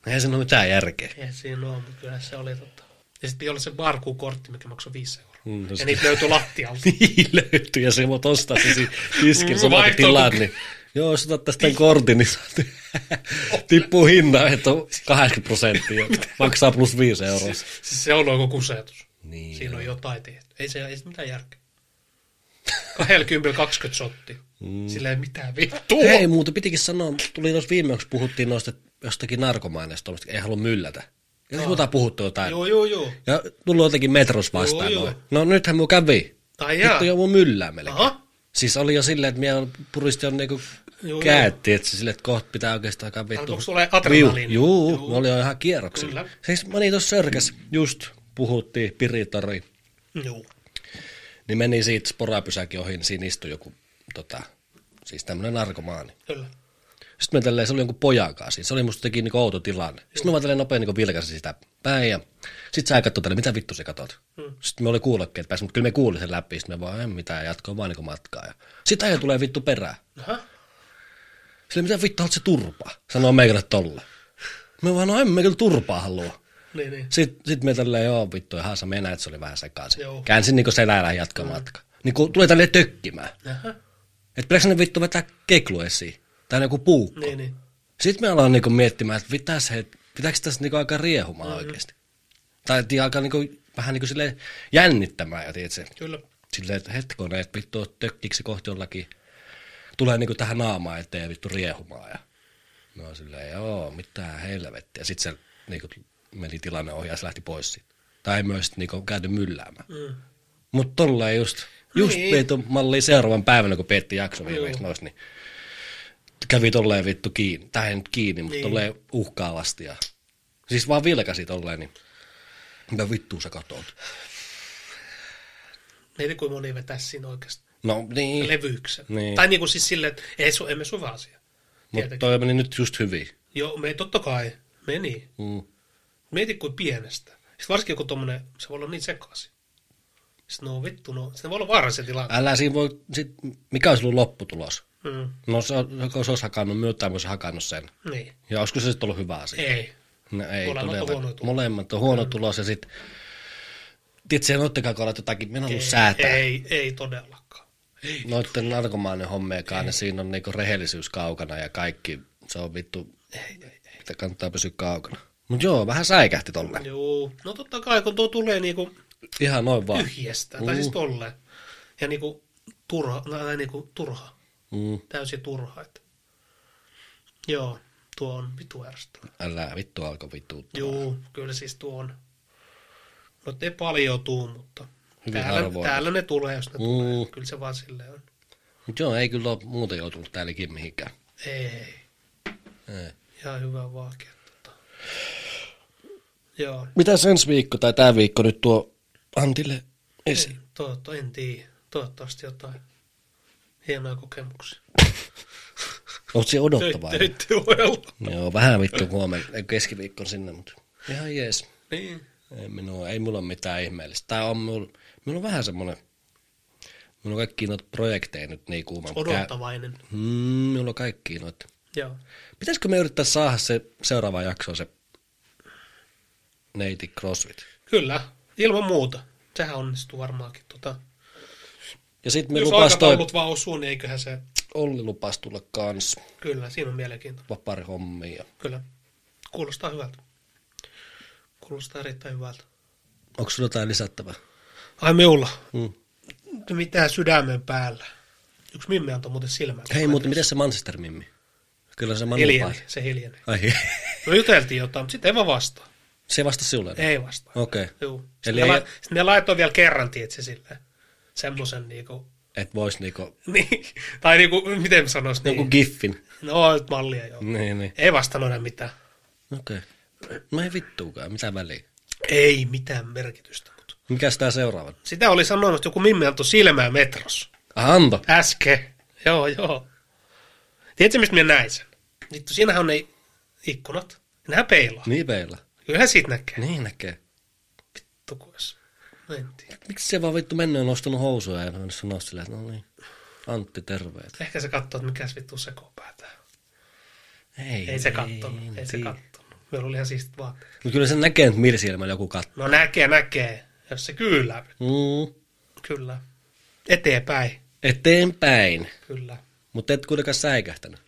Speaker 2: Eihän siinä ole mitään järkeä.
Speaker 1: Ei siinä ole, mutta kyllä se oli tota. Ja sitten piti olla se barkukortti, mikä maksoi 5 euroa.
Speaker 2: Mm,
Speaker 1: Mm,
Speaker 2: no se-
Speaker 1: ja niitä löytyi
Speaker 2: (laughs)
Speaker 1: lattialta.
Speaker 2: Niin löytyy, ja se voit ostaa se siinä tiskillä, sama kun
Speaker 1: Vaihto-
Speaker 2: tilaat, niin joo, jos otat tästä tämän kortin, niin saat (laughs) tippuu hinnan, että on 80 prosenttia, maksaa plus 5 euroa.
Speaker 1: Siis se on joku kusetus.
Speaker 2: Niin
Speaker 1: Siinä on jotain tehty. Ei se ei se mitään järkeä. 20 20 sotti. Mm. Sillä ei mitään vittua.
Speaker 2: Hei, muuta pitikin sanoa, tuli tuossa viimeksi puhuttiin noista jostakin narkomaaneista, tuommoista, ei halua myllätä. Ja no. jotain puhuttu jotain. Joo.
Speaker 1: Joo, joo, joo.
Speaker 2: Ja tullut jotenkin metros vastaan.
Speaker 1: Joo,
Speaker 2: Joo,
Speaker 1: joo.
Speaker 2: joo. No nythän mun kävi.
Speaker 1: Tai jaa.
Speaker 2: Vittu jo mun myllää melkein.
Speaker 1: Aha.
Speaker 2: Siis oli jo silleen, että minä puristi on niinku
Speaker 1: Joo,
Speaker 2: käätti, että se silleen, että kohta pitää oikeastaan alkaa vittu.
Speaker 1: Alkoiko sulle adrenaliini?
Speaker 2: Juu, juu, mä olin jo ihan kierroksilla.
Speaker 1: Kyllä.
Speaker 2: Siis mä olin tuossa sörkäs, just puhuttiin Piritori,
Speaker 1: Joo.
Speaker 2: niin meni siitä sporapysäkin ohi, niin siinä istui joku, tota, siis tämmönen narkomaani.
Speaker 1: Kyllä.
Speaker 2: Sitten mä tälleen, se oli jonkun pojakaa siinä. Se oli musta jotenkin niinku outo tilanne. Sitten mä vaan tälleen nopein niinku vilkasin sitä päin ja sit sä katsoit tälleen, mitä vittu sä katot. Sitten me oli kuulokkeet päässä, mutta kyllä me kuulin sen läpi. Sitten me vaan, en mitään, jatkoa vaan niinku matkaa. Ja sit äijä tulee vittu perään.
Speaker 1: Aha.
Speaker 2: Sille, mitä vittu, oot se turpa? Sanoo meikälle tolle. Me vaan, no en mä kyllä turpaa halua.
Speaker 1: Niin, niin.
Speaker 2: Sitten sit me tälleen, joo vittu, ihan sä mennä, että se oli vähän sekaisin.
Speaker 1: Joo.
Speaker 2: Käänsin niinku selällä ja jatkoin matkaa. Niinku tulee tälleen tökkimään.
Speaker 1: Aha.
Speaker 2: Että pitääkö ne vittu vetää keklu esiin? Tai joku puukko.
Speaker 1: Niin, niin.
Speaker 2: Sitten me aloin niinku miettimään, että pitäis he, pitääkö tässä niinku alkaa riehumaan mm-hmm. oikeasti. Tai että alkaa niinku, vähän niinku silleen jännittämään ja tiedätkö,
Speaker 1: Kyllä.
Speaker 2: silleen, että hetkonen, että vittu tökkiksi kohti jollakin. Tulee niinku tähän naamaan eteen ja vittu riehumaan. Ja no silleen, joo, mitään helvettiä. Sitten se niinku meni tilanne ohi ja se lähti pois siitä. Tai ei myös niinku käyty mylläämään.
Speaker 1: Mm.
Speaker 2: Mutta tolleen just, just
Speaker 1: Niin.
Speaker 2: niin. vittu malli seuraavan päivänä, kun Peetti jakso viimeksi noissa, niin kävi tolleen vittu kiinni, tai ei nyt kiinni, mutta
Speaker 1: Niin.
Speaker 2: niin. tolleen uhkaavasti ja siis vaan vilkasi tolleen, niin mitä vittua sä katot?
Speaker 1: Mietin, Niin, kuin moni vetää siinä oikeasti
Speaker 2: No niin,
Speaker 1: levyyksen.
Speaker 2: Niin.
Speaker 1: Tai niin kuin siis silleen, että ei, su, emme suva asia.
Speaker 2: mutta
Speaker 1: Tietenkin.
Speaker 2: toi meni nyt just hyvin.
Speaker 1: Joo, me totta kai meni.
Speaker 2: Mm.
Speaker 1: Mieti kuin pienestä. Sitten varsinkin joku tommonen, se voi olla niin sekaisin. Sitten no vittu, no, se voi olla vaarallisia tilanteita.
Speaker 2: Älä siinä voi, sit, mikä olisi ollut lopputulos?
Speaker 1: Mm.
Speaker 2: No se, on- joko se olisi hakannut myötä tai olisi hakannut sen.
Speaker 1: Niin,
Speaker 2: Ja olisiko se sitten ollut hyvä asia?
Speaker 1: ei.
Speaker 2: No ei,
Speaker 1: Molemmat on Mm.
Speaker 2: todella.
Speaker 1: huono tulos.
Speaker 2: Molemmat on huono tulos ja sitten, tiedätkö, noittakaa kun alat jotakin, minä haluan
Speaker 1: ei,
Speaker 2: säätää.
Speaker 1: Ei, ei todellakaan.
Speaker 2: Noitten narkomaanien hommeekaan, niin siinä on niinku rehellisyys kaukana ja kaikki, se on vittu, mitä kannattaa pysyä kaukana. Mut joo, vähän säikähti tolle.
Speaker 1: Joo, no totta kai, kun tuo tulee niinku
Speaker 2: Ihan noin vaan.
Speaker 1: tyhjästä, tai siis tolleen. Ja niinku turha, tai niinku turha,
Speaker 2: Mm,
Speaker 1: täysin turha. Että. Joo, tuo on vitu ärsyttävä.
Speaker 2: älä vittu alko vituuttaa.
Speaker 1: Joo, kyllä siis tuo on. No ei paljon tuu, mutta
Speaker 2: Hyvin
Speaker 1: täällä,
Speaker 2: harvoin.
Speaker 1: täällä, ne tulee, jos ne tulee.
Speaker 2: Mm.
Speaker 1: Kyllä se vaan silleen on.
Speaker 2: Mut joo, ei kyllä ole muuten joutunut täälläkin mihinkään.
Speaker 1: Ei,
Speaker 2: Ei.
Speaker 1: ihan hyvä vaakia. Tota. Joo,
Speaker 2: Mitäs ensi viikko tai tää viikko nyt tuo Antille
Speaker 1: ei,
Speaker 2: esi?
Speaker 1: toivotto, en tiedä. Toivottavasti jotain hienoja kokemuksia.
Speaker 2: Oot siellä odottavainen?
Speaker 1: Töitä ei voi olla.
Speaker 2: Joo, vähän vittu huomenna, ei, keskiviikkona sinne, mutta ihan jees.
Speaker 1: Niin.
Speaker 2: Ei, minua, ei mulla ole mitään ihmeellistä. Tää on mulla, mulla on vähän semmonen, mulla on kaikki noita projekteja nyt niin kuuma.
Speaker 1: Odottavainen.
Speaker 2: Mm, mulla on kaikki noita.
Speaker 1: Joo.
Speaker 2: Pitäisikö me yrittää saada se seuraava jakso se neiti CrossFit?
Speaker 1: Kyllä, ilman muuta. Sehän onnistuu varmaankin. Tota,
Speaker 2: Ja sitten me
Speaker 1: jos
Speaker 2: lupas toi,
Speaker 1: aikataulut vaan osuu, niin eiköhän se...
Speaker 2: Olli lupas tulla kans
Speaker 1: Kyllä, siinä on mielenkiintoa.
Speaker 2: vapari hommia.
Speaker 1: Kyllä. Kuulostaa hyvältä. Kuulostaa erittäin hyvältä.
Speaker 2: Onko sulla jotain lisättävää?
Speaker 1: Ai miulla.
Speaker 2: Mm.
Speaker 1: Mitä sydämen päällä? Yksi Mimmi antoi muuten silmään.
Speaker 2: Hei, mutta miten se Manchester Mimmi? Kyllä se Manu
Speaker 1: Hiljeni,
Speaker 2: paita.
Speaker 1: se hiljeni.
Speaker 2: Ai, (laughs)
Speaker 1: Me juteltiin jotain, mutta sitten ei vaan vastaa.
Speaker 2: se vasta sinulle.
Speaker 1: Ei vastaa.
Speaker 2: Okei. Okay.
Speaker 1: Joo. Sitten
Speaker 2: Eli
Speaker 1: ne,
Speaker 2: ei,
Speaker 1: la- sitten ne laittoi vielä kerran, tietse silleen. Semmoisen niinku, (laughs)
Speaker 2: et vois niinku,
Speaker 1: niin, tai niinku, miten mä sanois
Speaker 2: joku
Speaker 1: niin.
Speaker 2: giffin.
Speaker 1: No, nyt mallia joo.
Speaker 2: Niin, niin.
Speaker 1: Ei vastannut enää mitään.
Speaker 2: Okei. Okay. No ei vittuukaan, mitä väliä.
Speaker 1: Ei mitään merkitystä. Mut.
Speaker 2: Mikä sitä seuraava?
Speaker 1: Sitä oli sanonut, että joku Mimmi antoi silmää metros.
Speaker 2: Ah, Anto.
Speaker 1: Äske. Joo, joo. Tiedätkö, mistä minä näin sen? Vittu, siinähän on ne ikkunat. Nehän peilaa.
Speaker 2: Niin peillä.
Speaker 1: Kyllähän siitä näkee.
Speaker 2: Niin näkee.
Speaker 1: Tukuis. No en tiedä.
Speaker 2: Miksi se vaan vittu mennyt on nostanut housuja ja mennyt sanoa silleen, että no niin, Antti terveet.
Speaker 1: Ehkä se katsoo, että mikä se vittu sekoo päätään.
Speaker 2: Ei,
Speaker 1: Ei se kattonut, ei se
Speaker 2: tiedä.
Speaker 1: kattonut. Meillä oli ihan siistit vaatteet.
Speaker 2: Mut kyllä se näkee, että millä silmällä joku katsoo.
Speaker 1: No näkee, näkee. Jos se kyllä,
Speaker 2: Mm.
Speaker 1: kyllä. Eteenpäin,
Speaker 2: Eteenpäin.
Speaker 1: kyllä.
Speaker 2: Mutta et kuitenkaan säikähtänyt.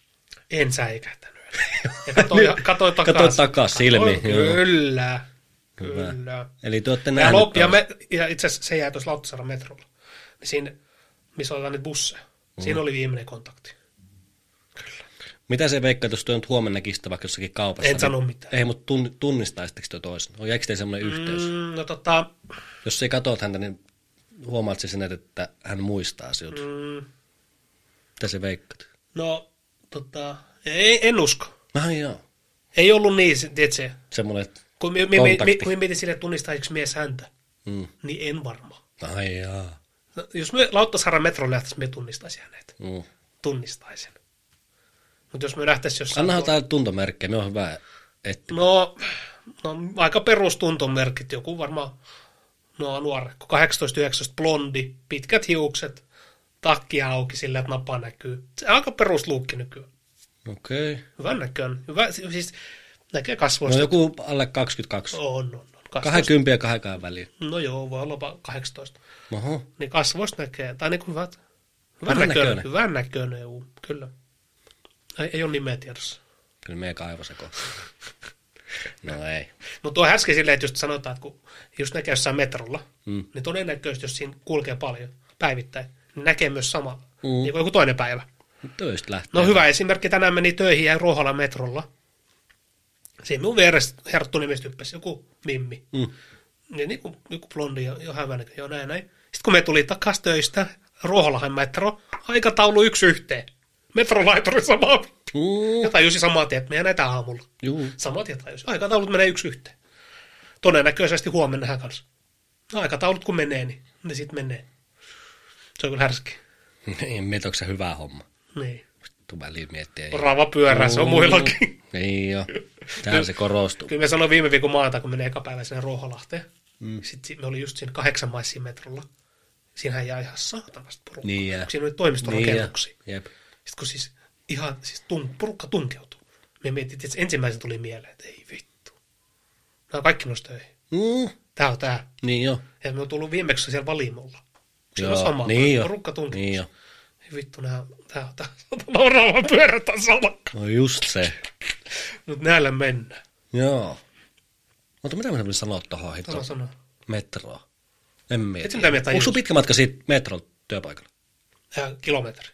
Speaker 1: En säikähtänyt.
Speaker 2: (laughs)
Speaker 1: Ja katoi,
Speaker 2: Niin.
Speaker 1: katoi takas.
Speaker 2: Katoi takas silmiin, joo.
Speaker 1: Kyllä.
Speaker 2: Hyvä.
Speaker 1: Kyllä.
Speaker 2: Eli te olette
Speaker 1: Ja,
Speaker 2: nähneet.
Speaker 1: lop, ja,
Speaker 2: taas.
Speaker 1: me, ja itse asiassa se jää tuossa Lauttasaaren metrolla. Niin siinä, missä otetaan niitä busseja.
Speaker 2: Mm.
Speaker 1: Siinä oli viimeinen kontakti.
Speaker 2: Mitä se veikkaat, jos te nyt huomenna näkisitte vaikka jossakin kaupassa? Niin
Speaker 1: En sano mitään.
Speaker 2: Ei, mutta tunn, tunnistaisitteko te toisen? On jäikö teillä semmoinen mm. yhteys?
Speaker 1: Mm, no tota,
Speaker 2: Jos sä katsot häntä, niin huomaat sä sen, että hän muistaa sinut. Mm.
Speaker 1: mm,
Speaker 2: Mitä se veikkaat?
Speaker 1: no tota, ei, en usko.
Speaker 2: Ah joo,
Speaker 1: Ei ollut niin, se- tiedätkö,
Speaker 2: semmoinen, että
Speaker 1: kun mi, mi, mi, mi,
Speaker 2: Kontakti.
Speaker 1: mi, mietin sille, että tunnistaisiko mies häntä,
Speaker 2: mm.
Speaker 1: niin en varmaan.
Speaker 2: ai jaa.
Speaker 1: No, jos me Lauttasaaren metrolle lähtäisiin, me tunnistaisin hänet.
Speaker 2: Mm.
Speaker 1: Tunnistaisin. Mutta jos me lähtäisiin jossain...
Speaker 2: Annahan täällä tuntomerkkejä, me on hyvä etti.
Speaker 1: No, no aika perustuntomerkit, joku varmaan no nuorekko, 18-19, blondi, pitkät hiukset, takki auki sillä, että napa näkyy. Se on aika perusluukki nykyään.
Speaker 2: Okei. No Okay.
Speaker 1: Hyvän näköinen. Hyvä, siis näkee
Speaker 2: No
Speaker 1: kasvoista.
Speaker 2: joku alle 22.
Speaker 1: No, on, on, on. Kasvoista.
Speaker 2: 20 ja 20 väliin.
Speaker 1: No joo, voi olla jopa 18.
Speaker 2: Oho.
Speaker 1: Niin kasvoista näkee, tai niin kuin hyvät. Hyvän
Speaker 2: Hyvän
Speaker 1: näköinen.
Speaker 2: näköinen.
Speaker 1: Hyvän näköinen, juu, kyllä. Ei, ei ole nimeä tiedossa.
Speaker 2: Kyllä meidän kaivoseko. (laughs) no ei.
Speaker 1: Mutta tuo äsken silleen, että just sanotaan, että kun just näkee jossain metrolla, mm.
Speaker 2: Mm.
Speaker 1: niin todennäköisesti, jos siinä kulkee paljon päivittäin, niin näkee myös samalla. Mm.
Speaker 2: Mm.
Speaker 1: Niin kuin joku toinen päivä.
Speaker 2: Nyt Töistä lähtee.
Speaker 1: No hyvä esimerkki, tänään meni töihin ja Ruohola metrolla. Siinä mun vieressä herttu nimistyppäsi joku mimmi.
Speaker 2: Mm.
Speaker 1: Niin, niin kuin, joku blondi jo, jo hävänäkö, jo näin näin. Sitten kun me tuli takas töistä, Ruoholahan metro, aikataulu yksi yhteen. Metrolaituri sama.
Speaker 2: Mm.
Speaker 1: Ja tajusin saman tien, että meidän näitä aamulla.
Speaker 2: Juu.
Speaker 1: Samat ja tajus. Aikataulut menee yksi yhteen. Todennäköisesti huomenna hän kanssa. No, Aikataulut kun menee, niin ne sitten menee. Se on kyllä härski.
Speaker 2: Niin, mieti, onko se hyvä homma.
Speaker 1: Niin.
Speaker 2: Vittu väliin miettiä. ei.
Speaker 1: Orava pyörä, se on muillakin.
Speaker 2: Niin joo. Tähän se korostuu.
Speaker 1: Kyllä me sanoin viime viikon maanantai, kun menee eka päivä sinne Ruoholahteen. Mm. Sitten si- me oli just siinä kahdeksan maissin metrolla. Siinähän jäi ihan saatamasta porukkaa.
Speaker 2: Niin jää.
Speaker 1: kun Siinä oli toimistorakennuksia.
Speaker 2: Niin, ja- jep.
Speaker 1: Sitten kun siis ihan, siis tun, porukka tunkeutuu. Me mietittiin, että ensimmäisen tuli mieleen, että ei vittu. Nämä on kaikki noista töihin.
Speaker 2: Mm.
Speaker 1: Tää on tää.
Speaker 2: Niin joo.
Speaker 1: Ja me on tullut viimeksi siellä valimolla. Se
Speaker 2: Joo,
Speaker 1: on sama.
Speaker 2: niin jo.
Speaker 1: Porukka tuntuu.
Speaker 2: Niin jo.
Speaker 1: Ei vittu, nää, tää on tää (laughs) orava pyörätasolla.
Speaker 2: No just se.
Speaker 1: Mut näillä mennään.
Speaker 2: Joo. Mutta mitä mä sanoin sanoa tuohon
Speaker 1: Tämä
Speaker 2: hitto?
Speaker 1: sana.
Speaker 2: Metroa. En mieti.
Speaker 1: Et sä mitään mieltä
Speaker 2: Onko sun
Speaker 1: tajus?
Speaker 2: pitkä matka siitä metron työpaikalle?
Speaker 1: Äh, kilometri.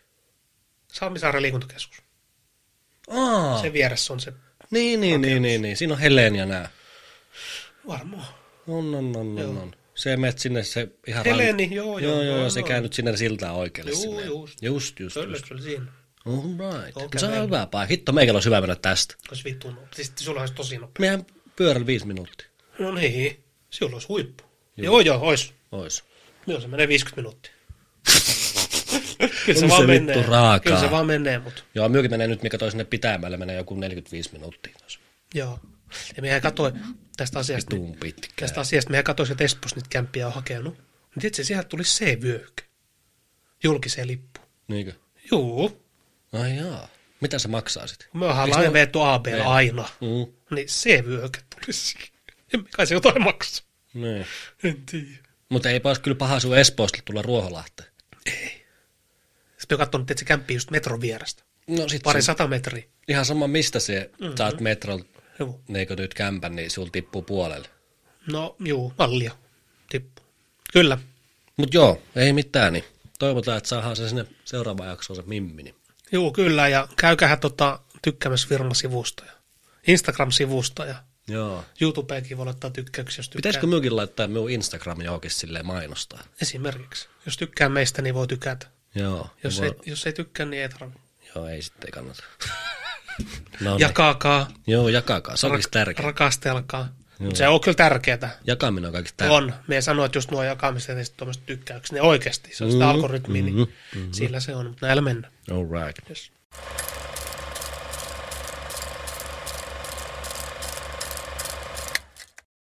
Speaker 1: Salmisaaren liikuntakeskus.
Speaker 2: Aa,
Speaker 1: Sen vieressä on se
Speaker 2: niin, niin, niin, niin, niin. Siinä on Helen ja nää.
Speaker 1: varmaan.
Speaker 2: On, on, on,
Speaker 1: Joo.
Speaker 2: on, on. Se menet sinne, se ihan
Speaker 1: Heleni, joo, joo,
Speaker 2: joo, joo,
Speaker 1: joo,
Speaker 2: joo, se
Speaker 1: joo.
Speaker 2: käännyt sinne siltaan oikealle.
Speaker 1: Juu,
Speaker 2: sinne.
Speaker 1: just.
Speaker 2: Just, just,
Speaker 1: Kyllä,
Speaker 2: just.
Speaker 1: kyllä siinä.
Speaker 2: All right.
Speaker 1: Okei,
Speaker 2: Okay, se on
Speaker 1: mennään.
Speaker 2: hyvä paikka. Hitto, meikällä olisi hyvä mennä tästä.
Speaker 1: Olisi vittu no. Siis sulla olisi tosi nopea.
Speaker 2: Mehän pyörällä viisi minuuttia.
Speaker 1: No niin, sinulla olisi huippu. Joo, joo, ois.
Speaker 2: Ois.
Speaker 1: Joo, se menee 50
Speaker 2: (laughs)
Speaker 1: minuuttia. kyllä se
Speaker 2: On
Speaker 1: vaan
Speaker 2: se vittu
Speaker 1: menee.
Speaker 2: raakaa.
Speaker 1: Kyllä se vaan menee, mutta
Speaker 2: Joo, myökin menee nyt, mikä toi sinne pitämällä, menee joku 45 minuuttia. tuossa.
Speaker 1: Joo. Ja mehän katsoi tästä asiasta.
Speaker 2: Vitun pitkä.
Speaker 1: Tästä asiasta mehän katsoi, että Espoossa niitä kämpiä on hakenut. Niin tiedätkö, siihen tuli C-vyöhyke. Julkiseen lippuun.
Speaker 2: Niinkö?
Speaker 1: Juu.
Speaker 2: Ai jaa. Mitä se maksaa sitten?
Speaker 1: Me ollaan
Speaker 2: Eikö ne-
Speaker 1: lain veetty AB
Speaker 2: Ei.
Speaker 1: aina.
Speaker 2: Mm.
Speaker 1: Niin C-vyöhyke tuli siihen. En kai (laughs) se jotain maksa.
Speaker 2: Niin.
Speaker 1: En tiedä.
Speaker 2: Mutta ei olisi kyllä paha sun Espoosta tulla Ruoholahteen.
Speaker 1: Sitten me katsoin, että se kämppi just metron vierestä.
Speaker 2: No sit
Speaker 1: Pari Mhm.
Speaker 2: se,
Speaker 1: sata metriä.
Speaker 2: ihan sama mistä se mm-hmm. saat metron,
Speaker 1: Juu.
Speaker 2: neikö nyt kämpän, niin sul tippuu puolelle.
Speaker 1: No juu, mallia. Tippu. Kyllä.
Speaker 2: Mutta joo, ei mitään, niin toivotaan, että saadaan se sinne seuraavaan jaksoon se mimmi. Niin.
Speaker 1: Joo, kyllä, ja käykähän tota, tykkäämässä firmasivustoja, Instagram-sivustoja.
Speaker 2: Joo.
Speaker 1: YouTubeenkin voi laittaa tykkäyksiä, jos tykkää.
Speaker 2: Pitäisikö myökin laittaa minun Instagram johonkin silleen mainostaa?
Speaker 1: Esimerkiksi. Jos tykkää meistä, niin voi tykätä.
Speaker 2: Joo.
Speaker 1: Jos,
Speaker 2: voi-
Speaker 1: ei, jos ei tykkää, niin ei tarvitse.
Speaker 2: Joo, ei sitten kannata. (laughs) no niin.
Speaker 1: Jakakaa,
Speaker 2: Joo, jakakaa. Se on kaikista
Speaker 1: rak-
Speaker 2: tärkeää.
Speaker 1: rakastelkaa. Mut se on kyllä tärkeää.
Speaker 2: Jakaminen on kaikista tärkeää.
Speaker 1: On. Me sanoin, että just nuo jakamiset ja tuommoiset tykkäykset, ne oikeasti, se on sitä algoritmia, niin sillä se on, mutta näillä mennään.
Speaker 2: All right.
Speaker 1: Yes.